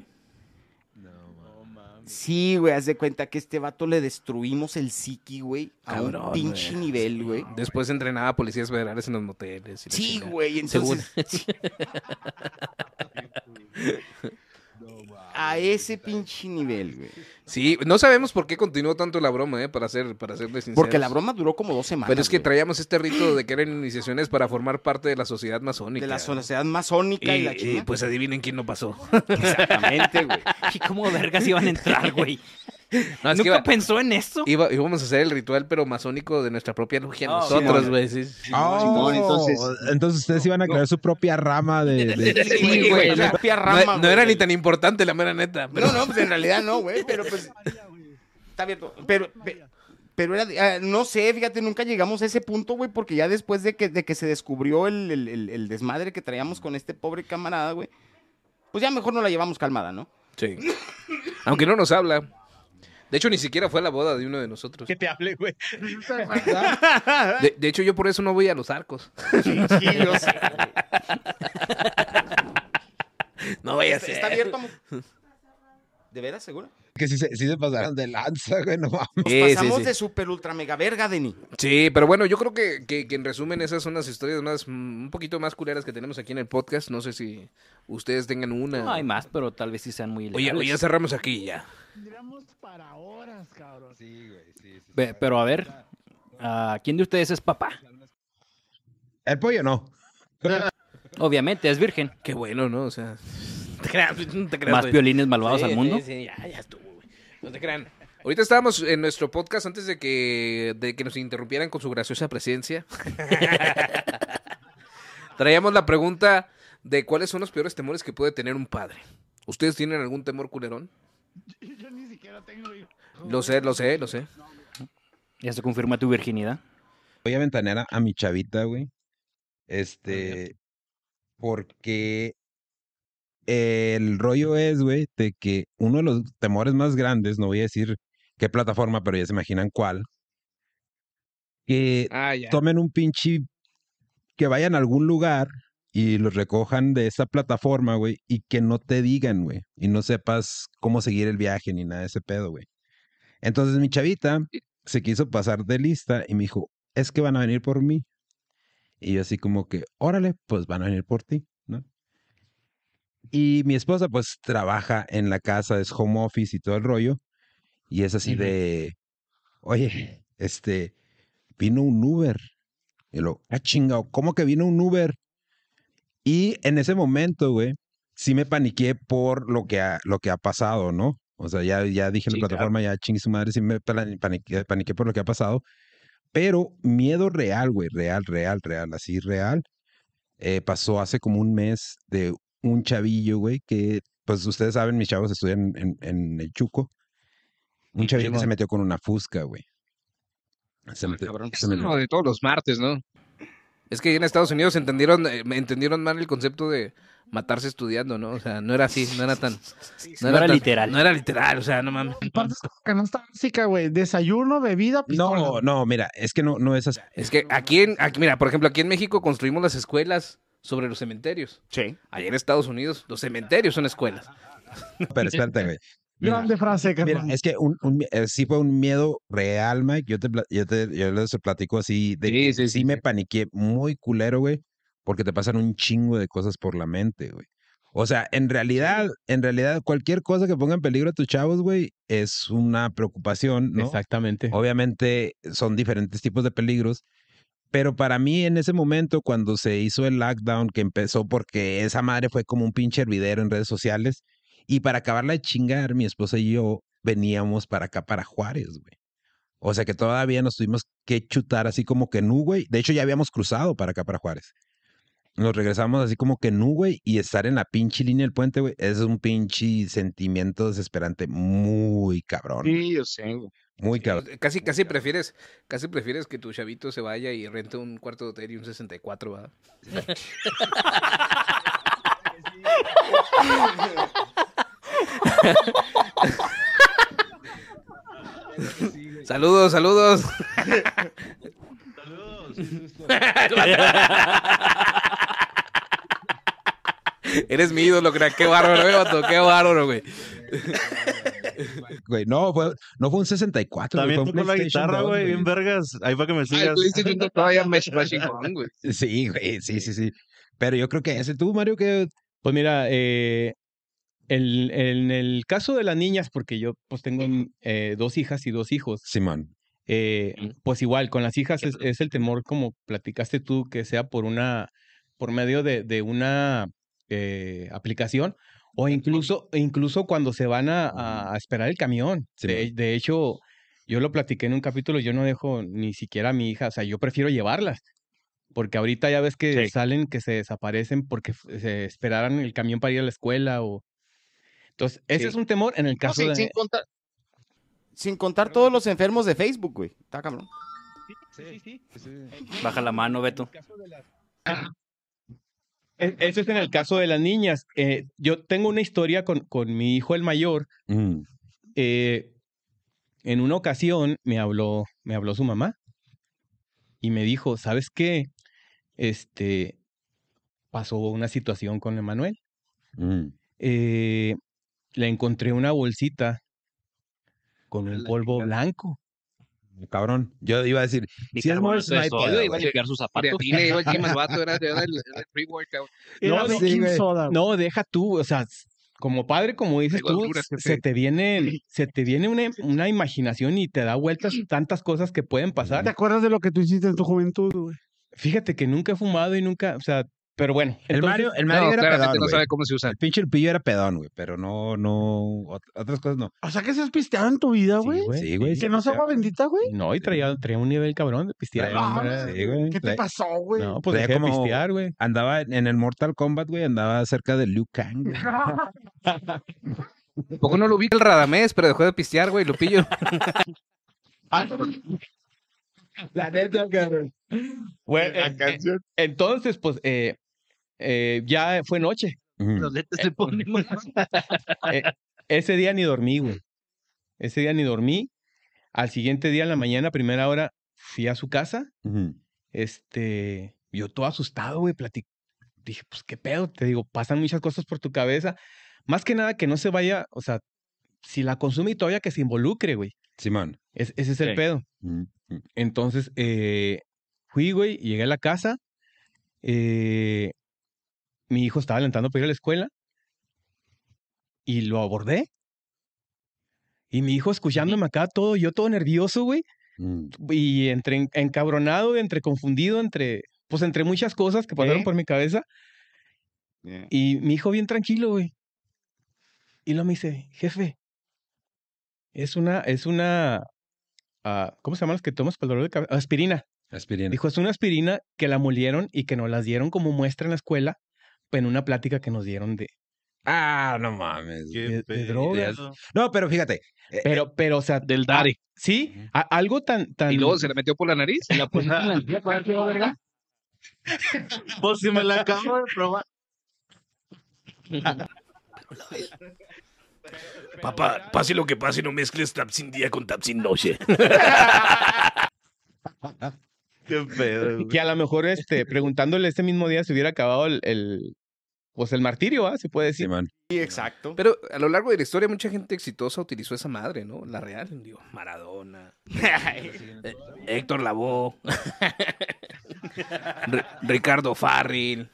Speaker 3: Sí, güey, haz de cuenta que este vato le destruimos el psiqui, güey, a
Speaker 4: Cabrón,
Speaker 3: un pinche
Speaker 4: güey.
Speaker 3: nivel, güey.
Speaker 4: Después entrenaba a policías federales en los moteles. y la
Speaker 3: Sí,
Speaker 4: chingada.
Speaker 3: güey, entonces-
Speaker 4: Según.
Speaker 3: A ese pinche nivel, güey.
Speaker 4: sí, no sabemos por qué continuó tanto la broma, ¿eh? Para ser, para serles sinceros.
Speaker 3: Porque la broma duró como dos semanas.
Speaker 4: Pero es que
Speaker 3: güey.
Speaker 4: traíamos este rito de que eran iniciaciones para formar parte de la sociedad masónica.
Speaker 3: De la sociedad masónica y,
Speaker 4: Y-
Speaker 3: la
Speaker 4: y,
Speaker 3: chingada.
Speaker 4: pues adivinen quién no pasó.
Speaker 3: Exactamente, güey.
Speaker 5: ¿Y cómo vergas iban a entrar, güey?
Speaker 4: No, es que
Speaker 5: ¿Nunca
Speaker 4: iba-
Speaker 5: pensó en eso?
Speaker 4: Iba- íbamos a hacer el ritual, pero masónico de nuestra propia logia
Speaker 5: Oh,
Speaker 4: nosotros,
Speaker 5: Simón.
Speaker 4: güey. sí.
Speaker 12: Oh, entonces, ustedes iban a crear su propia rama de. de-
Speaker 4: Sí,
Speaker 3: güey,
Speaker 4: güey,
Speaker 3: la
Speaker 4: no-
Speaker 3: propia
Speaker 4: no-
Speaker 3: rama,
Speaker 4: No,
Speaker 3: güey.
Speaker 4: era ni tan importante la mera neta. pero-
Speaker 3: No, no, pues en realidad no, güey, pero pues... Está abierto. Pero, pe- pero era... de- ah, no sé, fíjate, nunca llegamos a ese punto, güey, porque ya después de que, de que se descubrió el, el- el- el desmadre que traíamos con este pobre camarada, güey, pues ya mejor no la llevamos calmada, ¿no?
Speaker 4: Sí. Aunque no nos habla. De hecho, ni siquiera fue a la boda de uno de nosotros. Que te hable, güey. De, de hecho, yo por eso no voy a los arcos. No vaya a
Speaker 3: ¿Está-
Speaker 4: ser.
Speaker 3: ¿Está abierto? amor? ¿De veras, seguro?
Speaker 12: Que sí se, sí se pasaron de lanza, güey, no mames.
Speaker 3: Nos pasamos de super ultra mega verga, Denny.
Speaker 4: Sí, pero bueno, yo creo que, que- que en resumen esas son las historias más, mm, un poquito más culeras que tenemos aquí en el podcast. No sé si ustedes tengan una.
Speaker 5: No, hay más, pero tal vez sí sean muy
Speaker 4: Oye,
Speaker 5: ilegales.
Speaker 4: oye, ya cerramos aquí ya.
Speaker 5: Ve, Pero a ver, ¿a ¿quién de ustedes es papá?
Speaker 12: El pollo no.
Speaker 5: Obviamente, es virgen.
Speaker 4: Qué bueno, ¿no? O sea, te creas, no te creas,
Speaker 5: Más
Speaker 4: güey.
Speaker 5: violines malvados
Speaker 4: Sí,
Speaker 5: al mundo.
Speaker 4: Sí, sí, ya, ya estuvo, güey. No te crean. Ahorita estábamos en nuestro podcast antes de que, de que nos interrumpieran con su graciosa presencia. Traíamos la pregunta de cuáles son los peores temores que puede tener un padre. ¿Ustedes tienen algún temor culerón? Yo ni siquiera tengo, Lo sé, lo sé, lo sé.
Speaker 5: Ya se confirma tu virginidad.
Speaker 12: Voy a ventanear a, a mi chavita, güey. Este. Porque el rollo es, güey, de que uno de los temores más grandes, no voy a decir qué plataforma, pero ya se imaginan cuál. Que
Speaker 4: Ah, ya.
Speaker 12: tomen un pinche. Que vayan a algún lugar y los recojan de esa plataforma, güey, y que no te digan, güey, y no sepas cómo seguir el viaje ni nada de ese pedo, güey. Entonces mi chavita se quiso pasar de lista y me dijo, es que van a venir por mí. Y yo así como que, órale, pues van a venir por ti, ¿no? Y mi esposa pues trabaja en la casa, es home office y todo el rollo. Y es así de, oye, este, vino un Uber. Y lo, ah, chingado, ¿cómo que vino un Uber? Y en ese momento, güey, sí me paniqué por lo que ha, lo que ha pasado, ¿no? O sea, ya, ya dije en la plataforma, ya chingue su madre, sí me plan- paniqué, paniqué por lo que ha pasado. Pero miedo real, güey, real, real, real, así real. eh, pasó hace como un mes de un chavillo, güey, que, pues ustedes saben, mis chavos estudian en, en el Chuco. Un chavillo que se metió con una fusca, güey. Se metió, se metió-
Speaker 4: de todos los martes, ¿no? Es que en Estados Unidos entendieron, eh, me entendieron mal el concepto de matarse estudiando, ¿no? O sea, no era así, no era tan.
Speaker 5: No era
Speaker 4: tan-
Speaker 5: literal.
Speaker 4: No era literal, o sea, no mames.
Speaker 11: Canasta básica, güey. Desayuno, bebida, pistola.
Speaker 12: No, no, mira, es que no, no es así.
Speaker 4: Es que aquí, en, aquí- mira, por ejemplo, aquí en México construimos las escuelas sobre los cementerios.
Speaker 3: Sí.
Speaker 4: Allá en Estados Unidos, los cementerios son escuelas.
Speaker 12: Pero espérate, güey. Mira,
Speaker 11: Grande frase,
Speaker 12: Mira,
Speaker 11: carnal.
Speaker 12: es que un, un mie- eh, sí fue un miedo real, Mike. Yo te, pla- yo te- yo les platico así. De, sí, sí, me paniqué muy culero, güey, porque te pasan un chingo de cosas por la mente, güey. O sea, en realidad, en realidad, cualquier cosa que ponga en peligro a tus chavos, güey, es una preocupación, ¿no?
Speaker 10: Exactamente.
Speaker 12: Obviamente son diferentes tipos de peligros, pero para mí en ese momento, cuando se hizo el lockdown, que empezó porque esa madre fue como un pinche hervidero en redes sociales, y para acabarla de chingar, mi esposa y yo veníamos para acá, para Juárez, güey. O sea que todavía nos tuvimos que chutar así como que nu, güey. De hecho, ya habíamos cruzado para acá, para Juárez. Nos regresamos así como que nu, güey, y estar en la pinche línea del puente, güey, es un pinche sentimiento desesperante muy cabrón.
Speaker 3: Sí, yo sé, güey.
Speaker 12: Muy cabrón.
Speaker 4: Eh, Casi, casi prefieres, casi prefieres que tu chavito se vaya y rente un cuarto de hotel y un 64, ¿verdad? saludos, saludos.
Speaker 14: eh,
Speaker 4: Eres mi ídolo, crack. Qué bárbaro, güey, vato, Qué bárbaro, güey.
Speaker 12: Güey, no, fue, no fue un 64.
Speaker 16: También
Speaker 12: güey, fue
Speaker 16: tocó
Speaker 12: un
Speaker 16: la
Speaker 12: PlayStation
Speaker 16: guitarra,
Speaker 12: 2,
Speaker 16: güey, bien vergas. Ahí fue que me
Speaker 14: ah,
Speaker 16: sigas.
Speaker 14: todavía me chingón, güey.
Speaker 12: Sí, güey, sí, sí, sí. Pero yo creo que ese tú, Mario, que...
Speaker 10: Pues mira, eh, el- en el caso de las niñas, porque yo pues tengo eh, dos hijas y dos hijos.
Speaker 12: Simón.
Speaker 10: pues igual, con las hijas es, es el temor, como platicaste tú, que sea por una, por medio de, de una eh, aplicación. O incluso, e incluso cuando se van a,
Speaker 3: Mm.
Speaker 10: a- a esperar el camión. De, de hecho, yo lo platiqué en un capítulo, yo no dejo ni siquiera a mi hija, o sea, yo prefiero llevarlas. Porque ahorita ya ves que salen, que se desaparecen porque f- se esperaran el camión para ir a la escuela o... Entonces, ese
Speaker 3: Sí.
Speaker 10: es un temor en el
Speaker 3: No,
Speaker 10: caso
Speaker 3: sin,
Speaker 10: de... eh,
Speaker 3: sin contar, sin contar todos los enfermos de Facebook, güey. Está cabrón.
Speaker 5: Baja la mano, Beto.
Speaker 10: E- Eso es en el caso de las niñas. Eh, yo tengo una historia con, con mi hijo el mayor.
Speaker 12: Mm,
Speaker 10: Eh, en una ocasión me habló, me habló su mamá y me dijo, ¿sabes qué? Este, pasó una situación con Emanuel.
Speaker 12: mm,
Speaker 10: Eh, le encontré una bolsita con un polvo blanco.
Speaker 12: Cabrón, yo iba a decir, si es Morse, no hay pedo, güey.
Speaker 14: Creatine, iba al gym, el vato, era, era el, era el pre-workout.
Speaker 10: No, sí, güey. No, deja tú, o sea, s- como padre, como dices
Speaker 14: Traigo
Speaker 10: tú,
Speaker 14: alturas,
Speaker 10: s-
Speaker 14: jefe.
Speaker 10: se te viene, se te viene una, una imaginación y te da vueltas tantas cosas que pueden
Speaker 11: ¿Te
Speaker 12: Mm.
Speaker 10: pasar.
Speaker 11: acuerdas de lo que tú hiciste en tu juventud, güey?
Speaker 10: Fíjate que nunca he fumado y nunca, o sea, pero bueno.
Speaker 12: El
Speaker 10: entonces-
Speaker 12: Mario, el Mario era pedón, güey. El pinche el pillo era pedón, güey, pero no, no, ot- otras cosas no.
Speaker 11: O sea, que se has pisteado en tu vida, güey.
Speaker 10: güey, sí, güey,
Speaker 11: Que
Speaker 10: sí,
Speaker 11: no
Speaker 10: o
Speaker 11: es agua
Speaker 10: sea,
Speaker 11: bendita, güey. Ah,
Speaker 10: No, y traía, traía un nivel cabrón de pistear.
Speaker 12: Traía-
Speaker 10: hombre.
Speaker 12: Mm, Sí, güey,
Speaker 11: ¿Qué te
Speaker 12: traía-
Speaker 11: pasó, güey?
Speaker 10: No, pues
Speaker 12: traía
Speaker 10: dejé de pistear, güey.
Speaker 12: Andaba en en el Mortal Kombat, güey, andaba cerca de Liu Kang, güey.
Speaker 4: Poco no lo ubica el Radamés, pero dejó de pistear, güey, lo pillo.
Speaker 10: La neta, cabrón. Bueno, eh, eh, entonces, pues, eh, eh, ya fue noche.
Speaker 12: Mm,
Speaker 10: Eh, eh, ese día ni dormí, güey. Ese día ni dormí. Al siguiente día, en la mañana, primera hora, fui a su casa.
Speaker 12: mm,
Speaker 10: Este, yo todo asustado, güey, platic- Dije, pues, ¿qué pedo? Te digo, pasan muchas cosas por tu cabeza. Más que nada que no se vaya, o sea, si la consume y todavía que se involucre, güey.
Speaker 12: Simón. Mm,
Speaker 10: Es- ese es el
Speaker 12: Sí.
Speaker 10: pedo. Entonces, eh, fui, güey, llegué a la casa. eh, mi hijo estaba alentando para ir a la escuela. Y lo abordé. Y mi hijo escuchándome acá todo, yo todo nervioso, güey.
Speaker 12: mm,
Speaker 10: Y entre en- encabronado, entre confundido, entre, pues entre muchas cosas que pasaron por mi cabeza. Y mi hijo bien tranquilo, güey. Y luego me dice, jefe, es una, es una, ah, ¿cómo se llaman las que tomas para el dolor de cabeza? Aspirina.
Speaker 12: Aspirina.
Speaker 10: Dijo, es una aspirina que la molieron y que nos las dieron como muestra en la escuela en una plática que nos dieron de,
Speaker 12: Ah, no mames.
Speaker 10: de- de drogas.
Speaker 12: No, pero fíjate.
Speaker 10: Pero, pero, o sea. ah,
Speaker 14: Del Dari.
Speaker 10: sí, a- algo tan, tan.
Speaker 14: Y luego se la metió por la nariz. Y la pusiste en la encía para ver qué verga.
Speaker 16: Pues si me la acabo de probar.
Speaker 8: Papá, pase lo que pase, no mezcles Tapsin día con Tapsin noche.
Speaker 16: Qué pedo.
Speaker 10: que a lo mejor este, preguntándole este mismo día se hubiera acabado el, el pues el martirio, ¿ah? Se puede decir.
Speaker 3: Sí, exacto.
Speaker 4: Pero a lo largo de la historia, mucha gente exitosa utilizó esa madre, ¿no? La real, digo, Maradona, eh, Héctor Lavoe, Ri- Ricardo Farril.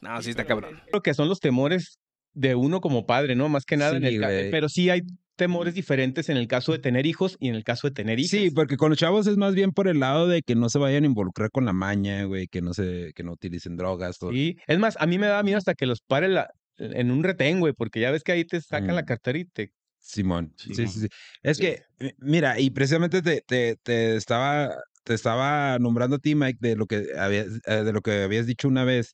Speaker 4: no, sí está cabrón.
Speaker 10: Creo que son los temores de uno como padre, ¿no? Más que nada en
Speaker 12: Sí,
Speaker 10: el ca- eh,
Speaker 12: güey.
Speaker 10: Pero sí hay temores diferentes en el caso de tener hijos y en el caso de tener hijas.
Speaker 12: Sí, porque con los chavos es más bien por el lado de que no se vayan a involucrar con la maña, güey, que no se, que no utilicen drogas, todo.
Speaker 10: Sí. Es más, a mí me da miedo hasta que los pare la- en un retén, güey, porque ya ves que ahí te sacan la cartera y te...
Speaker 12: Simón. Sí, sí, sí. Es que, mi- mira, y precisamente te, te, te estaba, te estaba nombrando a ti, Mike, de lo que habías, eh, de lo que habías dicho una vez,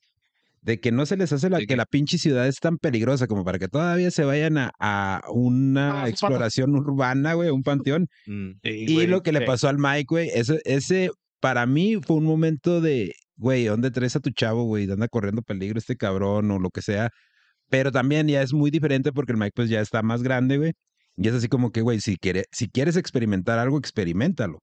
Speaker 12: de que no se les hace la, que la pinche ciudad es tan peligrosa como para que todavía se vayan a, a una
Speaker 16: patas.
Speaker 12: exploración urbana, güey, un panteón.
Speaker 3: Mm.
Speaker 14: Mm.
Speaker 12: y
Speaker 16: güey,
Speaker 12: lo que le
Speaker 16: sí.
Speaker 12: pasó al Mike, güey, ese, ese para mí fue un momento de, güey, ¿dónde traes a tu chavo, güey? Anda corriendo peligro este cabrón o lo que sea. Pero también ya es muy diferente porque el Mike pues ya está más grande, güey. Y es así como que, güey, si, quiere, si quieres experimentar algo, experimentalo,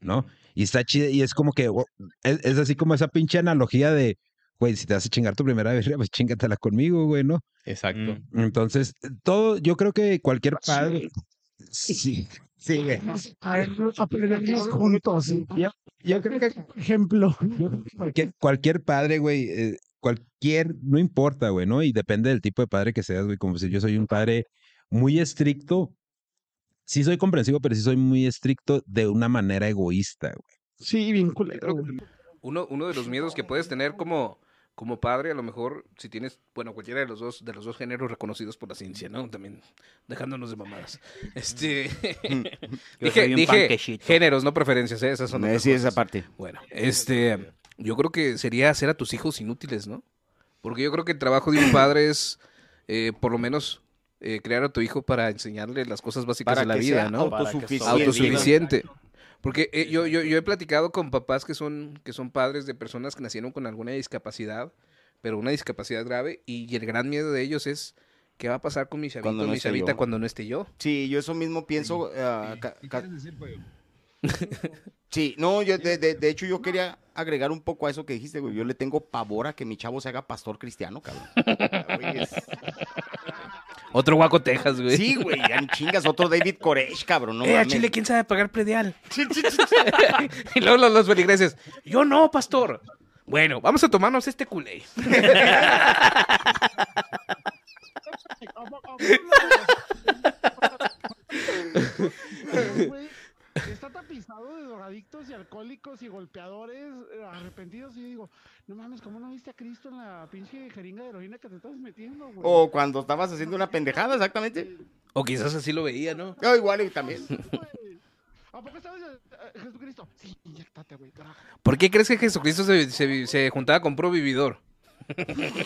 Speaker 12: ¿no? Y está chido, y es como que, o- es, es así como esa pinche analogía de, güey, si te vas a chingar tu primera vez, pues chingatela conmigo, güey, ¿no?
Speaker 10: Exacto.
Speaker 12: Entonces, todo, yo creo que cualquier padre. Sí, sí, güey.
Speaker 11: Aprendemos juntos. ¿sí? Yo, yo creo que, por ejemplo, yo creo que
Speaker 12: Cualquier, cualquier padre, güey, eh, cualquier, no importa, güey, ¿no? Y depende del tipo de padre que seas, güey. Como si yo soy un padre muy estricto. Sí soy comprensivo, pero sí soy muy estricto de una manera egoísta, güey.
Speaker 11: Sí, bien culero. güey.
Speaker 14: Uno, uno de los miedos que puedes tener como, como padre, a lo mejor, si tienes, bueno, cualquiera de los dos, de los dos géneros reconocidos por la ciencia, ¿no? También, dejándonos de mamadas. Este dije,
Speaker 5: soy un
Speaker 14: dije
Speaker 5: panquechito.
Speaker 14: géneros, no preferencias, ¿eh? esas son
Speaker 3: No,
Speaker 14: otras
Speaker 3: sí,
Speaker 14: cosas.
Speaker 3: esa parte.
Speaker 14: Bueno, este, yo creo que sería hacer a tus hijos inútiles, ¿no? Porque yo creo que el trabajo de un padre es, eh, por lo menos, eh, crear a tu hijo para enseñarle las cosas básicas
Speaker 3: Para
Speaker 14: de la
Speaker 3: que
Speaker 14: vida,
Speaker 3: sea
Speaker 14: ¿no?
Speaker 3: autosuficiente.
Speaker 14: Autosuficiente. Porque eh, yo, yo, yo he platicado con papás que son, que son padres de personas que nacieron con alguna discapacidad, pero una discapacidad grave, y el gran miedo de ellos es, ¿qué va a pasar con mi chavito,
Speaker 3: Cuando no
Speaker 14: mi
Speaker 3: esté
Speaker 14: chavita
Speaker 3: yo.
Speaker 14: cuando no esté yo?
Speaker 3: Sí, yo eso mismo pienso. ah, ca- ca- sí, no, yo de, de- de hecho yo quería agregar un poco a eso que dijiste, güey. Yo le tengo pavor a que mi chavo se haga pastor cristiano, cabrón. Güey, es-
Speaker 5: Otro Guaco Texas, güey.
Speaker 3: Sí, güey, ya en chingas, otro David Koresh, cabrón. No
Speaker 14: eh, a
Speaker 3: mames.
Speaker 14: Chile, ¿quién sabe pagar predial? y luego los, los feligreses, yo no, pastor. Bueno, vamos a tomarnos este culé.
Speaker 11: Pero, güey, Está tapizado de drogadictos y alcohólicos y golpeadores eh, arrepentidos. Y yo digo, no mames, ¿cómo no viste a Cristo en la pinche jeringa de heroína que te estás metiendo, güey?
Speaker 3: O cuando estabas haciendo una pendejada, exactamente.
Speaker 14: O quizás así lo veía, ¿no?
Speaker 3: Ah, igual y también.
Speaker 11: ¿A poco estabas eh, eh, Jesucristo? Sí, inyectate, güey. carajo.
Speaker 14: ¿Por qué crees que Jesucristo se, se- se juntaba con puro vividor?
Speaker 11: Estaba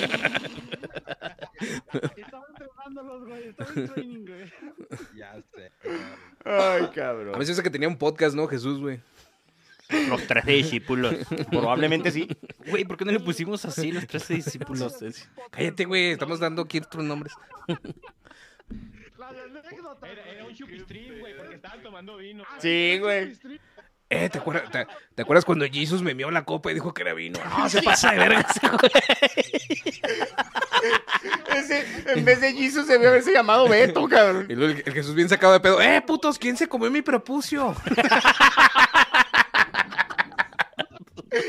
Speaker 11: entrenándolos, güey. Estaba en training, güey.
Speaker 12: Ya sé.
Speaker 3: Ay, cabrón.
Speaker 14: A mí se me hace que tenía un podcast, ¿no? Jesús, güey.
Speaker 5: Los trece discípulos.
Speaker 3: Probablemente sí.
Speaker 5: Güey, ¿por qué no le pusimos así los trece discípulos?
Speaker 14: Cállate, güey. Estamos dando aquí otros nombres.
Speaker 3: Sí, güey.
Speaker 14: Eh, ¿te acuerdas, te, te acuerdas cuando Jesús me mió la copa y dijo que era vino? Ah, No, se
Speaker 5: Sí.
Speaker 14: pasa de verga ese
Speaker 3: Ese, en vez de Jesus se debió haberse llamado Beto, cabrón.
Speaker 14: Y luego el, el Jesús bien sacado de pedo. ¡Eh, putos! ¿Quién se comió mi prepucio?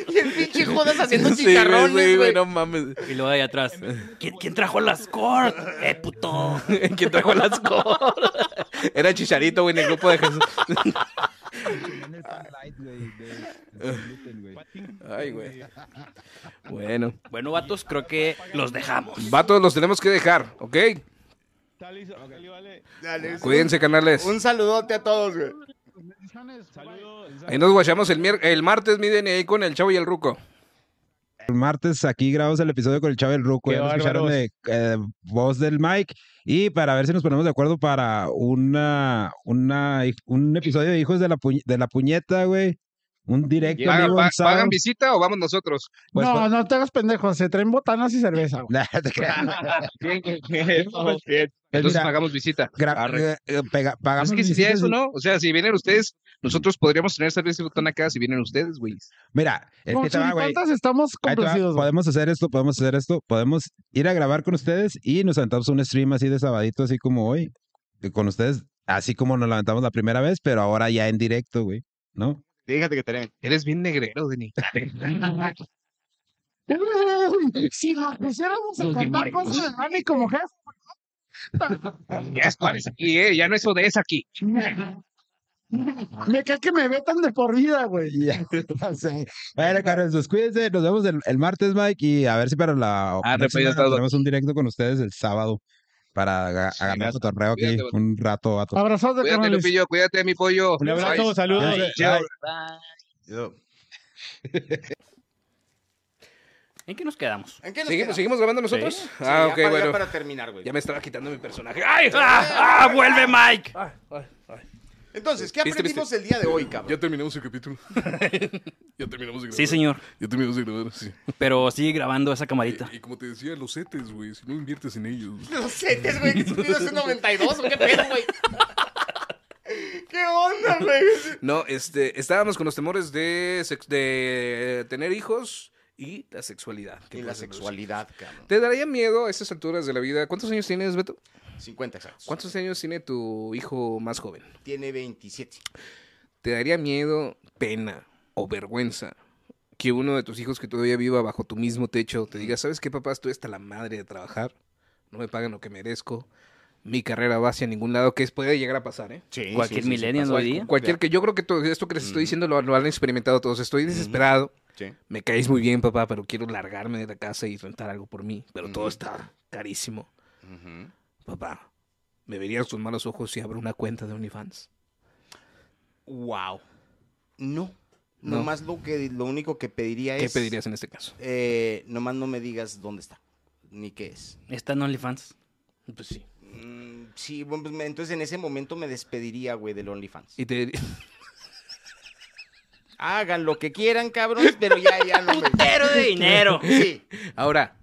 Speaker 3: Y el pinche Judas haciendo
Speaker 5: Sí, güey,
Speaker 3: chicharrones,
Speaker 5: sí,
Speaker 3: güey.
Speaker 14: no mames.
Speaker 5: Y luego ahí atrás. ¿Quién, quién trajo las cortes? Eh, puto.
Speaker 14: ¿Quién trajo las cosas? Era Chicharito, güey, en el grupo de Jesús. Ay, güey. Bueno.
Speaker 5: Bueno, vatos, creo que los dejamos.
Speaker 14: Vatos, los tenemos que dejar, ¿ok?
Speaker 3: Dale, sí.
Speaker 14: Cuídense, canales.
Speaker 3: Un saludote a todos, güey.
Speaker 14: Ahí nos guachamos el, mier- el martes, mi DNA con el chavo y el ruco.
Speaker 12: El martes aquí grabamos el episodio con el Chavo del Ruco.
Speaker 14: Qué
Speaker 12: Ya lo escucharon de eh, voz del Mike. Y para ver si nos ponemos de acuerdo para una, una, un episodio de Hijos de la, Puñ- de la Puñeta, güey. Un directo. en
Speaker 17: ¿Pagan,
Speaker 12: vivo,
Speaker 17: pa-
Speaker 12: un sábado. Pues
Speaker 17: pagan visita o vamos nosotros?
Speaker 11: no, no te hagas pendejo. Se traen botanas y cerveza, güey.
Speaker 17: Bien, bien, pues. bien. Entonces
Speaker 12: mira,
Speaker 17: pagamos visita.
Speaker 12: Gra-
Speaker 17: Arre.
Speaker 12: eh, eh, pega- pagamos
Speaker 17: Es que si
Speaker 12: visitas
Speaker 17: eso
Speaker 12: y-
Speaker 17: no, o sea, si vienen ustedes, nosotros podríamos tener cerveza y botón acá si vienen ustedes, güey.
Speaker 12: Mira, es
Speaker 11: Con
Speaker 12: que te va, güey.
Speaker 11: chiripantas estamos
Speaker 12: Ahí te va,
Speaker 11: complacidos, güey.
Speaker 12: podemos hacer esto, podemos hacer esto, podemos ir a grabar con ustedes y nos aventamos un stream así de sabadito, así como hoy, que con ustedes, así como nos levantamos la primera vez, pero ahora ya en directo, güey, ¿no?
Speaker 17: Fíjate que tenemos. Eres bien negrero, Denny.
Speaker 11: Si nos pusiéramos a
Speaker 17: Los
Speaker 11: cantar
Speaker 17: dimarios.
Speaker 11: cosas de Dani como jefe,
Speaker 17: ya es parece aquí, ¿eh? Ya no es ODS aquí.
Speaker 11: me cae que me vetan de por vida, güey.
Speaker 12: Ya, no sé. Bueno, Carlos, pues, cuídense, nos vemos el, el martes, Mike, y a ver si para la
Speaker 17: Ah,
Speaker 12: próxima
Speaker 17: repuesto, Osvaldo.
Speaker 12: tenemos un directo con ustedes el sábado para aga- agarrar el cotorreo aquí
Speaker 17: Cuídate, vato.
Speaker 12: un rato, vato.
Speaker 11: Abrazote,
Speaker 17: Cuídate,
Speaker 11: carnales.
Speaker 17: Lupillo. Cuídate, mi pollo.
Speaker 12: Un abrazo,
Speaker 17: Bye.
Speaker 12: saludos.
Speaker 17: Bye.
Speaker 12: Bye.
Speaker 17: Bye.
Speaker 5: ¿En qué nos quedamos?
Speaker 3: ¿En qué nos
Speaker 14: ¿Seguimos,
Speaker 3: quedamos?
Speaker 14: ¿Seguimos grabando nosotros?
Speaker 5: Sí.
Speaker 14: Ah,
Speaker 3: ya
Speaker 14: ok,
Speaker 3: para- ya
Speaker 14: bueno.
Speaker 3: para terminar, güey.
Speaker 14: Ya me estaba quitando mi personaje.
Speaker 5: ¡Ay! ¡Ah! ah, ¡Vuelve Mike!
Speaker 3: Entonces, ¿qué
Speaker 14: ¿Viste,
Speaker 3: aprendimos
Speaker 14: viste?
Speaker 3: el día de hoy, cabrón?
Speaker 14: Ya terminamos el capítulo. ya terminamos el
Speaker 5: Sí, señor.
Speaker 14: Ya terminamos de grabar, sí.
Speaker 5: Pero sigue grabando esa camarita.
Speaker 14: Y como te decía, los setes, güey, si no inviertes en ellos.
Speaker 3: Los setes, güey, que son 1992, ¿o qué pedo, güey? ¿Qué onda, güey?
Speaker 14: No, este, estábamos con los temores de, sex- de tener hijos y la sexualidad. que
Speaker 3: Y la
Speaker 14: puede ser
Speaker 3: sexualidad, cabrón.
Speaker 14: ¿Te daría miedo a estas alturas de la vida? ¿Cuántos años tienes, Beto?
Speaker 3: 50 exactos.
Speaker 14: ¿Cuántos años tiene tu hijo más joven?
Speaker 3: Tiene 27.
Speaker 14: ¿Te daría miedo, pena o vergüenza que uno de tus hijos que todavía viva bajo tu mismo techo te diga, ¿sabes qué, papá? Estoy hasta la madre de trabajar, no me pagan lo que merezco, mi carrera va hacia ningún lado, que es- puede llegar a pasar, ¿eh?
Speaker 3: Sí,
Speaker 5: Cualquier sí, sí, millennial sí, pasa. hoy día.
Speaker 14: Cualquier que yo creo que todo esto que les estoy diciendo lo, lo han experimentado todos. Estoy desesperado,
Speaker 3: Sí.
Speaker 14: me caes muy bien, papá, pero quiero largarme de la casa y rentar algo por mí, pero todo está carísimo. Papá, ¿me verías con malos ojos si abro una cuenta de OnlyFans?
Speaker 3: Wow. No.
Speaker 14: No.
Speaker 3: Nomás lo que lo único que pediría
Speaker 14: ¿Qué
Speaker 3: es.
Speaker 14: pedirías en este caso?
Speaker 3: Eh, nomás no me digas dónde está. Ni qué es.
Speaker 5: Está en OnlyFans. Pues sí.
Speaker 3: Mm, sí, bueno, pues, me- entonces en ese momento me despediría, güey, del OnlyFans.
Speaker 14: Y te
Speaker 3: Hagan lo que quieran, cabrón, pero ya, ya no me.
Speaker 5: ¡Putero de dinero!
Speaker 3: Sí.
Speaker 14: Ahora,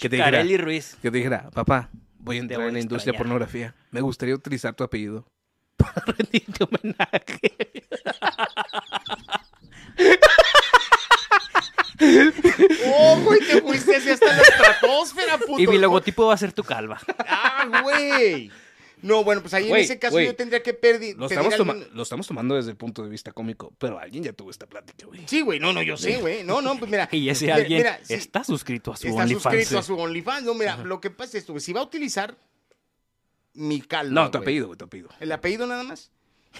Speaker 14: que te dijera,
Speaker 5: Carelli Ruiz.
Speaker 14: que te dijera, papá, voy a
Speaker 5: Te
Speaker 14: entrar
Speaker 5: voy a
Speaker 14: en la industria de
Speaker 5: extrañar".
Speaker 14: pornografía. Me gustaría utilizar tu apellido.
Speaker 3: ¡Oh, güey! Te fuiste así hasta la estratosfera, puto.
Speaker 5: Y mi logotipo va a ser tu calva.
Speaker 3: ¡Ah, güey! No, bueno, pues ahí
Speaker 14: Güey,
Speaker 3: en ese caso
Speaker 14: güey.
Speaker 3: yo tendría que perdi-
Speaker 14: Lo
Speaker 3: pedir.
Speaker 14: estamos, toma-
Speaker 3: algún-
Speaker 14: lo estamos tomando desde el punto de vista cómico, pero alguien ya tuvo esta plática, güey.
Speaker 3: Sí, güey, no, no, yo sé, güey. No, no, pues mira.
Speaker 5: Y ese
Speaker 3: mira,
Speaker 5: alguien
Speaker 3: mira, sí,
Speaker 5: está suscrito a su
Speaker 3: está
Speaker 5: OnlyFans.
Speaker 3: suscrito
Speaker 5: eh.
Speaker 3: a su OnlyFans. No, mira, lo que pasa es, güey, si va a utilizar mi calva.
Speaker 14: No, tu
Speaker 3: güey.
Speaker 14: apellido, güey, tu apellido.
Speaker 3: ¿El apellido nada más?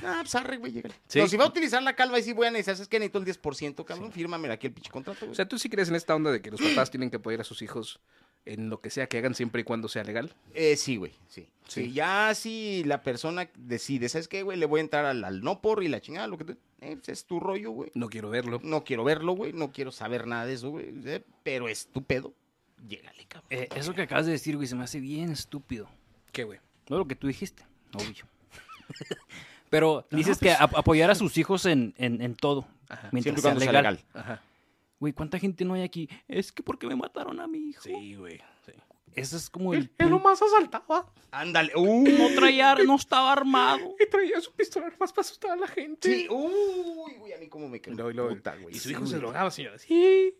Speaker 3: Ah, pues arre, güey, llégale.
Speaker 14: Sí.
Speaker 3: No, si va a utilizar la calva y si voy a necesitar, es que necesito el 10%, cabrón, fírmame aquí el pinche contrato,
Speaker 14: O
Speaker 3: güey.
Speaker 14: sea, ¿tú sí crees en esta onda de que los papás tienen que apoyar a sus hijos en lo que sea que hagan siempre y cuando sea legal?
Speaker 3: Eh, sí, güey, sí.
Speaker 14: Sí.
Speaker 3: Sí, ya si la persona decide, ¿sabes qué, güey? Le voy a entrar al, al no por y la chingada, lo que tú... eh, pues, es tu rollo, güey.
Speaker 14: No quiero verlo.
Speaker 3: No quiero verlo, güey, no quiero saber nada de eso, güey. eh, pero es tu pedo. Llégale, cabrón.
Speaker 5: Eh, eso que acabas de decir, güey, se me hace bien estúpido.
Speaker 14: ¿Qué, güey?
Speaker 5: No lo que tú dijiste, obvio. Pero
Speaker 14: No,
Speaker 5: dices
Speaker 14: pues-
Speaker 5: que ap- apoyar a sus hijos en, en- en todo,
Speaker 14: Ajá.
Speaker 3: Siempre
Speaker 5: mientras
Speaker 3: y
Speaker 5: sea
Speaker 3: cuando sea
Speaker 5: legal.
Speaker 3: legal.
Speaker 14: Ajá.
Speaker 5: Güey, ¿cuánta gente no hay aquí? Es que porque me mataron a mi hijo.
Speaker 14: Sí, güey. sí.
Speaker 5: Eso es como el...
Speaker 11: Él nomás asaltaba
Speaker 3: Ándale. ¡Uh!
Speaker 5: No traía, no estaba armado.
Speaker 11: y traía su pistola más para asustar a la gente.
Speaker 3: Sí, ¡Uy, güey! A mí cómo me quedó. puta, güey.
Speaker 14: Y su
Speaker 3: sí,
Speaker 14: hijo se
Speaker 3: güey.
Speaker 14: drogaba, señora.
Speaker 11: Sí.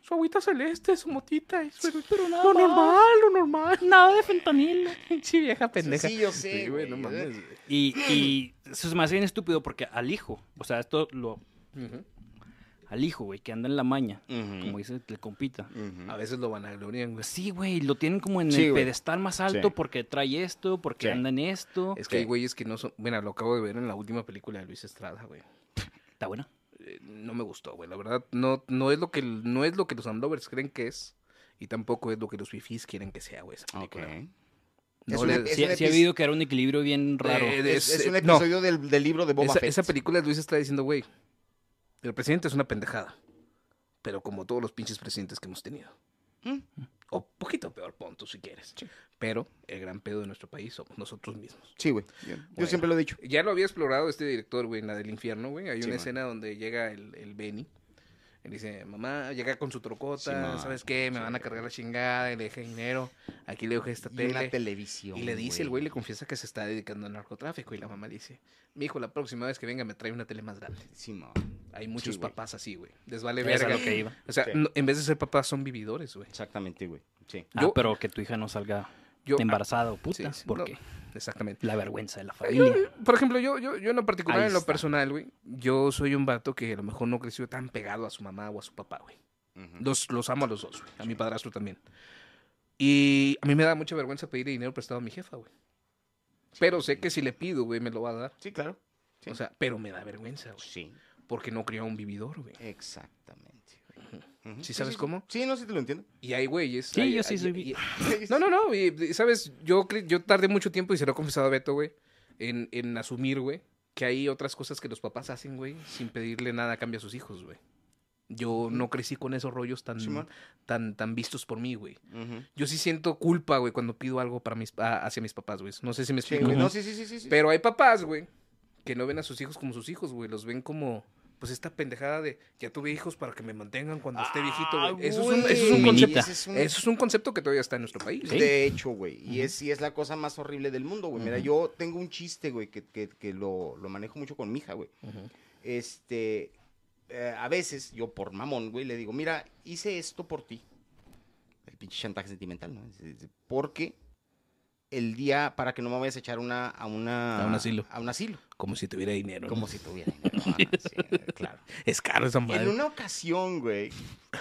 Speaker 11: Su agüita celeste, su motita, y su...
Speaker 5: Pero nada
Speaker 11: Lo
Speaker 5: más.
Speaker 11: normal, lo normal.
Speaker 5: Nada de fentanilo.
Speaker 14: Sí, vieja pendeja.
Speaker 3: Sí, yo sé,
Speaker 14: Sí, güey,
Speaker 3: güey.
Speaker 14: no mames. güey.
Speaker 5: Y, y eso se me hace bien estúpido porque al hijo, o sea, esto lo... Al hijo, güey, que anda en la maña,
Speaker 3: Ujú.
Speaker 5: como dice el compita.
Speaker 3: Ujú.
Speaker 14: A veces lo van a glorian, güey.
Speaker 5: Sí, güey, lo tienen como en
Speaker 3: Sí,
Speaker 5: el
Speaker 3: güey.
Speaker 5: pedestal más alto
Speaker 3: Sí.
Speaker 5: porque trae esto, porque
Speaker 3: Sí.
Speaker 5: anda en esto.
Speaker 14: Es que hay
Speaker 3: Sí.
Speaker 14: güeyes que no son. Mira, lo acabo de ver en la última película de Luis Estrada, güey.
Speaker 5: Está bueno.
Speaker 14: Eh, no me gustó, güey. La verdad, no, no, es lo que, no es lo que los Amlovers creen que es. Y tampoco es lo que los fifis quieren que sea, güey, esa
Speaker 3: Ok.
Speaker 14: película.
Speaker 3: Es
Speaker 14: No
Speaker 3: una-
Speaker 14: le-
Speaker 3: es
Speaker 5: Sí,
Speaker 3: un
Speaker 5: sí ha
Speaker 3: epi-
Speaker 5: habido que era un equilibrio bien raro.
Speaker 14: Eh,
Speaker 3: Es,
Speaker 14: Es-
Speaker 3: es un
Speaker 14: eh, no.
Speaker 3: episodio del, del libro de Boba
Speaker 14: esa,
Speaker 3: Fett.
Speaker 14: esa película Luis está diciendo, güey, el presidente es una pendejada. Pero como todos los pinches presidentes que hemos tenido.
Speaker 3: Mm.
Speaker 14: O poquito peor, pon tú si quieres. Pero el gran pedo de nuestro país somos nosotros mismos.
Speaker 3: Sí, güey. Yo,
Speaker 14: Bueno.
Speaker 3: siempre lo he dicho.
Speaker 14: Ya lo había explorado este director, güey, en la del infierno, güey. Hay
Speaker 3: Sí,
Speaker 14: una
Speaker 3: man.
Speaker 14: escena donde llega el, el Benny. Él dice, mamá, llega con su
Speaker 3: Sí,
Speaker 14: trocota,
Speaker 3: man.
Speaker 14: ¿sabes qué? Me van a cargar la chingada, y le deja dinero, aquí le dejo esta
Speaker 3: Y una
Speaker 14: tele.
Speaker 3: televisión.
Speaker 14: Y le dice, el güey le confiesa que se está dedicando al narcotráfico. Y la mamá le dice, mi hijo, la próxima vez que venga me trae una tele más grande.
Speaker 3: Sí, ma.
Speaker 14: Hay muchos
Speaker 3: Sí, güey.
Speaker 14: papás así, güey. Les vale
Speaker 5: Eso es
Speaker 14: verga.
Speaker 5: a lo que iba.
Speaker 14: O sea,
Speaker 3: Sí.
Speaker 14: no- en vez de ser papás, son vividores, güey.
Speaker 3: Exactamente, güey. Sí.
Speaker 5: Ah,
Speaker 14: Yo-
Speaker 5: pero que tu hija no salga
Speaker 14: Yo-
Speaker 4: ah,
Speaker 5: embarazada o
Speaker 14: Sí,
Speaker 5: puta,
Speaker 14: sí, no,
Speaker 5: porque
Speaker 14: Exactamente. Eh,
Speaker 5: la vergüenza de la familia.
Speaker 14: Por ejemplo, yo, yo, yo en lo particular,
Speaker 5: Ahí
Speaker 14: en lo
Speaker 5: está.
Speaker 14: personal, güey, yo soy un vato que a lo mejor no creció tan pegado a su mamá o a su papá, güey.
Speaker 3: Ujú.
Speaker 14: Los, los amo a los dos, güey. A mi padrastro también. Y a mí me da mucha vergüenza pedirle dinero prestado a mi jefa, güey. Pero sé que si le pido, güey, me lo va a dar.
Speaker 3: Sí, claro. Sí.
Speaker 14: O sea, pero me da vergüenza, güey.
Speaker 3: Sí.
Speaker 14: Porque no crió a un vividor, güey.
Speaker 3: Exactamente. güey. Ujú.
Speaker 14: ¿Sí sabes cómo?
Speaker 3: Sí, no, sí te lo entiendo.
Speaker 14: Y hay güeyes.
Speaker 5: Sí,
Speaker 14: hay-
Speaker 5: yo sí
Speaker 14: hay-
Speaker 5: soy
Speaker 14: y-
Speaker 5: vi-
Speaker 14: y- No, no, no. y- y, Sabes, yo, cre- yo tardé mucho tiempo y se lo he confesado a Beto, güey, en, en asumir, güey, que hay otras cosas que los papás hacen, güey, sin pedirle nada a cambio a sus hijos, güey. Yo no crecí con esos rollos tan,
Speaker 3: Simón.
Speaker 14: tan, tan vistos por mí, güey.
Speaker 3: Ujú.
Speaker 14: Yo sí siento culpa, güey, cuando pido algo para mis, a- hacia mis papás, güey. No sé si me
Speaker 3: Sí,
Speaker 14: explico.
Speaker 3: güey.
Speaker 5: Ujú.
Speaker 3: No, sí, sí, sí, sí. sí.
Speaker 14: Pero hay papás, güey, que no ven a sus hijos como sus hijos, güey. Los ven como, pues, esta pendejada de ya tuve hijos para que me mantengan cuando esté
Speaker 5: Ah,
Speaker 14: viejito, güey. Eso es un,
Speaker 3: güey.
Speaker 14: eso es un concepto.
Speaker 3: Ese es un-
Speaker 14: Eso es un concepto que todavía está en nuestro país.
Speaker 5: Sí.
Speaker 3: De hecho, güey. Y es, y es la cosa más horrible del mundo, güey. Mira, yo tengo un chiste, güey, que, que- que lo, lo manejo mucho con mi hija, güey. Este. eh, a veces yo por mamón, güey, le digo, mira, hice esto por ti. El pinche chantaje sentimental, ¿no? Es- es- Porque el día para que no me vayas a echar una, a una...
Speaker 4: A un asilo.
Speaker 3: A un asilo.
Speaker 4: Como si tuviera dinero.
Speaker 3: Como si tuviera dinero. ah, sí, claro.
Speaker 4: Es caro esa madre.
Speaker 3: En una ocasión, güey,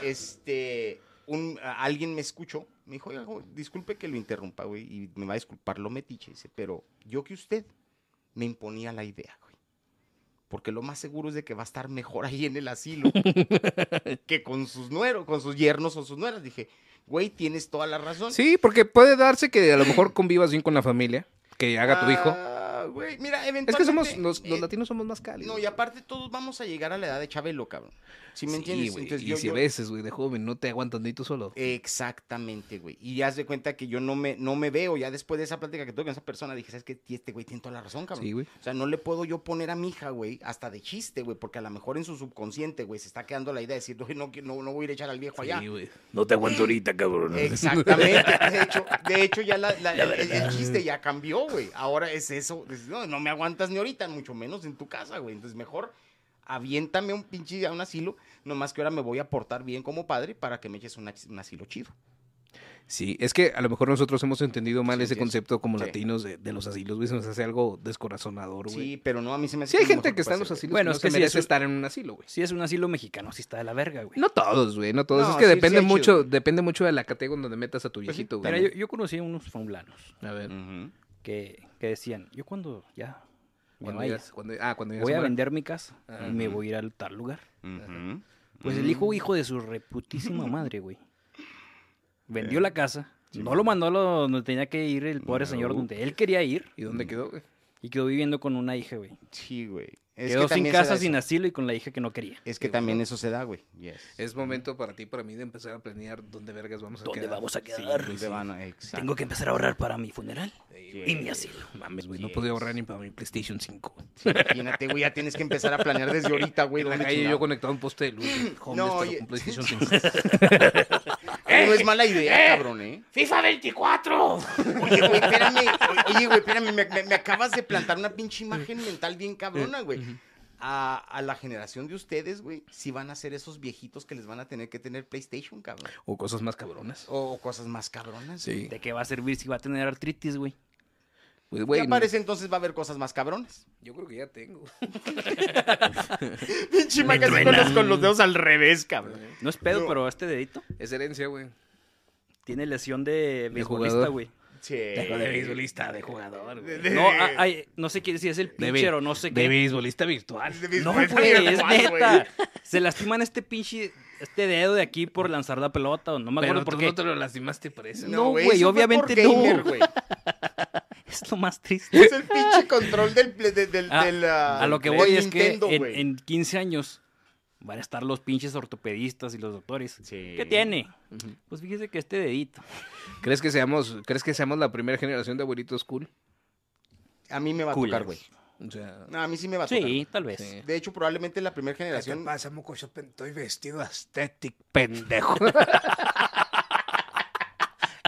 Speaker 3: este, un, a- alguien me escuchó, me dijo, "Oiga, güey, disculpe que lo interrumpa, güey, y me va a disculpar lo metiche, dice, pero yo que usted me imponía la idea, güey. Porque lo más seguro es de que va a estar mejor ahí en el asilo que con sus nueros, con sus yernos o sus nueras. Dije, güey, tienes toda la razón.
Speaker 4: Sí, porque puede darse que a lo mejor convivas bien con la familia, que haga tu hijo.
Speaker 3: Ah, güey, mira,
Speaker 4: Es que somos,
Speaker 3: eventualmente- eh,
Speaker 4: los, los latinos somos más cálidos.
Speaker 3: No, y aparte todos vamos a llegar a la edad de Chabelo, cabrón. Si me
Speaker 4: Sí,
Speaker 3: entiendes?
Speaker 4: güey,
Speaker 3: Entonces,
Speaker 4: y
Speaker 3: yo-
Speaker 4: si a
Speaker 3: yo-
Speaker 4: veces, güey, de joven no te aguantas ni tú solo.
Speaker 3: Exactamente, güey. Y haz de cuenta que yo no me, no me veo. Ya después de esa plática que tuve con esa persona, dije, ¿sabes qué? Tí, Este güey tiene toda la razón, cabrón.
Speaker 4: Sí, güey.
Speaker 3: O sea, no le puedo yo poner a mi hija, güey, hasta de chiste, güey, porque a lo mejor en su subconsciente, güey, se está quedando la idea de decir, "Güey, no, que- no, no voy a ir a echar al viejo allá.
Speaker 8: No te aguanto ahorita, cabrón.
Speaker 4: Eh,
Speaker 3: Exactamente. De hecho, de hecho ya la- la-
Speaker 8: La
Speaker 3: el, el
Speaker 8: verdad.
Speaker 3: chiste ya cambió, güey. Ahora es eso. Es, no, no me aguantas ni ahorita, mucho menos en tu casa, güey. Entonces, mejor aviéntame un pinche a un asilo, nomás que ahora me voy a portar bien como padre para que me eches un as- un asilo chido.
Speaker 4: Sí, es que a lo mejor nosotros hemos entendido mal
Speaker 3: Sí,
Speaker 4: ese
Speaker 3: sí,
Speaker 4: concepto como
Speaker 3: sí.
Speaker 4: latinos de, de los asilos, güey. Se nos hace algo descorazonador, güey.
Speaker 3: Sí, pero no, a mí se me hace
Speaker 4: Sí,
Speaker 3: que
Speaker 4: hay
Speaker 3: lo
Speaker 4: gente
Speaker 3: mejor
Speaker 4: que está en
Speaker 3: puede
Speaker 4: los
Speaker 3: ser,
Speaker 4: asilos
Speaker 3: güey.
Speaker 4: bueno,
Speaker 3: Bueno,
Speaker 4: que no
Speaker 3: es
Speaker 4: se
Speaker 3: que sí,
Speaker 4: merece
Speaker 3: eso-
Speaker 4: estar en un asilo, güey.
Speaker 5: Si es un asilo mexicano, sí está de la verga, güey.
Speaker 4: No todos, güey, no todos.
Speaker 5: No,
Speaker 4: es que
Speaker 5: sí- sí
Speaker 4: depende
Speaker 5: hay chido,
Speaker 4: mucho,
Speaker 5: güey.
Speaker 4: depende mucho de la categoría donde metas a tu
Speaker 5: Pues sí,
Speaker 4: viejito,
Speaker 5: mira,
Speaker 4: güey.
Speaker 5: yo, yo conocí a unos faulanos
Speaker 4: A ver.
Speaker 5: que, que decían, yo cuando ya me
Speaker 4: Cuando
Speaker 5: vaya,
Speaker 4: ya- cuando- ah, cuando ya se
Speaker 5: voy a
Speaker 4: muera.
Speaker 5: vender mi casa
Speaker 4: Ajá. Mm.
Speaker 5: y me voy a ir al tal lugar.
Speaker 3: Ujú.
Speaker 5: Pues el hijo, hijo de su reputísima madre, güey. Vendió la casa. No lo mandó a lo- donde tenía que ir el pobre señor,
Speaker 4: Eh, No.
Speaker 5: donde él quería ir.
Speaker 4: ¿Y
Speaker 3: Mm,
Speaker 4: dónde quedó, güey?
Speaker 5: Y quedó viviendo con una hija, güey.
Speaker 3: Sí, güey. Es
Speaker 5: Quedó
Speaker 3: que
Speaker 5: sin
Speaker 3: también se da
Speaker 5: casa,
Speaker 3: eso.
Speaker 5: sin asilo y con la hija que no quería.
Speaker 3: Es que también eso se da, güey. Yes.
Speaker 4: Es momento para ti, para mí, de empezar a planear dónde vergas vamos a
Speaker 5: ¿Dónde
Speaker 4: quedar.
Speaker 5: vamos a
Speaker 4: Sí,
Speaker 5: quedar?
Speaker 4: güey, sí.
Speaker 5: Tengo que empezar a ahorrar para mi funeral y mi
Speaker 4: güey.
Speaker 5: asilo.
Speaker 4: Mames, güey, no podía ahorrar ni para mi PlayStation 5.
Speaker 3: Sí, imagínate, güey, ya tienes que empezar a planear desde ahorita, güey,
Speaker 4: En la
Speaker 3: dónde
Speaker 4: calle
Speaker 3: chingado.
Speaker 4: yo conectado a un poste de luz. güey, homeless,
Speaker 3: No,
Speaker 4: pero
Speaker 3: oye.
Speaker 4: con PlayStation 5.
Speaker 3: no es mala idea, cabrón, ¿eh?
Speaker 6: ¡FIFA 24!
Speaker 3: Oye, güey, espérame. o- Oye, güey, espérame. Me, me- me acabas de plantar una pinche imagen mental bien cabrona, güey. A, a la generación de ustedes, güey, si van a ser esos viejitos que les van a tener que tener PlayStation, cabrón.
Speaker 4: O cosas más cabronas.
Speaker 3: O, cosas más cabronas.
Speaker 4: Sí.
Speaker 5: ¿De qué va a servir si va a tener artritis, güey?
Speaker 4: Pues,
Speaker 3: ya parece entonces va a haber cosas más cabronas.
Speaker 4: Yo creo que ya tengo.
Speaker 3: Pinche imagen así con los, con los dedos al revés, cabrón.
Speaker 5: No es pedo,
Speaker 3: No.
Speaker 5: pero este dedito
Speaker 4: Es herencia, güey.
Speaker 5: tiene lesión de beisbolista,
Speaker 4: jugador.
Speaker 5: güey.
Speaker 3: Sí.
Speaker 5: De, beisbolista, de jugador, güey.
Speaker 4: De-
Speaker 5: No, ah, ay, no sé qué, si es el
Speaker 4: De
Speaker 5: pincher
Speaker 4: be-
Speaker 5: o no sé qué.
Speaker 4: de beisbolista virtual.
Speaker 5: No, Pues, güey, es neta. Se lastiman este pinche, este dedo de aquí por lanzar la pelota o no me
Speaker 4: Pero
Speaker 5: acuerdo por
Speaker 4: tú
Speaker 5: qué.
Speaker 4: no te lo lastimaste por eso.
Speaker 5: No, güey,
Speaker 3: eso fue
Speaker 5: obviamente
Speaker 3: por gamer,
Speaker 5: no.
Speaker 3: güey.
Speaker 5: Es lo más triste.
Speaker 3: Es el pinche control del... ple- de- del-
Speaker 5: Ah,
Speaker 3: del, ah,
Speaker 5: a lo que
Speaker 3: del
Speaker 5: voy es
Speaker 3: Nintendo,
Speaker 5: que en,
Speaker 3: güey.
Speaker 5: en 15 años van a estar los pinches ortopedistas y los doctores. ¿Qué tiene? Pues fíjese que este dedito.
Speaker 4: ¿Crees que seamos, crees que seamos la primera generación de abuelitos cool?
Speaker 3: A mí me va a tocar,
Speaker 4: Culeros.
Speaker 3: güey.
Speaker 4: O sea,
Speaker 3: No, a mí sí me va a
Speaker 5: Ah, Sí,
Speaker 3: tocar. güey.
Speaker 5: tal vez.
Speaker 3: De hecho, probablemente la primera generación...
Speaker 18: ¿Qué te pasa, mocoso? Estoy vestido aesthetic, pendejo.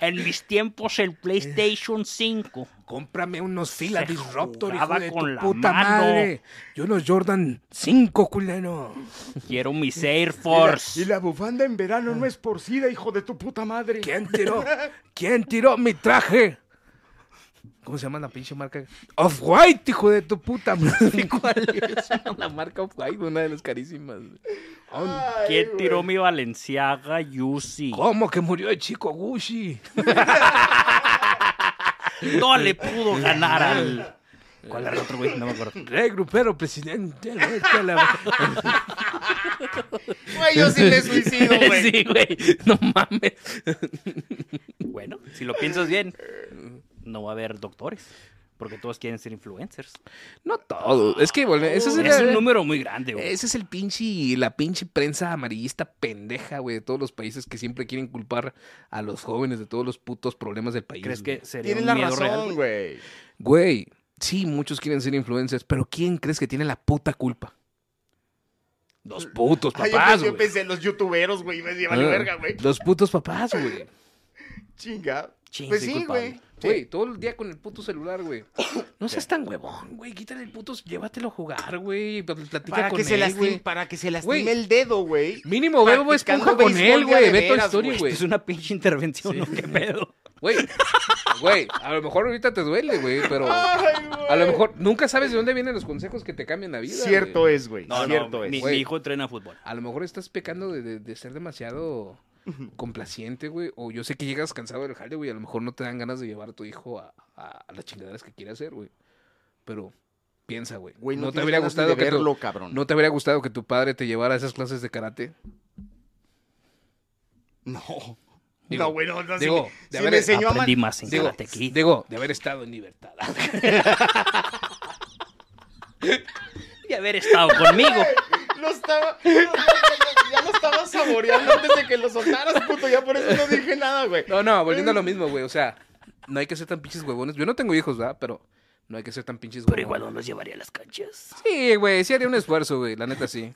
Speaker 5: En mis tiempos el PlayStation 5.
Speaker 18: Cómprame unos fila disruptor, hijo
Speaker 5: jugaba
Speaker 18: de
Speaker 5: con
Speaker 18: tu
Speaker 5: la
Speaker 18: puta
Speaker 5: mano.
Speaker 18: madre. Yo los Jordan 5, culero.
Speaker 5: Quiero mis Air Force.
Speaker 18: Y la, y la bufanda en verano no es por sida, hijo de tu puta madre. ¿Quién tiró? ¿Quién tiró mi traje?
Speaker 4: ¿Cómo se llama la pinche marca?
Speaker 18: Off-White, hijo de tu puta madre.
Speaker 4: ¿Cuál es? La marca Off-White, una de las carísimas. güey.
Speaker 5: ¿Quién tiró mi Valenciaga Yusi?
Speaker 18: ¿Cómo que murió el chico Gucci?
Speaker 5: No le pudo ganar al. ¿Cuál era el otro güey? No me acuerdo.
Speaker 18: Rey grupero, presidente. vete a la-
Speaker 3: Güey, yo sí me suicido, güey.
Speaker 5: Sí, güey. No mames. Bueno, si lo piensas bien, no va a haber doctores. Porque todos quieren ser influencers.
Speaker 4: No todo. Es que, bueno, ese es,
Speaker 5: Es un número muy grande, güey.
Speaker 4: Ese es el pinche, la pinche prensa amarillista pendeja, güey, de todos los países que siempre quieren culpar a los jóvenes de todos los putos problemas del país.
Speaker 5: ¿Crees
Speaker 4: güey.
Speaker 5: que sería
Speaker 3: Tienen
Speaker 5: un
Speaker 3: la
Speaker 5: miedo real?
Speaker 3: razón,
Speaker 5: güey?
Speaker 3: güey.
Speaker 4: Güey, sí, muchos quieren ser influencers, pero ¿quién crees que tiene la puta culpa? Los putos
Speaker 3: Ay, pues
Speaker 4: papás,
Speaker 3: yo, pensé, yo
Speaker 4: güey.
Speaker 3: pensé en los youtuberos, güey. Me decía,
Speaker 4: Ah,
Speaker 3: vale verga, güey.
Speaker 4: Los putos papás, güey.
Speaker 3: Chinga.
Speaker 5: Chin,
Speaker 14: Pues
Speaker 5: soy
Speaker 14: sí,
Speaker 5: culpable.
Speaker 14: güey. Güey, todo el día con el puto celular, güey. No seas tan huevón, güey. Quítale el puto, llévatelo a jugar, güey. pl- Platica
Speaker 3: Para
Speaker 14: con
Speaker 3: que, se
Speaker 14: él,
Speaker 3: lastime,
Speaker 14: güey.
Speaker 3: para que se lastime
Speaker 14: Güey,
Speaker 3: el dedo, güey.
Speaker 14: Mínimo, ve Bob
Speaker 3: Practicando
Speaker 14: Esponja con él,
Speaker 3: béisbol de
Speaker 14: güey.
Speaker 3: a
Speaker 14: Ve
Speaker 3: de
Speaker 14: Toy
Speaker 3: veras,
Speaker 14: Story,
Speaker 5: Esto
Speaker 14: güey.
Speaker 5: es una pinche intervención, ¿no? ¿Qué pedo?
Speaker 14: Güey, güey, a lo mejor ahorita te duele, güey, pero
Speaker 3: Ay,
Speaker 14: a lo mejor nunca sabes de dónde vienen los consejos que te cambian la vida.
Speaker 3: Cierto es, güey, No, no, cierto mi- es. mi
Speaker 5: hijo entrena fútbol.
Speaker 14: A lo mejor estás pecando de, de- de ser demasiado complaciente, güey, o yo sé que llegas cansado del jale, güey, a lo mejor no te dan ganas de llevar a tu hijo a, a- a las chingaderas que quiere hacer, güey. Pero piensa, güey.
Speaker 3: Güey, no
Speaker 14: no, te
Speaker 3: tienes
Speaker 14: habría
Speaker 3: ganas ni
Speaker 14: gustado
Speaker 3: de
Speaker 14: que tu-
Speaker 3: verlo, cabrón.
Speaker 14: No te habría gustado que tu padre te llevara a esas clases de karate.
Speaker 3: No.
Speaker 14: Digo,
Speaker 3: no, güey, no, no, sí
Speaker 14: digo, de
Speaker 3: me- sí
Speaker 14: haber-
Speaker 3: me enseñó a man-
Speaker 5: Aprendí más en
Speaker 14: digo,
Speaker 5: Karate Kid.
Speaker 14: Digo, de haber estado en libertad.
Speaker 5: Y haber estado conmigo.
Speaker 3: Lo estaba. no, no, no, Ya lo estaba saboreando antes de que lo soltaras, puto. Ya por eso no dije nada, güey.
Speaker 14: No, no, volviendo a lo mismo, güey. O sea, no hay que ser tan pinches huevones. Yo no tengo hijos, ¿verdad? Pero no hay que ser tan pinches huevones. Pero igual
Speaker 5: no los llevaría a las canchas.
Speaker 14: Sí, güey, sí haría un esfuerzo, güey, la neta sí.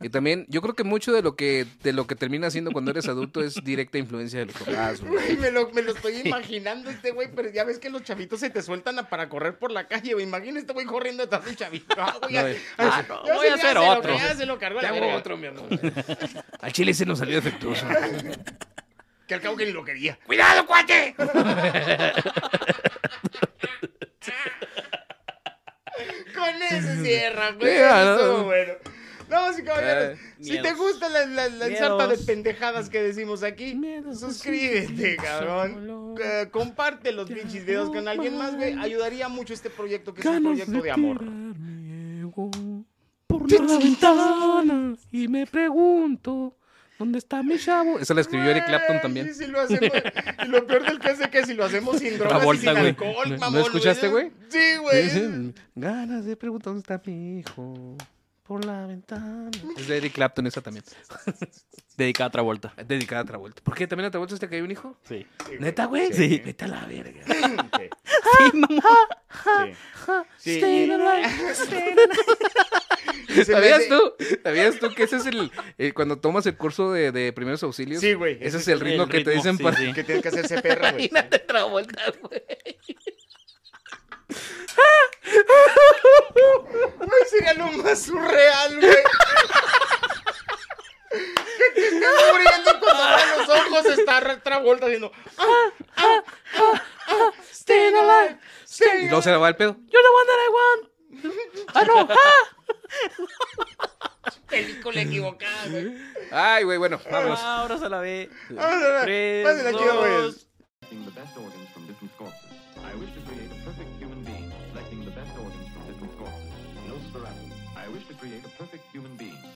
Speaker 14: Y también, yo creo que mucho de lo que, de lo que termina haciendo cuando eres adulto es directa influencia de los
Speaker 3: Ah,
Speaker 14: papás, güey.
Speaker 3: Güey, me lo, me lo estoy imaginando este güey, pero ya ves que los chavitos se te sueltan a- para correr por la calle, güey. Imagina este güey corriendo detrás de un chavito. Ah,
Speaker 14: No,
Speaker 3: güey, ya-
Speaker 14: güey.
Speaker 3: ya
Speaker 14: Ah,
Speaker 3: se-
Speaker 14: no,
Speaker 3: ya
Speaker 14: voy
Speaker 3: se-
Speaker 14: a
Speaker 3: ya
Speaker 14: hacer
Speaker 3: se lo-
Speaker 14: otro.
Speaker 3: ya se lo cargó a
Speaker 14: Te
Speaker 3: la
Speaker 14: hago
Speaker 3: verga.
Speaker 14: otro, mi amor. Al chile se nos salió defectuoso.
Speaker 3: Que al cabo que ni lo quería. ¡Cuidado, cuate! Con eso cierra, güey.
Speaker 14: Sí, ah,
Speaker 3: Eso estuvo
Speaker 14: no.
Speaker 3: bueno. No, sí,
Speaker 14: Eh,
Speaker 3: caballeros. si
Speaker 14: miedos.
Speaker 3: te gusta la, la, la ensarta de
Speaker 14: Miedos.
Speaker 3: pendejadas que decimos aquí, suscríbete, cabrón. Eh, comparte los pinches videos con alguien más, güey. Ayudaría mucho este proyecto que es un proyecto de amor.
Speaker 4: Por la ventana y me pregunto dónde está mi chavo.
Speaker 14: Esa la escribió Eric Clapton también.
Speaker 3: Y si lo hacemos, y lo peor del caso es que si lo hacemos sin drogas
Speaker 14: Travolta,
Speaker 3: y sin
Speaker 14: güey.
Speaker 3: alcohol,
Speaker 14: ¿No- no
Speaker 3: mamón.
Speaker 14: escuchaste, güey?
Speaker 3: Sí, güey.
Speaker 14: Dicen, ganas de preguntar dónde está mi hijo. Por la ventana. Es de Eric Clapton esa también.
Speaker 5: Dedicada a otra vuelta.
Speaker 14: Dedicada a otra vuelta. ¿Por qué? ¿También a Travolta se te cayó un hijo?
Speaker 5: Sí.
Speaker 14: ¿Neta, güey?
Speaker 5: Sí.
Speaker 14: Vete a la verga.
Speaker 5: Sí, mamá.
Speaker 3: Sí.
Speaker 4: Stay alive, stay alive.
Speaker 14: ¿Sabías tú? ¿Sabías tú que ese es el... eh, cuando tomas el curso de, de primeros auxilios?
Speaker 3: Sí, güey.
Speaker 14: Ese es el ritmo que te dicen para...
Speaker 3: Que tienes que hacerse perra, güey.
Speaker 14: Imagínate Travolta, güey.
Speaker 3: Güey, sería lo más surreal, güey. Que te estés muriendo cuando abres los ojos, está re- Travolta diciendo, ah, ah, ah, ah, stay alive,
Speaker 14: Y
Speaker 3: stay
Speaker 14: luego se le va el pedo.
Speaker 4: You're the one that I want. Ah, no. Ah.
Speaker 3: Película equivocada, güey.
Speaker 14: Ay, güey, bueno, vámonos.
Speaker 5: Ah, Ahora se la ve.
Speaker 3: Vámonos,
Speaker 5: Tres,
Speaker 3: pásala chido, güey.
Speaker 5: dos.
Speaker 2: Selecting the best organs from different corpses. I wish to create a perfect human being, selecting the best organs from different corpses. Nosferatu. I wish to create a perfect human being.